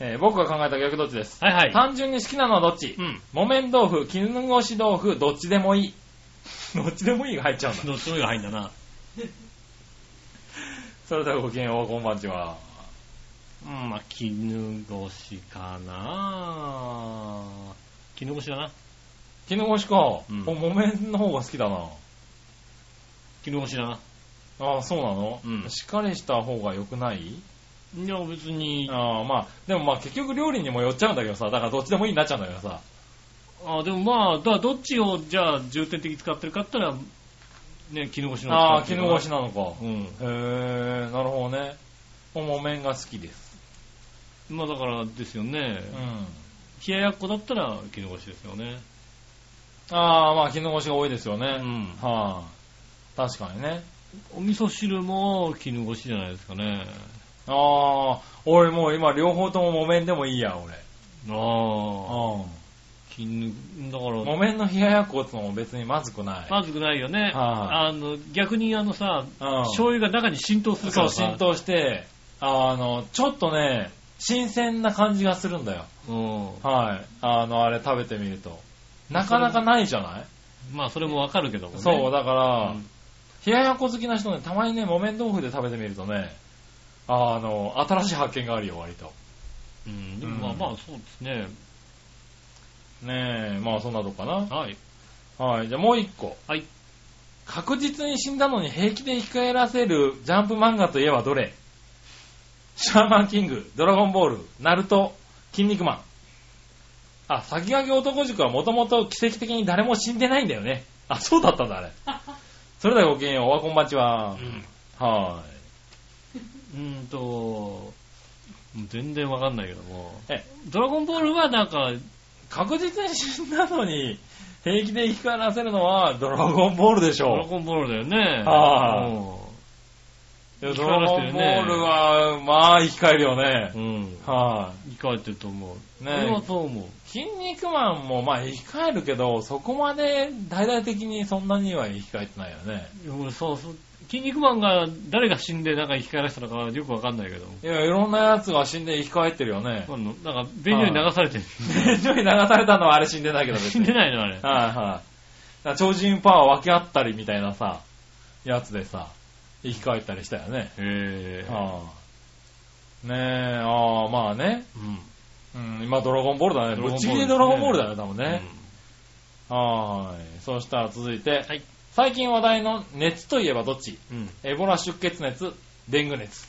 [SPEAKER 3] えー僕が考えた逆どっちです。
[SPEAKER 2] はいはい。
[SPEAKER 3] 単純に好きなのはどっち
[SPEAKER 2] うん。
[SPEAKER 3] 木綿豆腐、絹ごし豆腐、どっちでもい (laughs) い。どっちでもいいが入っちゃうんだ。
[SPEAKER 2] どっちもが入んだな。
[SPEAKER 3] それではごきげんよう、こんばんちは。
[SPEAKER 2] うん、まあ、絹ごしかな絹ごしだな。
[SPEAKER 3] 絹ごしか。
[SPEAKER 2] うん
[SPEAKER 3] お木綿の方が好きだな。
[SPEAKER 2] 絹ごしだな。
[SPEAKER 3] ああ、そうなの、
[SPEAKER 2] うん
[SPEAKER 3] しっかりした方が良くない
[SPEAKER 2] いや、別に、
[SPEAKER 3] ああ、まあ、でもまあ結局料理にも寄っちゃうんだけどさ、だからどっちでもいいになっちゃうんだけどさ。
[SPEAKER 2] あでもまあ、だどっちを、じゃあ、重点的に使ってるかって言ったら、ね、絹ごしの方
[SPEAKER 3] ああ、
[SPEAKER 2] 使って
[SPEAKER 3] 絹
[SPEAKER 2] る
[SPEAKER 3] ごしなのか。
[SPEAKER 2] な。うん。
[SPEAKER 3] へえ、なるほどね。お木綿が好きです。
[SPEAKER 2] まあ、だからですよね。
[SPEAKER 3] うん。
[SPEAKER 2] 冷ややっこだったら絹ごしですよね。
[SPEAKER 3] ああ、まあ絹ごしが多いですよね。
[SPEAKER 2] う
[SPEAKER 3] はい、
[SPEAKER 2] ん。
[SPEAKER 3] 確かにね。
[SPEAKER 2] お味噌汁も絹ごしじゃないですかね。
[SPEAKER 3] ああ、俺もう今両方とも木綿でもいいや、俺。
[SPEAKER 2] ああ。
[SPEAKER 3] う
[SPEAKER 2] 絹、だから、
[SPEAKER 3] ん。木綿の冷ややっこってのも別にまずくない。
[SPEAKER 2] まずくないよね。
[SPEAKER 3] は
[SPEAKER 2] あの、逆にあのさ、
[SPEAKER 3] うん
[SPEAKER 2] 醤油が中に浸透するか
[SPEAKER 3] そう、
[SPEAKER 2] らさ。
[SPEAKER 3] 浸透して、あの、ちょっとね、新鮮な感じがするんだよ。
[SPEAKER 2] う
[SPEAKER 3] はい。あの、あれ食べてみると。なかなかないじゃない、
[SPEAKER 2] ん。まあ、それもわかるけどもね。
[SPEAKER 3] そう、だから、
[SPEAKER 2] うん
[SPEAKER 3] 冷ややっこ好きな人ね、たまにね、木綿豆腐で食べてみるとね、あの、新しい発見があるよ、割と。
[SPEAKER 2] うん。でもまあまあ、そうですね。
[SPEAKER 3] ねえ、まあそんなとこかな。
[SPEAKER 2] はい。
[SPEAKER 3] はい、じゃあもう一個。
[SPEAKER 2] はい。
[SPEAKER 3] 確実に死んだのに平気で生き返らせるジャンプ漫画といえばどれシャーマンキング、ドラゴンボール、ナルト、筋肉マン。あ、先駆け男塾はもともと奇跡的に誰も死んでないんだよね。あ、そうだったんだ、
[SPEAKER 2] (laughs)
[SPEAKER 3] あれ。それではごきげんよう、おはこんばんちは。はーい。
[SPEAKER 2] うんと、全然わかんないけども。
[SPEAKER 3] え
[SPEAKER 2] ドラゴンボールはなんか、
[SPEAKER 3] 確実に死んだのに平気で生き返らせるのはドラゴンボールでし
[SPEAKER 2] ドラ
[SPEAKER 3] ょ
[SPEAKER 2] ゴンボールだよね。
[SPEAKER 3] ああ
[SPEAKER 2] う
[SPEAKER 3] う。い
[SPEAKER 2] 生
[SPEAKER 3] や
[SPEAKER 2] き
[SPEAKER 3] ド
[SPEAKER 2] 返
[SPEAKER 3] ラ
[SPEAKER 2] らせ
[SPEAKER 3] ゴ
[SPEAKER 2] て
[SPEAKER 3] ン
[SPEAKER 2] る
[SPEAKER 3] ボ
[SPEAKER 2] ね
[SPEAKER 3] ールは、まあ生き返るよね。
[SPEAKER 2] ん。うん。
[SPEAKER 3] はい。
[SPEAKER 2] 生き返ってると思う。
[SPEAKER 3] ね
[SPEAKER 2] 俺はそう思う。
[SPEAKER 3] 筋肉マンもまあ生き返るけど、そこまで大々的にそんなには生き返ってないよね。
[SPEAKER 2] いや俺そうそう。筋肉マンが誰が死んでなんか生き返らせたのかはよくわかんないけど。
[SPEAKER 3] いや、いろんなやつが死んで生き返ってるよね (laughs)
[SPEAKER 2] な。んか、なんか便所に流されてる。
[SPEAKER 3] 天井に流されたのはあれ死んでないけど別
[SPEAKER 2] 死
[SPEAKER 3] に
[SPEAKER 2] んでないのあれ。
[SPEAKER 3] はいはい。だから超人パワー分け合ったりみたいなさ、やつでさ、生き返ったりしたよね。
[SPEAKER 2] へぇ
[SPEAKER 3] はあ、ねえ、ああ、まあね。
[SPEAKER 2] うん。
[SPEAKER 3] うん、今ドラゴンボールだね。
[SPEAKER 2] ドラゴンボール
[SPEAKER 3] ぶっちぎりドラゴンボールだね、多分ね。
[SPEAKER 2] うん
[SPEAKER 3] はーい。そしたら続いて、
[SPEAKER 2] はい
[SPEAKER 3] 最近話題の熱といえばどっち
[SPEAKER 2] うん。
[SPEAKER 3] エボラ出血熱、デング熱。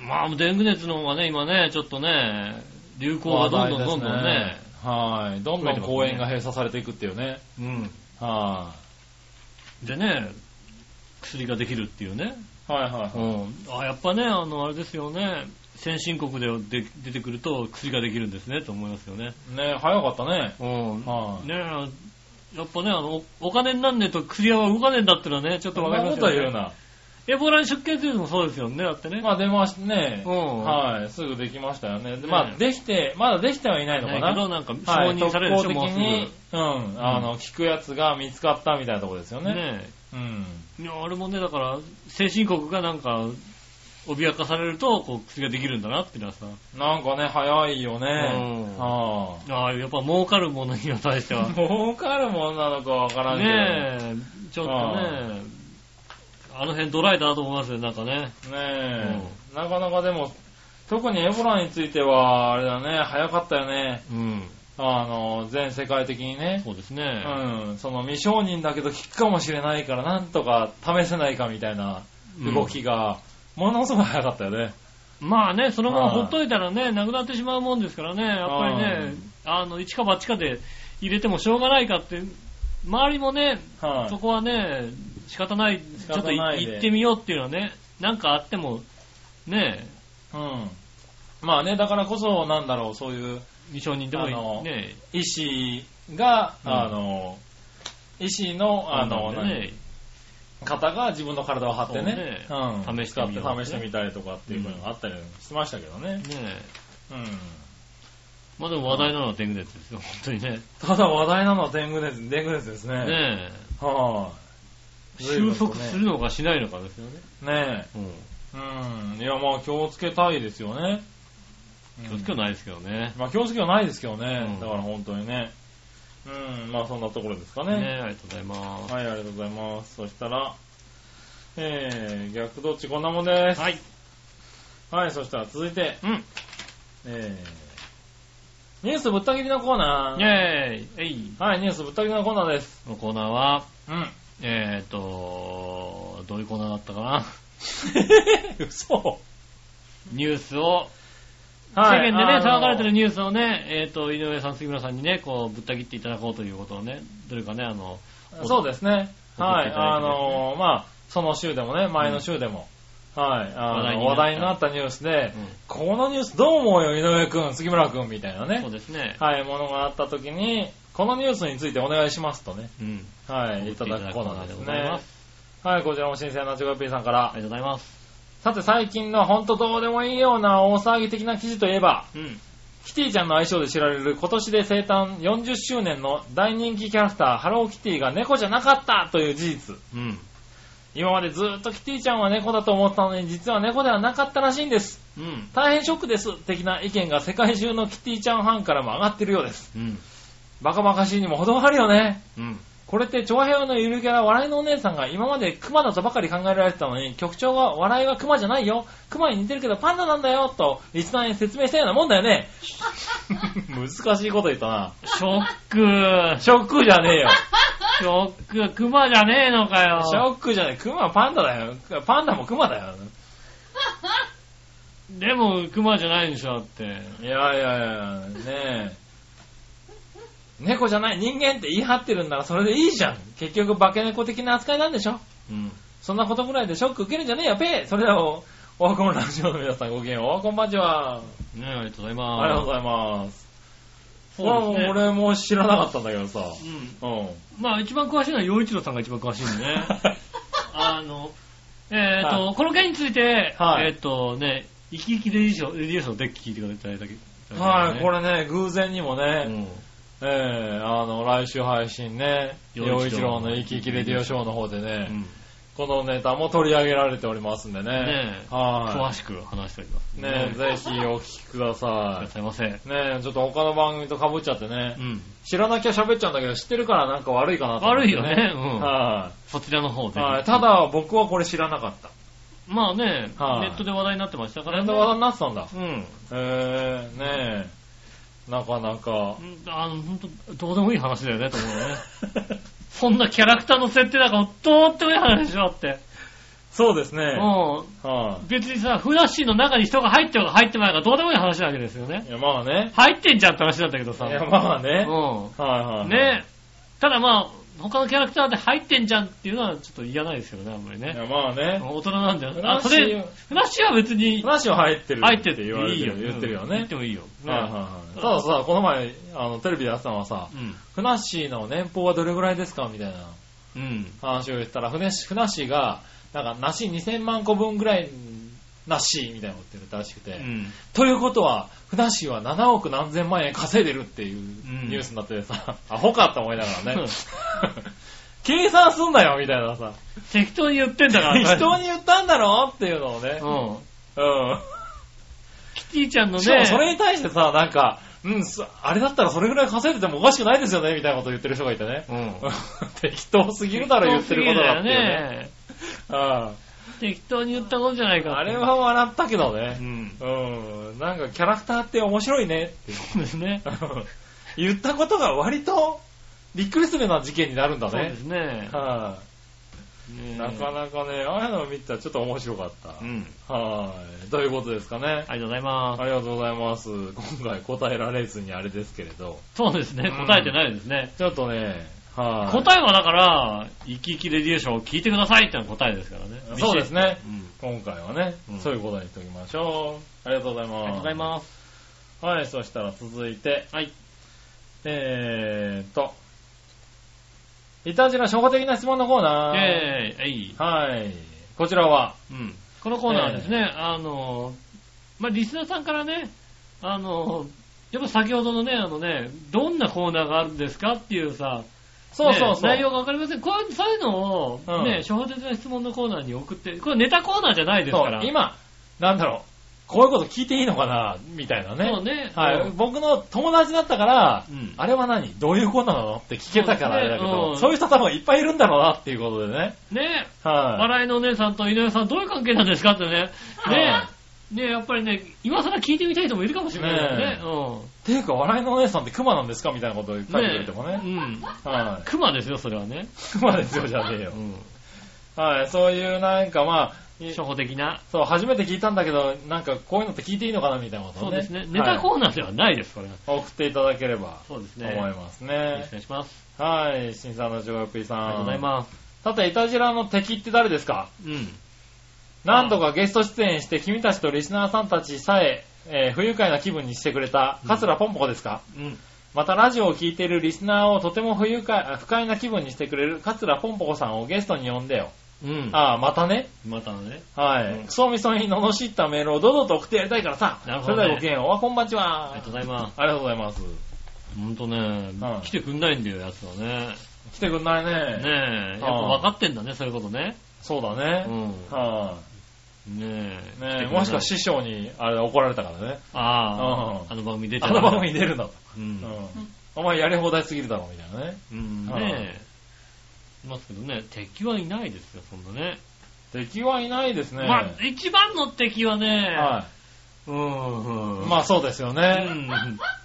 [SPEAKER 2] まあ、デング熱の方がね、今ね、ちょっとね、流行がどんどんどんどんね。。
[SPEAKER 3] はい。どんどん公園が閉鎖されていくっていうね。
[SPEAKER 2] うん。
[SPEAKER 3] は
[SPEAKER 2] でね、薬ができるっていうね。
[SPEAKER 3] い。はいは
[SPEAKER 2] う
[SPEAKER 3] い。
[SPEAKER 2] ん。あ、やっぱね、あの、あれですよね。先進国でで出てくると薬ができるんですね、と思いますよね。
[SPEAKER 3] ね早かったね。
[SPEAKER 2] うん。
[SPEAKER 3] はい。
[SPEAKER 2] ねえ、やっぱね、あの、おお金になんねえと薬屋は動かねえんだってのはね、ちょっと
[SPEAKER 3] そ
[SPEAKER 2] わ
[SPEAKER 3] ん
[SPEAKER 2] か
[SPEAKER 3] な
[SPEAKER 2] りま
[SPEAKER 3] こ
[SPEAKER 2] す
[SPEAKER 3] と
[SPEAKER 2] よ
[SPEAKER 3] は言う
[SPEAKER 2] ね。
[SPEAKER 3] な。
[SPEAKER 2] エボラに出血熱もそうですよね、だってね。
[SPEAKER 3] まあ出ましたね
[SPEAKER 2] う。ん。
[SPEAKER 3] はい。すぐできましたよね。でま
[SPEAKER 2] ね
[SPEAKER 3] あできて、まだできてはいないのか
[SPEAKER 2] だけど、
[SPEAKER 3] な。
[SPEAKER 2] なんか、承
[SPEAKER 3] はい。
[SPEAKER 2] 認されるでしょ、もうすぐ。
[SPEAKER 3] に、うん。あの、効くやつが見つかったみたいなとこですよね。
[SPEAKER 2] ね
[SPEAKER 3] うん。
[SPEAKER 2] え。いや、あれもね、だから、先進国がなんか、脅かされると、こう、薬ができるんだなっていうのはさ、
[SPEAKER 3] なんかね、早いよ
[SPEAKER 2] う
[SPEAKER 3] ね。
[SPEAKER 2] ん
[SPEAKER 3] は
[SPEAKER 2] ああ、やっぱ儲かるものには対しては
[SPEAKER 3] あ。。儲かるもんなのかわからんけど。
[SPEAKER 2] ねえ、ちょっとね、あの辺ドライだなと思いますよ、なんかね。
[SPEAKER 3] ねえ、なかなかでも、特にエボラについては、あれだね、早かったよね。
[SPEAKER 2] うん。
[SPEAKER 3] あの、全世界的にね。
[SPEAKER 2] そうです
[SPEAKER 3] う
[SPEAKER 2] ね。
[SPEAKER 3] ん、その未承認だけど効くかもしれないから、なんとか試せないかみたいな動きが、ものすごい早かったよね。
[SPEAKER 2] まあね、そのまま
[SPEAKER 3] はい
[SPEAKER 2] ほっといたらね、なくなってしまうもんですからね、やっぱりね、あの、一か八かで入れてもしょうがないかって、周りもね、
[SPEAKER 3] はい、
[SPEAKER 2] そこはね、仕方ない、ちょっと
[SPEAKER 3] 方
[SPEAKER 2] い
[SPEAKER 3] ないで
[SPEAKER 2] 行ってみようっていうのはね、なんかあっても、ね、
[SPEAKER 3] うん。まあね、だからこそ、なんだろう、そういう
[SPEAKER 2] 未承認で
[SPEAKER 3] あ
[SPEAKER 2] も
[SPEAKER 3] の
[SPEAKER 2] ね、
[SPEAKER 3] 医師が、
[SPEAKER 2] うん
[SPEAKER 3] あの、医師の、あの、
[SPEAKER 2] なんでね、
[SPEAKER 3] 何方が自分の体を張ってね、
[SPEAKER 2] そうね
[SPEAKER 3] ん、
[SPEAKER 2] 試してみよう
[SPEAKER 3] 使って試してみたりとかっていうのがあったりしましたけどね。
[SPEAKER 2] ねえ。
[SPEAKER 3] うん
[SPEAKER 2] まあでも話題なのは天狗熱ですよ、本当にね。
[SPEAKER 3] ただ話題なのは天狗熱、天狗熱ですね。
[SPEAKER 2] ね
[SPEAKER 3] は
[SPEAKER 2] え。
[SPEAKER 3] い、
[SPEAKER 2] 収束するのかしないのかですよね。
[SPEAKER 3] ね
[SPEAKER 2] うん。
[SPEAKER 3] え。うん。いや、まあ気をつけたいですよね。
[SPEAKER 2] 気をつけはないですけどね。
[SPEAKER 3] まあ気をつけはないですけどね。
[SPEAKER 2] うん
[SPEAKER 3] だから本当にね。うん、まあそんなところですか
[SPEAKER 2] ね
[SPEAKER 3] ね。
[SPEAKER 2] え、ありがとうございます。
[SPEAKER 3] はい、ありがとうございます。そしたら、えー、逆どっちこんなもんです。
[SPEAKER 2] はい。
[SPEAKER 3] はい、そしたら続いて、
[SPEAKER 2] うん。
[SPEAKER 3] えー、ニュースぶった切りのコーナー。
[SPEAKER 2] イェーイえい。
[SPEAKER 3] はい、ニュースぶった切りのコーナーです。
[SPEAKER 2] このコーナーは、
[SPEAKER 3] うん。
[SPEAKER 2] えーと、どういうコーナーだったかな。
[SPEAKER 3] (laughs)
[SPEAKER 2] (laughs)
[SPEAKER 3] 嘘
[SPEAKER 2] ニュースを、
[SPEAKER 3] はい。
[SPEAKER 2] 世間でね、騒がれてる
[SPEAKER 3] ニュー
[SPEAKER 2] ニュースをね、えっ、と、井上さん、杉村さんにね、こう、ぶった切っていただこうということをね、どれかね、あの、
[SPEAKER 3] ス。そうですね。
[SPEAKER 2] 送っ
[SPEAKER 3] は
[SPEAKER 2] てい
[SPEAKER 3] い、
[SPEAKER 2] ただい
[SPEAKER 3] あ
[SPEAKER 2] てね
[SPEAKER 3] のー、まあ、その週でもね、前の週でも、はい、
[SPEAKER 2] 話
[SPEAKER 3] あ
[SPEAKER 2] 題になっ
[SPEAKER 3] の、
[SPEAKER 2] た
[SPEAKER 3] 話題になったニュースで、
[SPEAKER 2] うん
[SPEAKER 3] このニュースどう思うよ、井上くん、杉村くんみたいな
[SPEAKER 2] そう
[SPEAKER 3] ね、
[SPEAKER 2] ですね。
[SPEAKER 3] はい、ものがあった時に、このニュースについてお願いしますとね、
[SPEAKER 2] うん。
[SPEAKER 3] はい、いただ
[SPEAKER 2] 送っていた
[SPEAKER 3] くコーナーです
[SPEAKER 2] だくコーナーでございま
[SPEAKER 3] ね。はい、こちらも新鮮なチョコヨッピーさんか
[SPEAKER 2] あ
[SPEAKER 3] ら
[SPEAKER 2] り。がとうございます。
[SPEAKER 3] さて最近のほんとどうでもいいような大騒ぎ的な記事といえば、
[SPEAKER 2] うん。
[SPEAKER 3] キティちゃんの愛称で知られる今年で生誕40周年の大人気キャラクター、ハローキティが猫じゃなかったという事実。
[SPEAKER 2] うん。
[SPEAKER 3] 今までずっとキティちゃんは猫だと思ったのに実は猫ではなかったらしいんです。
[SPEAKER 2] うん。
[SPEAKER 3] 大変ショックです。的な意見が世界中のキティちゃんファンからも上がってるようです。
[SPEAKER 2] うん。
[SPEAKER 3] バカバカしいにも程があるよね。
[SPEAKER 2] うん。
[SPEAKER 3] これって、長平のゆるキャラ、笑いのお姉さんが今まで熊だとばかり考えられてたのに、局長は笑いは熊じゃないよ、熊に似てるけどパンダなんだよ、と、リスナーに説明したようなもんだよね。難しいこと言ったな。
[SPEAKER 2] ショック。
[SPEAKER 3] ショックじゃねえ (laughs) よ。
[SPEAKER 2] ショック。クマじゃねえのかよ。
[SPEAKER 3] ショックじゃねえ。熊はパンダだよ。パンダも熊だよ。
[SPEAKER 2] でも、クマじゃないんでしょ、だって。
[SPEAKER 3] いやいやいや、ねえ。猫じゃない、人間って言い張ってるんならそれでいいじゃん。結局化け猫的な扱いなんでしょ
[SPEAKER 2] うん。
[SPEAKER 3] そんなことぐらいでショック受けるんじゃねえよ、ペーそれでは、おオワコンラジオの皆さんごきげんよう、おはこんばんちは。
[SPEAKER 2] ねえ、ありがとうございます。
[SPEAKER 3] ありがとうございます。
[SPEAKER 2] そうですね
[SPEAKER 3] これはもう俺も知らなかったんだけどさ。
[SPEAKER 2] うん。
[SPEAKER 3] うん。
[SPEAKER 2] まあ、一番詳しいのは、洋一郎さんが一番詳しいんで
[SPEAKER 3] (laughs)
[SPEAKER 2] ね。あの、えっ、と、この件について、
[SPEAKER 3] はい
[SPEAKER 2] えっ、とね、生き生きレディション、レディオションのデッキ聞いてくださいだけ。
[SPEAKER 3] はい、こ
[SPEAKER 2] れ。
[SPEAKER 3] れね、偶然にも
[SPEAKER 2] う
[SPEAKER 3] ね、
[SPEAKER 2] ん。
[SPEAKER 3] ええあの、来週配信ね、
[SPEAKER 2] 陽
[SPEAKER 3] 洋
[SPEAKER 2] 一
[SPEAKER 3] 一
[SPEAKER 2] 郎
[SPEAKER 3] 郎
[SPEAKER 2] の
[SPEAKER 3] の生き生きレディオショーの方でね、
[SPEAKER 2] うん
[SPEAKER 3] このネタも取り上げられておりますんでね。
[SPEAKER 2] ねえ詳
[SPEAKER 3] は
[SPEAKER 2] しく話しております。
[SPEAKER 3] い。ね
[SPEAKER 2] え、
[SPEAKER 3] ぜひお聞きく
[SPEAKER 2] く
[SPEAKER 3] ださ
[SPEAKER 2] ださいませ。う
[SPEAKER 3] い。ねえちょっと他の番組と被っちゃってね、
[SPEAKER 2] ん。
[SPEAKER 3] 知らなきゃ喋っちゃうんだけど、知ってるからなんか悪いかなと思っ
[SPEAKER 2] 悪
[SPEAKER 3] て、
[SPEAKER 2] いよね。うん。
[SPEAKER 3] は
[SPEAKER 2] そちらの方
[SPEAKER 3] い。
[SPEAKER 2] で。
[SPEAKER 3] はい。た、だ、僕はこれ知らなかった。
[SPEAKER 2] まあね、
[SPEAKER 3] はい
[SPEAKER 2] ネットで話題になってましたか
[SPEAKER 3] ト
[SPEAKER 2] ら
[SPEAKER 3] レ
[SPEAKER 2] ね。
[SPEAKER 3] ンド話題になってたんだ。
[SPEAKER 2] うん。
[SPEAKER 3] へえ、ねえ。なかなか
[SPEAKER 2] う。んあの、本当どうでもいい話だよね、と思うよね。 (laughs) そんなキャラクターの設定なんかもどうでもいい話でしょって。
[SPEAKER 3] そうですね。は
[SPEAKER 2] う
[SPEAKER 3] い
[SPEAKER 2] ん。別にさ、ふなっしーの中に人が入ってようが入ってまいがどうでもいい話なわけですよね。
[SPEAKER 3] いや、まあね。
[SPEAKER 2] 入ってんじゃんって話なんだけど
[SPEAKER 3] い
[SPEAKER 2] さ。
[SPEAKER 3] や、まあね。
[SPEAKER 2] う
[SPEAKER 3] はいはい。
[SPEAKER 2] ん。ねただまあ、他のキャラクターで入ってんじゃんっていうのはちょっと嫌ないですよね、あんまり
[SPEAKER 3] い
[SPEAKER 2] ね。
[SPEAKER 3] や、まあね。
[SPEAKER 2] 大人なんだよ。あ、
[SPEAKER 3] 話
[SPEAKER 2] それ、フラッシュは別に
[SPEAKER 3] 話は入ってる。
[SPEAKER 2] 入って
[SPEAKER 3] ってて言われ
[SPEAKER 2] い
[SPEAKER 3] て
[SPEAKER 2] いよ。
[SPEAKER 3] る。言ってるよ
[SPEAKER 2] うん言っ
[SPEAKER 3] ね
[SPEAKER 2] て。もいいよ。
[SPEAKER 3] はいはいはい。たださ、この前、あの、テレビでやってたのはさ、
[SPEAKER 2] うん。
[SPEAKER 3] ふなっしーの年俸はどれぐらいですかみたいな
[SPEAKER 2] うん。
[SPEAKER 3] 話を言ったら、ふねし、ふなっしーが、なんか、梨2000万個分ぐらい、なっしーみたいなこと言ってたらしくて。
[SPEAKER 2] うん。
[SPEAKER 3] ということは、ふなっしーは7億何千万円稼いでるっていうニュースになってさ、アホかと思いながらね、 (laughs) 計算すんなよみたい
[SPEAKER 2] (laughs)
[SPEAKER 3] なさ、
[SPEAKER 2] 適当に言ってんだから。
[SPEAKER 3] 適当に言ったんだろっていうのをね、
[SPEAKER 2] うん。
[SPEAKER 3] うん。
[SPEAKER 2] キティちゃんのね。
[SPEAKER 3] しかもそれに対してさ、なんか、うん、すあれだったらそれぐらい稼いでてもおかしくないですよねみたいなこと言ってる人がいてね。 (laughs)
[SPEAKER 2] うん。
[SPEAKER 3] 適当すぎるだろ言ってることだっていうね。
[SPEAKER 2] ね。
[SPEAKER 3] うん
[SPEAKER 2] 適当に言ったことじゃないかって
[SPEAKER 3] あれ、は笑ったけど
[SPEAKER 2] う
[SPEAKER 3] ね。
[SPEAKER 2] ん。
[SPEAKER 3] うん。なんかキャラクターって面白いね
[SPEAKER 2] そうです (laughs) ね。
[SPEAKER 3] 言ったことが割とびっくりするような事件になるんだ
[SPEAKER 2] そうで
[SPEAKER 3] ね
[SPEAKER 2] す。ね。
[SPEAKER 3] は
[SPEAKER 2] ね
[SPEAKER 3] い、なかなかね、ああいうのを見たらちょっと面白かっ
[SPEAKER 2] うん。
[SPEAKER 3] た。はい。ということですかね。
[SPEAKER 2] ありがとうございます
[SPEAKER 3] あ。りがとうございます。今回答えられずにあれですけれど。
[SPEAKER 2] そうですね。
[SPEAKER 3] うん
[SPEAKER 2] 答えてないですね。
[SPEAKER 3] ちょっとね、はい、
[SPEAKER 2] 答えはだから、生き生きレディエーションを聞いてくださいってのが答えですからね。
[SPEAKER 3] そうですね。
[SPEAKER 2] うん。
[SPEAKER 3] 今回はね、
[SPEAKER 2] うん
[SPEAKER 3] そういうことにしておきましょう。ありがとうございます。
[SPEAKER 2] ありがとうございます。
[SPEAKER 3] す。はい、そしたら続いて、
[SPEAKER 2] はい。
[SPEAKER 3] えーっと、いたじら初歩的な質問のコーナー。
[SPEAKER 2] ええ、えい。
[SPEAKER 3] はい。こちらは、
[SPEAKER 2] うん。このコーナーはですね、あの、まあ、リスナーさんからね、あの、やっぱ先ほどのね、あのね、どんなコーナーがあるんですかっていうさ、
[SPEAKER 3] そうそう
[SPEAKER 2] ね
[SPEAKER 3] そう。
[SPEAKER 2] 内容がわかりません。こういう、そういうのを、
[SPEAKER 3] うん
[SPEAKER 2] ね、初歩的な質問のコーナーに送って、これネタコーナーじゃないです
[SPEAKER 3] そ
[SPEAKER 2] か
[SPEAKER 3] う
[SPEAKER 2] ら。、
[SPEAKER 3] 今、なんだろう、こういうこと聞いていいのかな、みたいな
[SPEAKER 2] そう
[SPEAKER 3] ね。
[SPEAKER 2] ね。
[SPEAKER 3] はい。
[SPEAKER 2] うん
[SPEAKER 3] 僕の友達だったから
[SPEAKER 2] うん、
[SPEAKER 3] あれは何どういうことなのって聞けたからあれだけ
[SPEAKER 2] そうですねう
[SPEAKER 3] ど、
[SPEAKER 2] ん
[SPEAKER 3] そういう人多分いっぱいいるんだろうなっていうことでね。
[SPEAKER 2] ね、
[SPEAKER 3] はい。
[SPEAKER 2] 笑いのお姉さんと井上さんどういう関係なんですかってね。ね
[SPEAKER 3] は、
[SPEAKER 2] ね、やっぱりね、今更聞いてみたい人もいるかもしれないからね
[SPEAKER 3] ね。
[SPEAKER 2] うん。
[SPEAKER 3] っていうか、笑いのお姉さんって熊なんですかみたいなことを書いてくれてもね。
[SPEAKER 2] うん。
[SPEAKER 3] は
[SPEAKER 2] 熊ですよ、それはね。
[SPEAKER 3] い。熊ですよ、じゃねえよ
[SPEAKER 2] う。ん。
[SPEAKER 3] はい。そういうなんかまあ、
[SPEAKER 2] 初歩的な。
[SPEAKER 3] そう、初めて聞いたんだけど、なんかこういうのって聞いていいのかなみたいなこと
[SPEAKER 2] そ
[SPEAKER 3] を
[SPEAKER 2] う
[SPEAKER 3] ね。
[SPEAKER 2] ですね。ネタ
[SPEAKER 3] は
[SPEAKER 2] コーナーではないです、これは。
[SPEAKER 3] い送っていただければ
[SPEAKER 2] そうです
[SPEAKER 3] と
[SPEAKER 2] ね。
[SPEAKER 3] 思い
[SPEAKER 2] よ
[SPEAKER 3] ます
[SPEAKER 2] ろ
[SPEAKER 3] ね
[SPEAKER 2] しくお。願いします。
[SPEAKER 3] はい。新さんのジョーピーさん。
[SPEAKER 2] ありがとうございます。
[SPEAKER 3] さて、イタジラの敵って誰ですか
[SPEAKER 2] うん。
[SPEAKER 3] 何度かゲスト出演して君たちとリスナーさんたちさえ、えー不愉快な気分にしてくれた、桂ポンポコですか、
[SPEAKER 2] うん。
[SPEAKER 3] またラジオを聴いているリスナーをとても不愉快、あ不快な気分にしてくれる、桂ポンポコさんをゲストに呼んでよ。
[SPEAKER 2] うん。
[SPEAKER 3] ああ、またね。
[SPEAKER 2] またのね。
[SPEAKER 3] はい。
[SPEAKER 2] うん
[SPEAKER 3] クソみそに罵ったメールを堂々と送ってやりたいからさ。
[SPEAKER 2] なるほどね
[SPEAKER 3] それではごきげんよう。おはこんばんちは。
[SPEAKER 2] ありがとうございます。
[SPEAKER 3] ありがとうございます。
[SPEAKER 2] ほんとね
[SPEAKER 3] うん、
[SPEAKER 2] 来てくんないんだよ、やつはね。
[SPEAKER 3] 来てくんないね。
[SPEAKER 2] ねえ。やっぱ分かってんだね、そういうことね。
[SPEAKER 3] そうだ
[SPEAKER 2] う
[SPEAKER 3] ね。
[SPEAKER 2] ん。
[SPEAKER 3] は
[SPEAKER 2] ね
[SPEAKER 3] い、
[SPEAKER 2] え。来てくれな
[SPEAKER 3] ね
[SPEAKER 2] い
[SPEAKER 3] もしくは師匠に、あれ怒られたからね。
[SPEAKER 2] あ
[SPEAKER 3] うん
[SPEAKER 2] あ、あの番組出ちゃ
[SPEAKER 3] あ
[SPEAKER 2] ダメ
[SPEAKER 3] の
[SPEAKER 2] だ
[SPEAKER 3] 番組に出るなと。
[SPEAKER 2] う。
[SPEAKER 3] うんん。お前やり放題すぎるだろ、みたいなね。
[SPEAKER 2] うん。
[SPEAKER 3] うん
[SPEAKER 2] ねえ。いますけどね、敵はいないですよ、そんなね。
[SPEAKER 3] 敵はいないですね。
[SPEAKER 2] まあ、一番の敵はね、
[SPEAKER 3] は
[SPEAKER 2] うん
[SPEAKER 3] い。
[SPEAKER 2] うん。
[SPEAKER 3] まあそうですよ
[SPEAKER 2] あ
[SPEAKER 3] ね。
[SPEAKER 2] ね。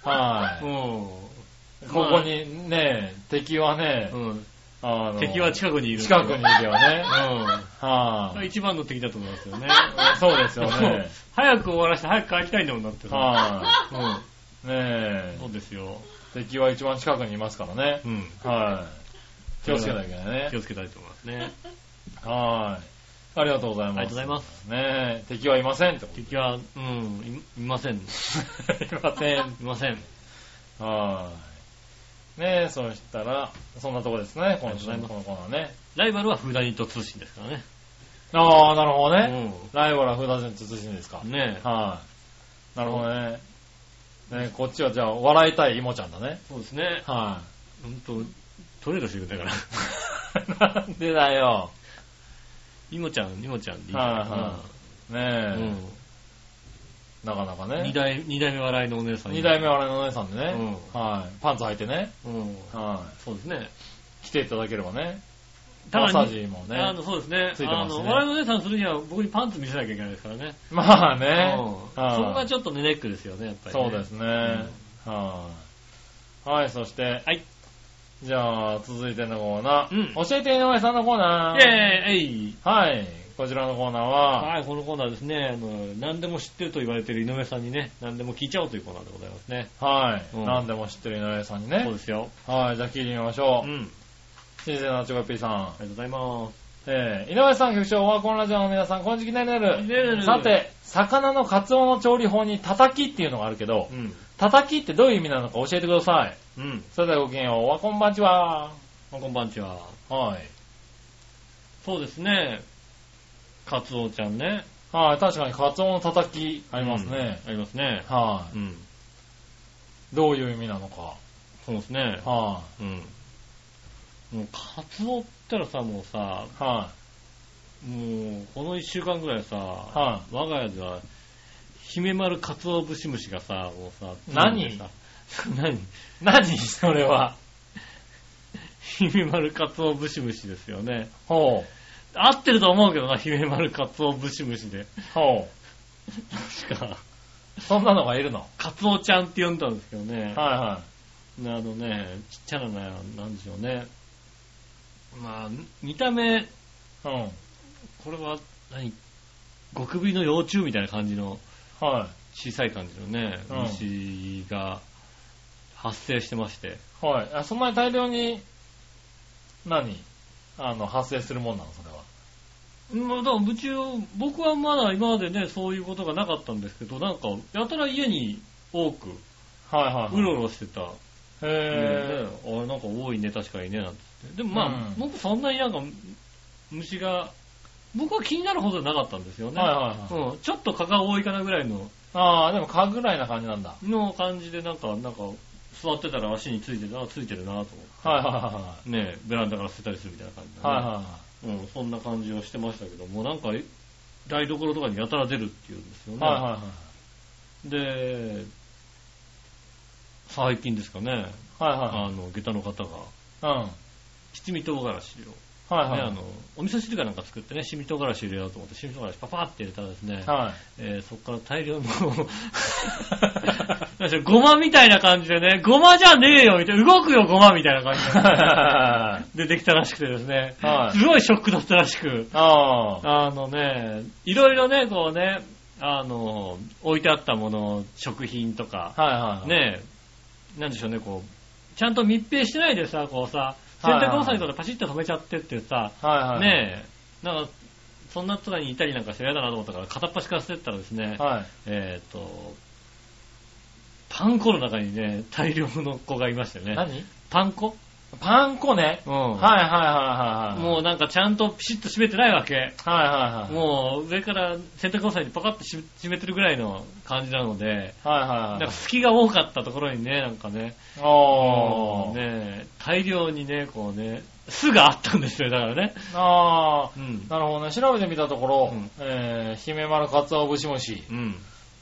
[SPEAKER 3] はい、
[SPEAKER 2] う
[SPEAKER 3] ここにね、敵はね、
[SPEAKER 2] ん。うん。
[SPEAKER 3] あの
[SPEAKER 2] 敵は近くにいる。
[SPEAKER 3] 近くにいるよね。
[SPEAKER 2] う
[SPEAKER 3] は
[SPEAKER 2] ん。
[SPEAKER 3] い、
[SPEAKER 2] 一番の敵だと思いますよ
[SPEAKER 3] (laughs)
[SPEAKER 2] ね。
[SPEAKER 3] そうですよ (laughs) ね。
[SPEAKER 2] 早く終わらせて早く帰りたいんだもんだってさ。
[SPEAKER 3] は
[SPEAKER 2] う
[SPEAKER 3] い、ねえ
[SPEAKER 2] ん。そうですよ。
[SPEAKER 3] 敵は一番近くにいますからね。
[SPEAKER 2] うん。
[SPEAKER 3] はい。気をつけなきゃいけない
[SPEAKER 2] 気
[SPEAKER 3] ね。
[SPEAKER 2] をつけたいと思いますね。
[SPEAKER 3] はい。ありがとうございます。
[SPEAKER 2] ありがとうございます。
[SPEAKER 3] ねえ、敵はいませんってこ
[SPEAKER 2] 敵は、うん、いいません。い
[SPEAKER 3] と。いません。
[SPEAKER 2] ません。
[SPEAKER 3] はい。ねえ、そしたら、そんなとこですね、今週
[SPEAKER 2] あ
[SPEAKER 3] の
[SPEAKER 2] りが
[SPEAKER 3] ことのコーナーね。
[SPEAKER 2] ライバルはフーダニット通信ですからね。
[SPEAKER 3] ああ、なるほどね。
[SPEAKER 2] う
[SPEAKER 3] ライバルはフーダジェンツ通信ですか。
[SPEAKER 2] ん。ねえ。
[SPEAKER 3] はい。なるほどね。ねこっちはじゃあ、笑いたいイモちゃんだね。
[SPEAKER 2] そうですね。
[SPEAKER 3] は
[SPEAKER 2] ほんと、トレードしてくれたから。
[SPEAKER 3] い。 (laughs) なんでだよ。
[SPEAKER 2] いもちゃん、いもちゃんでいい
[SPEAKER 3] は
[SPEAKER 2] か
[SPEAKER 3] ね
[SPEAKER 2] ら。
[SPEAKER 3] え、
[SPEAKER 2] うん。
[SPEAKER 3] なかなか
[SPEAKER 2] 二
[SPEAKER 3] ね。
[SPEAKER 2] 代、二代目笑いのお姉さん。
[SPEAKER 3] 二代目笑いのお姉さんでね、
[SPEAKER 2] う
[SPEAKER 3] はい。パンツ履いてね、
[SPEAKER 2] 目。うん。
[SPEAKER 3] は
[SPEAKER 2] そうですね。
[SPEAKER 3] い。来ていただければね。
[SPEAKER 2] ただ
[SPEAKER 3] マッ
[SPEAKER 2] に
[SPEAKER 3] サージも
[SPEAKER 2] あ
[SPEAKER 3] ね。
[SPEAKER 2] の、そうですね。
[SPEAKER 3] ついてますね
[SPEAKER 2] あの、笑いのお姉さんするには僕にパンツ見せなきゃいけないですからね。
[SPEAKER 3] まあ
[SPEAKER 2] う
[SPEAKER 3] ね。
[SPEAKER 2] ん。そこ
[SPEAKER 3] はい
[SPEAKER 2] がちょっとね、ネックですよね、やっぱりね。
[SPEAKER 3] そうですね。はい。はい、そして、
[SPEAKER 2] はい。
[SPEAKER 3] じゃあ、続いてのコーナー。
[SPEAKER 2] うん
[SPEAKER 3] 教えて井上さんのコーナ
[SPEAKER 2] イ
[SPEAKER 3] ー。
[SPEAKER 2] ェーイえい
[SPEAKER 3] はい。こちらのコーナーは、
[SPEAKER 2] はい、このコーナーですね、あの、何でも知ってると言われてる井上さんにね、何でも聞いちゃおうというコーナーでございますね。
[SPEAKER 3] はい。
[SPEAKER 2] うん
[SPEAKER 3] 何でも知ってる井上さんにね
[SPEAKER 2] そう。ですよ。
[SPEAKER 3] はい、じゃあ聞いてみまし
[SPEAKER 2] うん。あ
[SPEAKER 3] ょう。
[SPEAKER 2] り
[SPEAKER 3] 新鮮なチョコピーさん
[SPEAKER 2] が。とうございます。
[SPEAKER 3] えー、井上さん局長、オワコンラジオの皆さん、こんにちきなりな
[SPEAKER 2] こんにちきなりな
[SPEAKER 3] る。
[SPEAKER 2] る
[SPEAKER 3] さて、魚のカツオの調理法に叩きっていうのがあるけど
[SPEAKER 2] う、ん。
[SPEAKER 3] 叩きってどういう意味なのか教えてください。
[SPEAKER 2] うん。
[SPEAKER 3] それではごきげんよう。おはこんばんちは。
[SPEAKER 2] まあこんばんちは。
[SPEAKER 3] はい。
[SPEAKER 2] そうですね。カツオちゃんね。
[SPEAKER 3] はい、確かにカツオの叩きありますね。
[SPEAKER 2] うんありますね。
[SPEAKER 3] は
[SPEAKER 2] うん。
[SPEAKER 3] い。どういう意味なのか。
[SPEAKER 2] そうですね。
[SPEAKER 3] は
[SPEAKER 2] うん。もう、カツオったらさ、もうさ、
[SPEAKER 3] い。は
[SPEAKER 2] もう、この一週間ぐらいさ、
[SPEAKER 3] は
[SPEAKER 2] 我が家では、姫丸カツオブシムシがさ、もうさ、
[SPEAKER 3] 何
[SPEAKER 2] 常にさ (laughs) 何
[SPEAKER 3] い。何それは。
[SPEAKER 2] 姫丸カツオブシムシですよね。
[SPEAKER 3] ほ
[SPEAKER 2] 合ってると思うけどな、姫丸カツオブシムシで。
[SPEAKER 3] う。ほ
[SPEAKER 2] 確か、
[SPEAKER 3] う。そんなのがいるの。は
[SPEAKER 2] カツオちゃんって呼んだんですけどね
[SPEAKER 3] い。は
[SPEAKER 2] あのね、ちっちゃなね、なんでしょうね。まあ、見た目、
[SPEAKER 3] い。うん。
[SPEAKER 2] これは、何極首の幼虫みたいな感じの、
[SPEAKER 3] は
[SPEAKER 2] 小さい感じのね、
[SPEAKER 3] うん
[SPEAKER 2] 虫が発生してまして。
[SPEAKER 3] い。はい。あそんなに大量に、何あの、発生するもんなの、それは。
[SPEAKER 2] まあ、だから、うちを、僕はまだ今までね、そういうことがなかったんですけど、なんか、やたら家に多く、
[SPEAKER 3] はいはい、はいう
[SPEAKER 2] ろうろしてた
[SPEAKER 3] へ
[SPEAKER 2] であれなんか多いね、確かにね、なんて言って。でもまあ、
[SPEAKER 3] うん
[SPEAKER 2] 僕そんなになんか虫が、僕は気になるほどじゃなかったんですよ
[SPEAKER 3] ぇ
[SPEAKER 2] ね。
[SPEAKER 3] ー。はいはいはい。
[SPEAKER 2] うん、ちょっと蚊が多いかなぐらいの、
[SPEAKER 3] ああ、でも蚊ぐらいな感じなんだ。は
[SPEAKER 2] の感じでなんか、なんか、座ってたら足についてるな、ついてるなと思っ
[SPEAKER 3] いはいは
[SPEAKER 2] て。ねベランダから捨てたりするみたいな感じで、
[SPEAKER 3] いはい。はいは
[SPEAKER 2] うん、そんな感じをしてましたけども、なんか、台所とかにやたら出るっていうんですよ
[SPEAKER 3] い。
[SPEAKER 2] ね。
[SPEAKER 3] はいはいはい。
[SPEAKER 2] で、最近ですかね、
[SPEAKER 3] はい
[SPEAKER 2] あ
[SPEAKER 3] は
[SPEAKER 2] の、下駄の方が、
[SPEAKER 3] いはい。うん。
[SPEAKER 2] 七味唐辛子を、
[SPEAKER 3] はい
[SPEAKER 2] ね、
[SPEAKER 3] はい。
[SPEAKER 2] あの、お味噌汁かなんか作ってね、七味唐辛子入れようと思って、七味唐辛子パパーって入れたらですね、
[SPEAKER 3] はい。
[SPEAKER 2] えーそこから大量の (laughs) なんでしょう、ごまみたいな感じでね、ごまじゃねえよみたいな、動くよごまみたいな感じで
[SPEAKER 3] (laughs)
[SPEAKER 2] 出てきたらしくてですね、
[SPEAKER 3] はい
[SPEAKER 2] すごいショックだったらしく、
[SPEAKER 3] ああ。
[SPEAKER 2] あのね、いろいろね、こうね、あの、置いてあったもの、食品とか、
[SPEAKER 3] はいはい。。
[SPEAKER 2] ねえ、なんでしょうね、こう、ちゃんと密閉してないでさ、こうさ、洗
[SPEAKER 3] はいはい
[SPEAKER 2] 濯ばさみとかでパシッと止めちゃってってさ、
[SPEAKER 3] はいはい。
[SPEAKER 2] ねえ、なんか、そんなとかにいたりなんかして嫌だなと思ったから、片っ端から捨てったらですね、
[SPEAKER 3] はい。
[SPEAKER 2] えっ、と、パン粉の中にね、大量の子がいましてね。
[SPEAKER 3] 何
[SPEAKER 2] パン粉
[SPEAKER 3] パン粉ね。
[SPEAKER 2] うん。
[SPEAKER 3] はいはいはいはいはい。
[SPEAKER 2] もうなんかちゃんとピシッと閉めてないわけ。
[SPEAKER 3] う、はいはいはい。
[SPEAKER 2] もう上から洗濯ばさみにパカッと閉めてるぐらいの感じなので、
[SPEAKER 3] う、は
[SPEAKER 2] なん
[SPEAKER 3] いはい
[SPEAKER 2] か
[SPEAKER 3] はい。
[SPEAKER 2] 隙が多かったところにね、なんかね、
[SPEAKER 3] おー。
[SPEAKER 2] ねえ、大量にね、こうね、巣があったんですよ、だからね。
[SPEAKER 3] ああ。
[SPEAKER 2] うん。
[SPEAKER 3] なるほどね。調べてみたところ、
[SPEAKER 2] うん
[SPEAKER 3] えー、姫丸カツオブシムシ、
[SPEAKER 2] うん。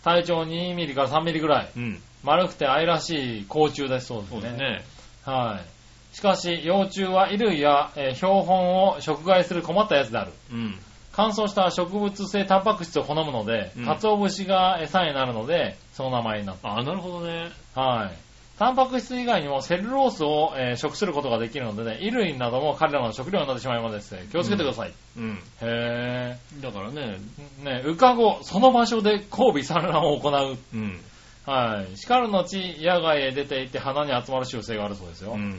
[SPEAKER 3] 体長2ミリから3ミリぐらい、
[SPEAKER 2] うん。
[SPEAKER 3] 丸くて愛らしい甲虫だしそうです
[SPEAKER 2] そ
[SPEAKER 3] ね。
[SPEAKER 2] うですね。
[SPEAKER 3] はい。しかし、幼虫は衣類や、えー標本を食害する困ったやつである。
[SPEAKER 2] うん。
[SPEAKER 3] 乾燥した植物性タンパク質を好むので
[SPEAKER 2] うん、
[SPEAKER 3] 鰹節が餌になるので、その名前になっ
[SPEAKER 2] あ、なるほどね。
[SPEAKER 3] た。はい。タンパク質以外にもセルロースを、えー食することができるのでね、衣類なども彼らの食料になってしまいますので気をつけてください。
[SPEAKER 2] うん。
[SPEAKER 3] へ
[SPEAKER 2] だからね、
[SPEAKER 3] ぇー。ね、浮かご、その場所で交尾産卵を行う。
[SPEAKER 2] うん。
[SPEAKER 3] はい。叱る後、野外へ出て行って花に集まる習性があるそうですよ。
[SPEAKER 2] うん。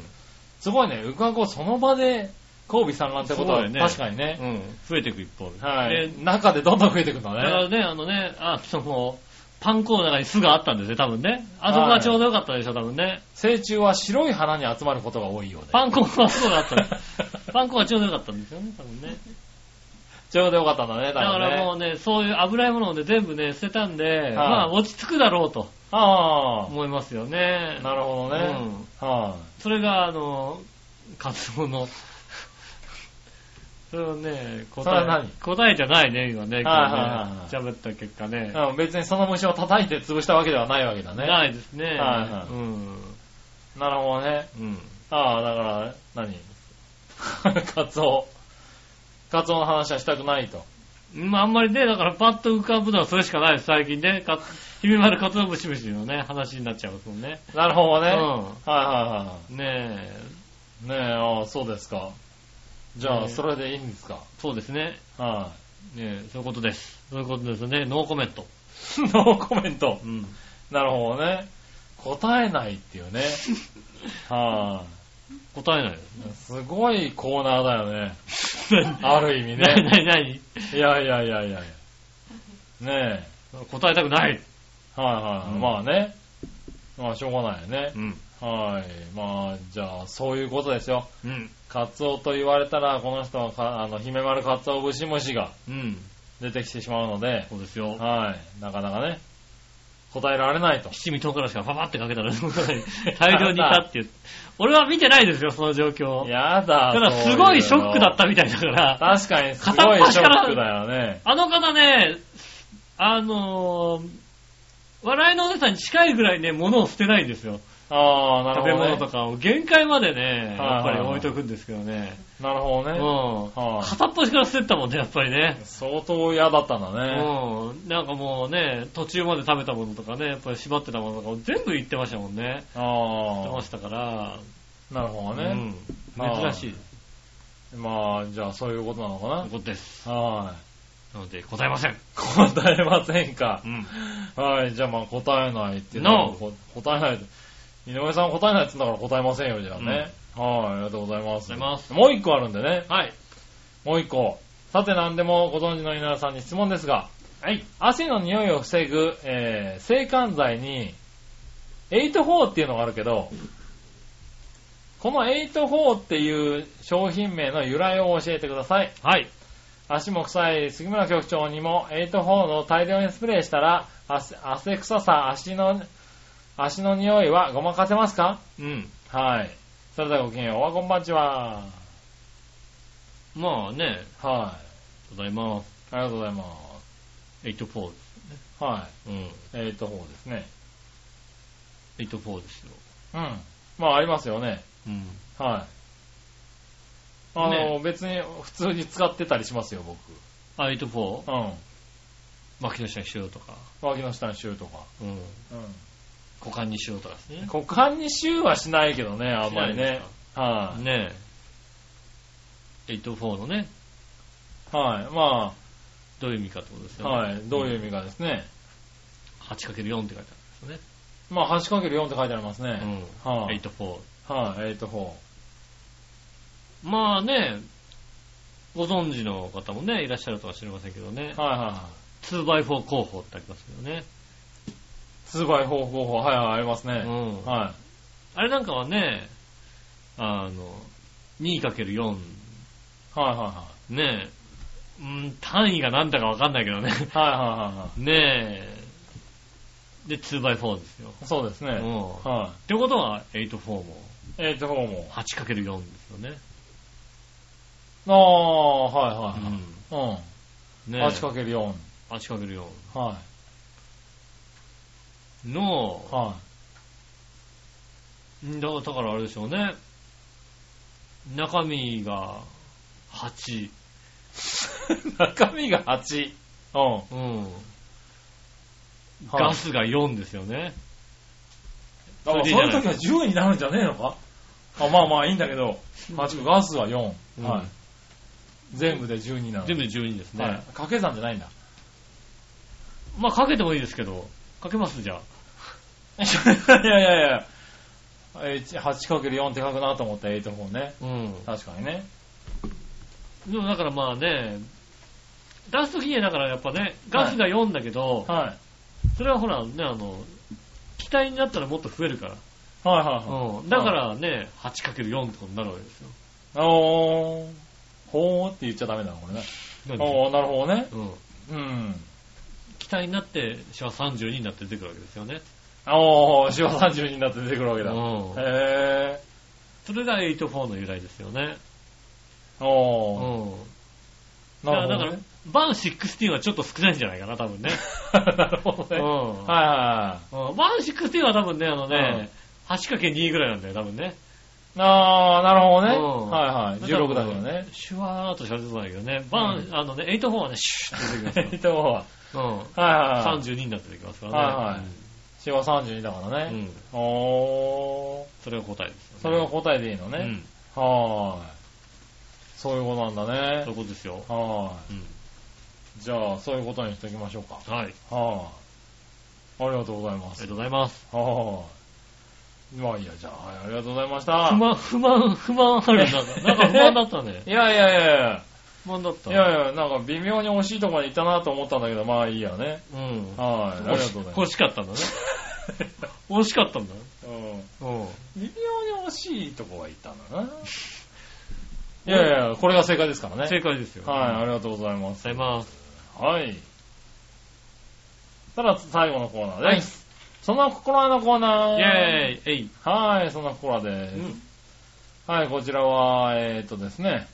[SPEAKER 3] すごいね、浮かごその場で交尾産卵ってこ
[SPEAKER 2] そ
[SPEAKER 3] と
[SPEAKER 2] うだ
[SPEAKER 3] は、
[SPEAKER 2] よね
[SPEAKER 3] 確かにね。
[SPEAKER 2] うん。増えていく一方で。
[SPEAKER 3] はい
[SPEAKER 2] で。
[SPEAKER 3] 中でどんどん増えていくんだ
[SPEAKER 2] だか
[SPEAKER 3] ね。
[SPEAKER 2] らね、あのね、あ、その、パン粉の中に巣があったんですね、多分ね。あそこがちょうどよかったでしょ、多分ね。
[SPEAKER 3] 成虫は白い花に集まることが多いようで。
[SPEAKER 2] パン粉がそうだったん (laughs) です。パン粉がちょうどよかったんですよね、多分ね。
[SPEAKER 3] ちょうどよかったんだね、だ
[SPEAKER 2] だからも
[SPEAKER 3] ね。
[SPEAKER 2] うね、そういう油いものをね、全部ね、捨てたんで、まあ、落ち着くだろうと
[SPEAKER 3] あ
[SPEAKER 2] 思いますよね
[SPEAKER 3] あ、。なるほどね。は
[SPEAKER 2] それが、あの、カツオの、 (laughs) それをね、
[SPEAKER 3] それ
[SPEAKER 2] 答
[SPEAKER 3] は
[SPEAKER 2] え
[SPEAKER 3] 何、
[SPEAKER 2] 答えじゃないね、今ね、
[SPEAKER 3] はい
[SPEAKER 2] 今
[SPEAKER 3] はい
[SPEAKER 2] ね、
[SPEAKER 3] は
[SPEAKER 2] 喋った結果ね
[SPEAKER 3] い。。うん別にその虫を叩いて潰したわけではないわけだね。
[SPEAKER 2] ないですね。
[SPEAKER 3] はいはい
[SPEAKER 2] うん。
[SPEAKER 3] なるほどね。
[SPEAKER 2] うん。
[SPEAKER 3] ああ、だから、何 (laughs) カツオ。カツオの話はしたくないと。
[SPEAKER 2] まあ、あんまりね、だからパッと浮かぶのはそれしかないです、最近ね。かひび丸かつおぶしむしのね、話になっちゃいますもんね。
[SPEAKER 3] なるほどね。はいは
[SPEAKER 2] う
[SPEAKER 3] いは
[SPEAKER 2] ん。ねえ、
[SPEAKER 3] い。ねえ、ああ、そうですか。じゃ
[SPEAKER 2] ね
[SPEAKER 3] あ、それでいいんですか。
[SPEAKER 2] そうですね。
[SPEAKER 3] は
[SPEAKER 2] ねえ、そういうことです。そういうことですね。ノーコメント。
[SPEAKER 3] い。 (laughs) ノーコメント。
[SPEAKER 2] うん。
[SPEAKER 3] なるほどね。答えないってい
[SPEAKER 2] (laughs)
[SPEAKER 3] うね。は
[SPEAKER 2] 答えないです。
[SPEAKER 3] い、すごいコーナーだよね。
[SPEAKER 2] (laughs)
[SPEAKER 3] ある意味
[SPEAKER 2] なに
[SPEAKER 3] ね。
[SPEAKER 2] なになに
[SPEAKER 3] いやいやいやいやいや。ね
[SPEAKER 2] 答えたくない。
[SPEAKER 3] え。はいはい。
[SPEAKER 2] うん
[SPEAKER 3] まあね。まあしょうがないよね
[SPEAKER 2] う。ん。
[SPEAKER 3] はい。まあ、じゃあ、そういうことですよ。
[SPEAKER 2] うん。
[SPEAKER 3] カツオと言われたら、この人はか、あの、姫丸カツオ節虫が
[SPEAKER 2] うん。
[SPEAKER 3] 出てきてしまうので、
[SPEAKER 2] そうですよ。
[SPEAKER 3] はい。なかなかね、答えられないと。
[SPEAKER 2] 七味唐辛子がパパってかけ
[SPEAKER 3] (laughs)
[SPEAKER 2] たら、大量にいたっていう。俺は見てないですよ、その状況。
[SPEAKER 3] やだ。
[SPEAKER 2] ただ、
[SPEAKER 3] そうい
[SPEAKER 2] す
[SPEAKER 3] うの
[SPEAKER 2] ごいショックだったみたいだから、
[SPEAKER 3] 確かにすごいショックだよね。
[SPEAKER 2] あの方ね、あのー、笑いのお姉さんに近いぐらいね、物を捨てないんですよ。
[SPEAKER 3] ああ、な
[SPEAKER 2] 食べ
[SPEAKER 3] るほど、
[SPEAKER 2] 物
[SPEAKER 3] ね。
[SPEAKER 2] とかを限界までね、
[SPEAKER 3] はい
[SPEAKER 2] やっぱ
[SPEAKER 3] はいはい
[SPEAKER 2] り置いとくんですけどね。
[SPEAKER 3] なるほど
[SPEAKER 2] う
[SPEAKER 3] ね。
[SPEAKER 2] ん。
[SPEAKER 3] はい
[SPEAKER 2] 片っ端から捨てったもんね、やっぱりね。
[SPEAKER 3] 相当嫌だったんだね。
[SPEAKER 2] うん。なんかもうね、途中まで食べたものとかね、やっぱり縛ってたものとかを全部言ってましたもんね。言って
[SPEAKER 3] あ
[SPEAKER 2] ましたから、
[SPEAKER 3] あ、なるほどね。
[SPEAKER 2] うん、珍しい
[SPEAKER 3] まあ、じゃあそういうことなの
[SPEAKER 2] という
[SPEAKER 3] か
[SPEAKER 2] ことです。
[SPEAKER 3] な。はい。
[SPEAKER 2] なので、答えません。
[SPEAKER 3] 答えませんか
[SPEAKER 2] う。ん。
[SPEAKER 3] はい、じゃあまあ答えないっていうのは
[SPEAKER 2] No
[SPEAKER 3] こ答えない。井上さん答えないって言うんだから答えませんよ、じゃあね。はい、ありがとうございます。
[SPEAKER 2] ありがとうございます
[SPEAKER 3] もう一個あるんでね。
[SPEAKER 2] はい。
[SPEAKER 3] もう一個。さて何でもご存知の井上さんに質問ですが、
[SPEAKER 2] はい。
[SPEAKER 3] 汗の匂いを防ぐ、えー、制汗剤に、84っていうのがあるけど、この84っていう商品名の由来を教えてください。
[SPEAKER 2] はい。
[SPEAKER 3] 足も臭い杉村局長にも84を大量にスプレーしたら、汗汗臭さ、足の、足の匂いはごまかせますか
[SPEAKER 2] うん。
[SPEAKER 3] はい。それではごきげんよう。おはこんばんちは。
[SPEAKER 2] まあね、
[SPEAKER 3] は
[SPEAKER 2] ただいま、
[SPEAKER 3] い。ありがとうございます。
[SPEAKER 2] 84。
[SPEAKER 3] は
[SPEAKER 2] うん。
[SPEAKER 3] い。えっ、と、方ですね。
[SPEAKER 2] 84ですよ。
[SPEAKER 3] うん。まあ、ありますよね。
[SPEAKER 2] うん。
[SPEAKER 3] はい。あの、
[SPEAKER 2] ね
[SPEAKER 3] 別に普通に使ってたりしますよ、僕。
[SPEAKER 2] あ 84?
[SPEAKER 3] うん。
[SPEAKER 2] 巻きの下にしようとか。
[SPEAKER 3] 脇の下にシューとか。
[SPEAKER 2] うん。
[SPEAKER 3] う
[SPEAKER 2] 股間にしようとかですね。
[SPEAKER 3] 股間にシューはしないけどね、あんまり
[SPEAKER 2] しない
[SPEAKER 3] ね
[SPEAKER 2] です。か。
[SPEAKER 3] はい、
[SPEAKER 2] ねえ。84のね、
[SPEAKER 3] はい。ま
[SPEAKER 2] どういう意味かってことです
[SPEAKER 3] あ、
[SPEAKER 2] よね。
[SPEAKER 3] はい。どういううん意味かですね。
[SPEAKER 2] 8×4 って書いてあるんです
[SPEAKER 3] まあ、8×4 って書いてあります
[SPEAKER 2] よ
[SPEAKER 3] ね。
[SPEAKER 2] ね。うん。
[SPEAKER 3] はい、
[SPEAKER 2] 84。
[SPEAKER 3] はい、8-4。
[SPEAKER 2] まあね、ご存知の方もね、いらっしゃるとは知りませんけどね。
[SPEAKER 3] はいはいは
[SPEAKER 2] 2x4 候補ってありますけどね。
[SPEAKER 3] い。2倍方法法、はいはい、ありますね。
[SPEAKER 2] うん。
[SPEAKER 3] は
[SPEAKER 2] あれなんかはね、あの、2×4、
[SPEAKER 3] い。はいは
[SPEAKER 2] ねえ、うん、単位が何だかわかんないけどね。
[SPEAKER 3] いはい。はいはいはいは
[SPEAKER 2] ねえ。で、2x4 ですよ。
[SPEAKER 3] い。そうです
[SPEAKER 2] う
[SPEAKER 3] ね。
[SPEAKER 2] ん。っ
[SPEAKER 3] は
[SPEAKER 2] てことは、8-4も、
[SPEAKER 3] い。8-4も。
[SPEAKER 2] 8×4 ですよね。
[SPEAKER 3] ああ、はいは
[SPEAKER 2] う
[SPEAKER 3] いはい。
[SPEAKER 2] ん。
[SPEAKER 3] うん。
[SPEAKER 2] ねえ。
[SPEAKER 3] 8×4。
[SPEAKER 2] 8×4
[SPEAKER 3] は
[SPEAKER 2] の
[SPEAKER 3] い。、は
[SPEAKER 2] だからだからあれでしょうね。中身が8。
[SPEAKER 3] い。 (laughs) 中身が8。うん。
[SPEAKER 2] うん。
[SPEAKER 3] はい
[SPEAKER 2] ガスが4ですよね。
[SPEAKER 3] だから
[SPEAKER 2] それでいい
[SPEAKER 3] そ
[SPEAKER 2] じゃな
[SPEAKER 3] の
[SPEAKER 2] い
[SPEAKER 3] 時は10になるんじゃねえ
[SPEAKER 2] (laughs)
[SPEAKER 3] のかあまあまあいいんだけど、8ガスは4。
[SPEAKER 2] うん
[SPEAKER 3] はい。全部で12なの。
[SPEAKER 2] 全部で12ですね。
[SPEAKER 3] はい。掛け算じ
[SPEAKER 2] (laughs)
[SPEAKER 3] ゃないんだ。
[SPEAKER 2] まあかけてもいいですけど、かけますじゃあ。
[SPEAKER 3] いやいやいや。えー 8×4 って書くなと思った8の方ね。
[SPEAKER 2] うん。
[SPEAKER 3] 確かにね。
[SPEAKER 2] でもだからまあね、出すときにはだからやっぱね、ガスが4だけど、
[SPEAKER 3] は
[SPEAKER 2] それはほらね、あの、気体になったらもっと増えるから。
[SPEAKER 3] い。はいはいは
[SPEAKER 2] うん。だからね、8×4 ってことになるわけですよ。
[SPEAKER 3] い。おー。ほーって言っちゃダメだな、これね。
[SPEAKER 2] なんで
[SPEAKER 3] おー、なるほどね。
[SPEAKER 2] うん。
[SPEAKER 3] うん。
[SPEAKER 2] 気体になって、シワ32になって出てくるわけですよね。
[SPEAKER 3] おー、シワ32になって出てくるわけだ。
[SPEAKER 2] うん。
[SPEAKER 3] へ
[SPEAKER 2] それが84の由来ですよね。
[SPEAKER 3] ー。
[SPEAKER 2] う
[SPEAKER 3] おー。
[SPEAKER 2] ん。だから、
[SPEAKER 3] なる
[SPEAKER 2] だ
[SPEAKER 3] ほ
[SPEAKER 2] か
[SPEAKER 3] ど
[SPEAKER 2] ら
[SPEAKER 3] ね。
[SPEAKER 2] バン16はちょっと少ないんじゃないかな、多分ね。
[SPEAKER 3] (laughs) なるほど
[SPEAKER 2] う
[SPEAKER 3] ね。
[SPEAKER 2] ん。
[SPEAKER 3] はいはいはい。
[SPEAKER 2] うんバン16は多分ね、あのね、8×2 ぐらいなんだよ、多分ね。
[SPEAKER 3] あー、なるほどね。
[SPEAKER 2] うん
[SPEAKER 3] はいはい。16だけどね。
[SPEAKER 2] シュワーっとしか出てこないけどね。バン、
[SPEAKER 3] う
[SPEAKER 2] あのね、84はね、シューって出てきます
[SPEAKER 3] (laughs) えっと、はい
[SPEAKER 2] よ。うん。
[SPEAKER 3] はいはい。
[SPEAKER 2] 32になってできますからね。
[SPEAKER 3] はいはいシワ32だから
[SPEAKER 2] うんう
[SPEAKER 3] ね。
[SPEAKER 2] ん。
[SPEAKER 3] おー。
[SPEAKER 2] それが答えですよね。
[SPEAKER 3] それが答えでいいのね。はーい。そういうことなん
[SPEAKER 2] うん。
[SPEAKER 3] だ
[SPEAKER 2] そうい
[SPEAKER 3] ね。
[SPEAKER 2] うことですよ。
[SPEAKER 3] は
[SPEAKER 2] うん。
[SPEAKER 3] ーい。じゃあ、そういうことにしておきましょうか。
[SPEAKER 2] はい。あり
[SPEAKER 3] はーい。ありがとうございま
[SPEAKER 2] が
[SPEAKER 3] す。
[SPEAKER 2] とうございます。
[SPEAKER 3] はーい。まあいいや、じゃあ、はい、ありがとうございました。
[SPEAKER 2] 不満、不満、不満あるんだ。なんか不満だったね。
[SPEAKER 3] いやいやいやいや。
[SPEAKER 2] 不満だった。
[SPEAKER 3] いやいや、なんか微妙に惜しいところに行ったなと思ったんだけど、まあいいやね。
[SPEAKER 2] うん。
[SPEAKER 3] はい。ありがとうございま
[SPEAKER 2] 惜しかったんだね。惜しかったんだ。
[SPEAKER 3] す。うん
[SPEAKER 2] うん。
[SPEAKER 3] 微妙に惜しいとこは行ったん
[SPEAKER 2] (laughs)
[SPEAKER 3] だな。いやいや、これが正解ですからね。
[SPEAKER 2] 正解ですよ。
[SPEAKER 3] はい、
[SPEAKER 2] あ
[SPEAKER 3] あ
[SPEAKER 2] りがとう
[SPEAKER 3] りがとうございま
[SPEAKER 2] ご
[SPEAKER 3] す。
[SPEAKER 2] ざいます。
[SPEAKER 3] はい。ただ、最後のコーナーです。そんな心のコー
[SPEAKER 2] イ
[SPEAKER 3] ナ
[SPEAKER 2] ェ
[SPEAKER 3] ー。
[SPEAKER 2] ーイえい。
[SPEAKER 3] はい、そんな心で
[SPEAKER 2] う
[SPEAKER 3] す。
[SPEAKER 2] ん。
[SPEAKER 3] はい、こちらは、えー、っとですね、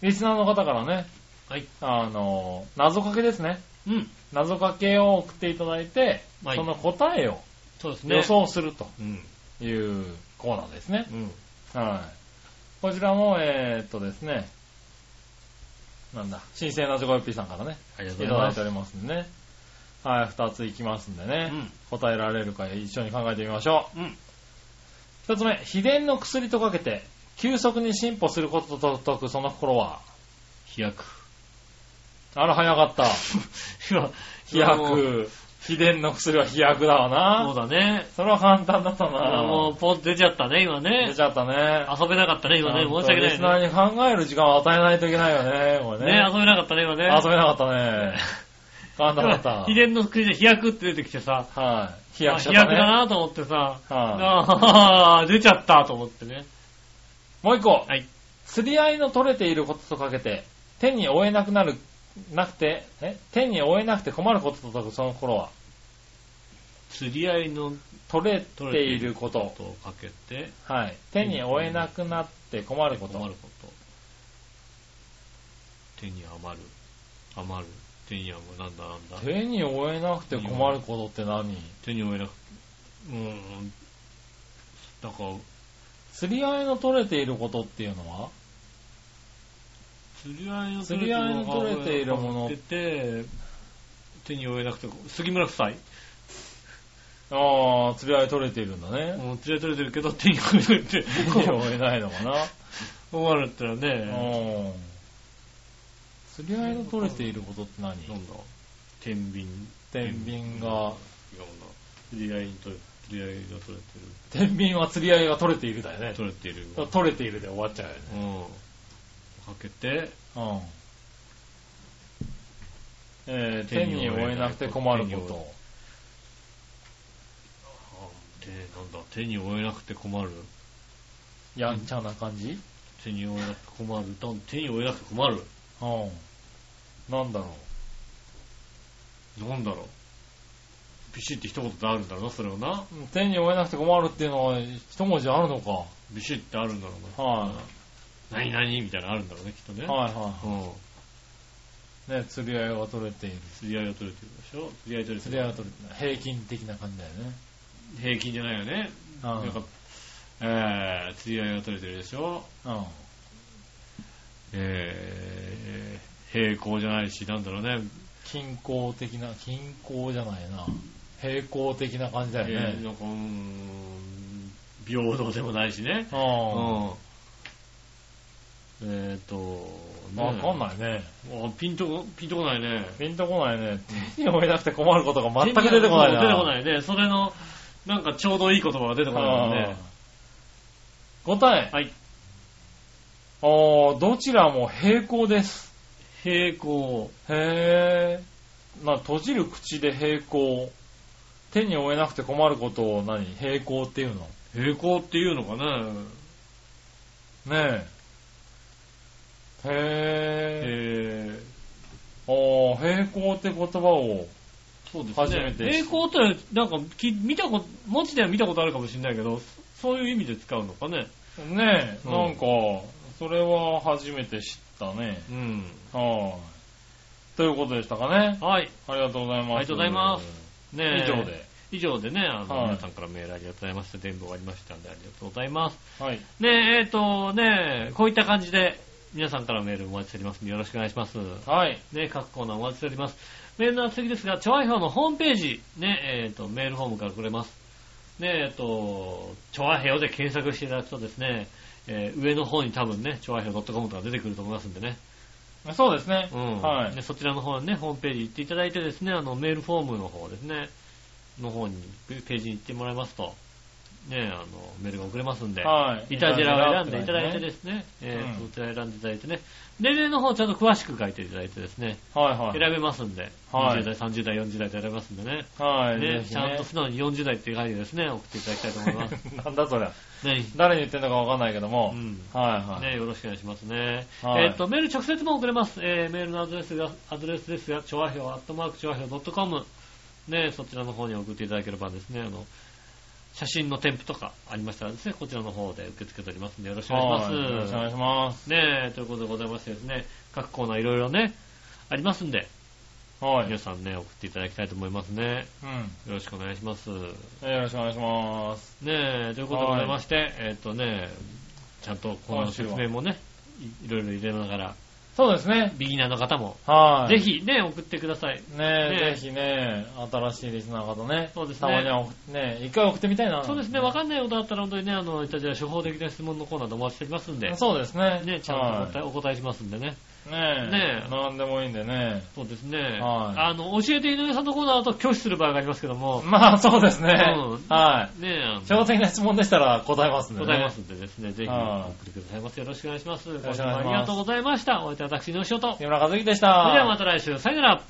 [SPEAKER 3] リスナーの方からね、
[SPEAKER 2] はい。
[SPEAKER 3] あの、謎かけですね。
[SPEAKER 2] うん。
[SPEAKER 3] 謎かけを送っていただいて、
[SPEAKER 2] はい
[SPEAKER 3] その答えを
[SPEAKER 2] そうですね。
[SPEAKER 3] 予。想すると
[SPEAKER 2] うん。
[SPEAKER 3] いうコーナーですね。
[SPEAKER 2] うん。
[SPEAKER 3] はい。こちらも、えー、っとですね、なんだ、新生なじこよっぴーさんからね、
[SPEAKER 2] ありが
[SPEAKER 3] い
[SPEAKER 2] とう
[SPEAKER 3] た
[SPEAKER 2] ござい
[SPEAKER 3] だ
[SPEAKER 2] ま
[SPEAKER 3] いて
[SPEAKER 2] す。
[SPEAKER 3] おりますんでね。はい、二ついきますんでね、
[SPEAKER 2] うん
[SPEAKER 3] 答えられるか一緒に考えてみましょ
[SPEAKER 2] うん。
[SPEAKER 3] う。一つ目、秘伝の薬とかけて、急速に進歩することと解くその心は、
[SPEAKER 2] 飛躍。
[SPEAKER 3] あら、早か
[SPEAKER 2] (laughs)
[SPEAKER 3] った。
[SPEAKER 2] 今、
[SPEAKER 3] 飛躍。秘伝の薬は飛躍だわ
[SPEAKER 2] そうだ
[SPEAKER 3] な。
[SPEAKER 2] ね。
[SPEAKER 3] それは簡単だったな。
[SPEAKER 2] あもう、ポン出ちゃったね、今ね
[SPEAKER 3] 出。ちゃったね。
[SPEAKER 2] 遊べなかったね、今ね。申し訳
[SPEAKER 3] リス
[SPEAKER 2] な
[SPEAKER 3] ナ
[SPEAKER 2] い
[SPEAKER 3] ーに考える時間を与えないといけないよね、これ
[SPEAKER 2] ね。
[SPEAKER 3] ね。
[SPEAKER 2] ね、遊べなかったね、今ね。
[SPEAKER 3] 遊べなかった (laughs) ね。簡単だった。
[SPEAKER 2] (laughs) 秘伝の国で飛躍って出てきてさ、
[SPEAKER 3] はい。飛
[SPEAKER 2] あ
[SPEAKER 3] 躍し
[SPEAKER 2] 飛
[SPEAKER 3] ちゃ
[SPEAKER 2] 躍
[SPEAKER 3] ったね。
[SPEAKER 2] だなと思ってさ、
[SPEAKER 3] はい
[SPEAKER 2] ああ、出ちゃったと思ってね。
[SPEAKER 3] もう一個。
[SPEAKER 2] はい。
[SPEAKER 3] 釣り合いの取れていることとかけて、手に負えなくなる、なくて、え手に負えなくて困ることと解くその頃は、
[SPEAKER 2] 釣り合いの
[SPEAKER 3] 取れ
[SPEAKER 2] 取
[SPEAKER 3] て
[SPEAKER 2] れて
[SPEAKER 3] い
[SPEAKER 2] いる
[SPEAKER 3] る
[SPEAKER 2] こ
[SPEAKER 3] ことと。
[SPEAKER 2] とをかけて、
[SPEAKER 3] はい。手に負えなくなって困ること。
[SPEAKER 2] 困ること。手に余る。余る。手に余る。なんだなんだ。
[SPEAKER 3] 手に負えなくて困ることって何
[SPEAKER 2] 手に負えなくうーん。だから、
[SPEAKER 3] 釣り合いの取れていることっていうのは
[SPEAKER 2] 釣り合いの
[SPEAKER 3] 釣り合いの取れているもの
[SPEAKER 2] 取れてて手に負えなくて、杉村夫妻。
[SPEAKER 3] ああ、釣り合い取れているんだね。
[SPEAKER 2] もう釣り合い取れてるけど、手に (laughs) 負えなくて、
[SPEAKER 3] 手に負えないのかな。
[SPEAKER 2] 困るったら
[SPEAKER 3] う
[SPEAKER 2] ね、
[SPEAKER 3] ん。釣り合いの取れていることって何
[SPEAKER 2] なんだ、天秤。
[SPEAKER 3] 天秤
[SPEAKER 2] い
[SPEAKER 3] が、
[SPEAKER 2] やな釣り合いに取れ釣り合いが取れてる。
[SPEAKER 3] 天秤は釣り合いが取れているだよね。
[SPEAKER 2] 取れてる。
[SPEAKER 3] 取れているで終わっちゃうよね。
[SPEAKER 2] うん。かけて、
[SPEAKER 3] うん。えー、手に負えなくて困るこ
[SPEAKER 2] あ手、なんだ、手に負えなくて困る。
[SPEAKER 3] と。やんちゃな感じ
[SPEAKER 2] 手に負えなくて困る。多分手に負えなくて困る。
[SPEAKER 3] うん。なんだろ
[SPEAKER 2] なんだろう。ビシッて一言であるんだろうな、それをな。
[SPEAKER 3] う。手に負えなくて困るっていうのは一文字あるのか。
[SPEAKER 2] ビシッてあるんだろう
[SPEAKER 3] は
[SPEAKER 2] な。何々みたいなのあるんだろうね、きっと
[SPEAKER 3] い。
[SPEAKER 2] ね。
[SPEAKER 3] はいは
[SPEAKER 2] うん。
[SPEAKER 3] い。ね、釣り合いが取れている。
[SPEAKER 2] 釣り合いを取れてるでしょ釣り合い取れて
[SPEAKER 3] 釣り合いが取れている。平均的な感じだよね。
[SPEAKER 2] 平均じゃないよね。
[SPEAKER 3] うん
[SPEAKER 2] なんか、えー、釣り合いが取れてるでしょ
[SPEAKER 3] うん。
[SPEAKER 2] えー、平行じゃないし、なんだろうね。
[SPEAKER 3] 均衡的な、均衡じゃないな。平衡的な感じだよ
[SPEAKER 2] えー
[SPEAKER 3] ね。
[SPEAKER 2] なんかうーん平等でもないしね。う。
[SPEAKER 3] うん
[SPEAKER 2] えっ、ー、と、
[SPEAKER 3] ん。わかん
[SPEAKER 2] い。
[SPEAKER 3] ないね。
[SPEAKER 2] あピンとこ、ピンとこないね。
[SPEAKER 3] ピンとこないね。手に負えなくて困ることが全く出てこないな。
[SPEAKER 2] 出てこないね。それの、なんかちょうどいい言葉が出てこないもんね。
[SPEAKER 3] うん答え。
[SPEAKER 2] はい。
[SPEAKER 3] おーどちらも平行です。
[SPEAKER 2] 平行。
[SPEAKER 3] へー。まあ、閉じる口で平行。手に負えなくて困ることを何平行っていうの。
[SPEAKER 2] 平行っていうのかな
[SPEAKER 3] ねえ。へー。
[SPEAKER 2] えー、
[SPEAKER 3] おー、平行って言葉を。
[SPEAKER 2] そうですね。
[SPEAKER 3] 初めて知
[SPEAKER 2] 平行って、なんかき、見たこと、文字では見たことあるかもしれないけど、そういう意味で使うのかね。
[SPEAKER 3] ねえ、
[SPEAKER 2] うん
[SPEAKER 3] なんか、それは初めて知ったね。
[SPEAKER 2] うん。
[SPEAKER 3] はい。ということでしたかね。
[SPEAKER 2] はい。
[SPEAKER 3] ありがとうございます。
[SPEAKER 2] ありがとうございます。ね
[SPEAKER 3] 以
[SPEAKER 2] え
[SPEAKER 3] 上で。
[SPEAKER 2] 以上でね、あの、
[SPEAKER 3] はい
[SPEAKER 2] 皆さんからメールありがとうございました。全部終わりましたんで、ありがとうございます。
[SPEAKER 3] はい。
[SPEAKER 2] ねえ、えっ、と、ねえ、こういった感じで、皆さんからメールお待ちしておりますんで、よろしくお願いします。
[SPEAKER 3] はい。
[SPEAKER 2] ねえ、各コーナーお待ちしております。メールの宛先ですが、チョアヘオのホームページ、ねえ、えっ、と、メールフォームからくれます。ねえ、えっ、と、チョアヘオで検索していただくとですね、えー上の方に多分ね、チョアヘオ .com とか出てくると思いますんでね。
[SPEAKER 3] そうですね。
[SPEAKER 2] うん。
[SPEAKER 3] はい
[SPEAKER 2] で。そちらの方ね、ホームページ行っていただいてですね、あの、メールフォームの方ですね、の方に、ページに行ってもらいますと、ね、あの、メールが送れますんで、
[SPEAKER 3] はい。
[SPEAKER 2] イタジェラを選んでいただいて
[SPEAKER 3] ね。
[SPEAKER 2] ですね、えー
[SPEAKER 3] うん
[SPEAKER 2] そちら選んでいただいてね、年齢の方ちゃんと詳しく書いていただいてですね、
[SPEAKER 3] はいは
[SPEAKER 2] 選
[SPEAKER 3] い。
[SPEAKER 2] べますんで、
[SPEAKER 3] はい
[SPEAKER 2] 20代、30代、40代と選べますんでね、
[SPEAKER 3] はい。
[SPEAKER 2] ね
[SPEAKER 3] ぜひ
[SPEAKER 2] ちゃんと素直に40代って書いてですね、送っていただきたいと思い
[SPEAKER 3] (laughs)
[SPEAKER 2] ます。
[SPEAKER 3] なんだそりゃ。
[SPEAKER 2] ね、
[SPEAKER 3] 誰に言ってんのかわかんないけど
[SPEAKER 2] う
[SPEAKER 3] も。
[SPEAKER 2] ん
[SPEAKER 3] はいはい。
[SPEAKER 2] ね、よろしくお願いしますね。
[SPEAKER 3] はい
[SPEAKER 2] えっ、と、メール直接も送れます。えーメールのアドレスが、アドレスですが、調和表、アットマーク調和表 .com。ね、そちらの方に送っていただければですね、あの、写真の添付とかありましたらですね、こちらの方で受け付けておりますんで、よろしくお願いします。
[SPEAKER 3] はいよろしくお願いします。
[SPEAKER 2] ねえ、ということでございましてですね、各コーナーいろいろね、ありますんで、
[SPEAKER 3] は
[SPEAKER 2] 皆
[SPEAKER 3] い。
[SPEAKER 2] さんね、送っていただきたいと思いますね。
[SPEAKER 3] うん。
[SPEAKER 2] よろしくお願いします。ね
[SPEAKER 3] えよろしくお願いします。
[SPEAKER 2] え、ということでございまして、えっとね、ちゃんとこの
[SPEAKER 3] 今週
[SPEAKER 2] 説
[SPEAKER 3] は
[SPEAKER 2] 明もね、いいろいろ入れながら、
[SPEAKER 3] そうですね。
[SPEAKER 2] ビギナーの方も、
[SPEAKER 3] はい。
[SPEAKER 2] ぜ。ひね、送ってください。
[SPEAKER 3] ね
[SPEAKER 2] ね
[SPEAKER 3] え、ぜひね、新しいリスナー方ね。
[SPEAKER 2] そうですね
[SPEAKER 3] たまには送っ、ねえ一回送ってみたいな。
[SPEAKER 2] そうですね、わかんないことあったら本当にね、あの、いたじら処方的な質問のコーナーでお待ちしておりますんで、
[SPEAKER 3] そうですね。
[SPEAKER 2] ね、ちゃんとお答え,、お答えしますんでね。
[SPEAKER 3] はいねえ。
[SPEAKER 2] ねえ
[SPEAKER 3] なんでもいいんでね。
[SPEAKER 2] そうですね。
[SPEAKER 3] はい
[SPEAKER 2] あの、教えて井上さんのコーナーだと拒否する場合がありますけども、
[SPEAKER 3] まあ、そうですね
[SPEAKER 2] うん。
[SPEAKER 3] はい。
[SPEAKER 2] ねえ、あの
[SPEAKER 3] 基本的な質問でしたら答えますんでね。
[SPEAKER 2] ございますんでですね、ぜひ
[SPEAKER 3] は
[SPEAKER 2] お
[SPEAKER 3] い
[SPEAKER 2] 送りくださいませ。よろしくお願いします。
[SPEAKER 3] ろしくお願いします
[SPEAKER 2] ありがとうございました。お相手は私の仕事。それ
[SPEAKER 3] 木村和樹でした。
[SPEAKER 2] ではまた来週、さよなら。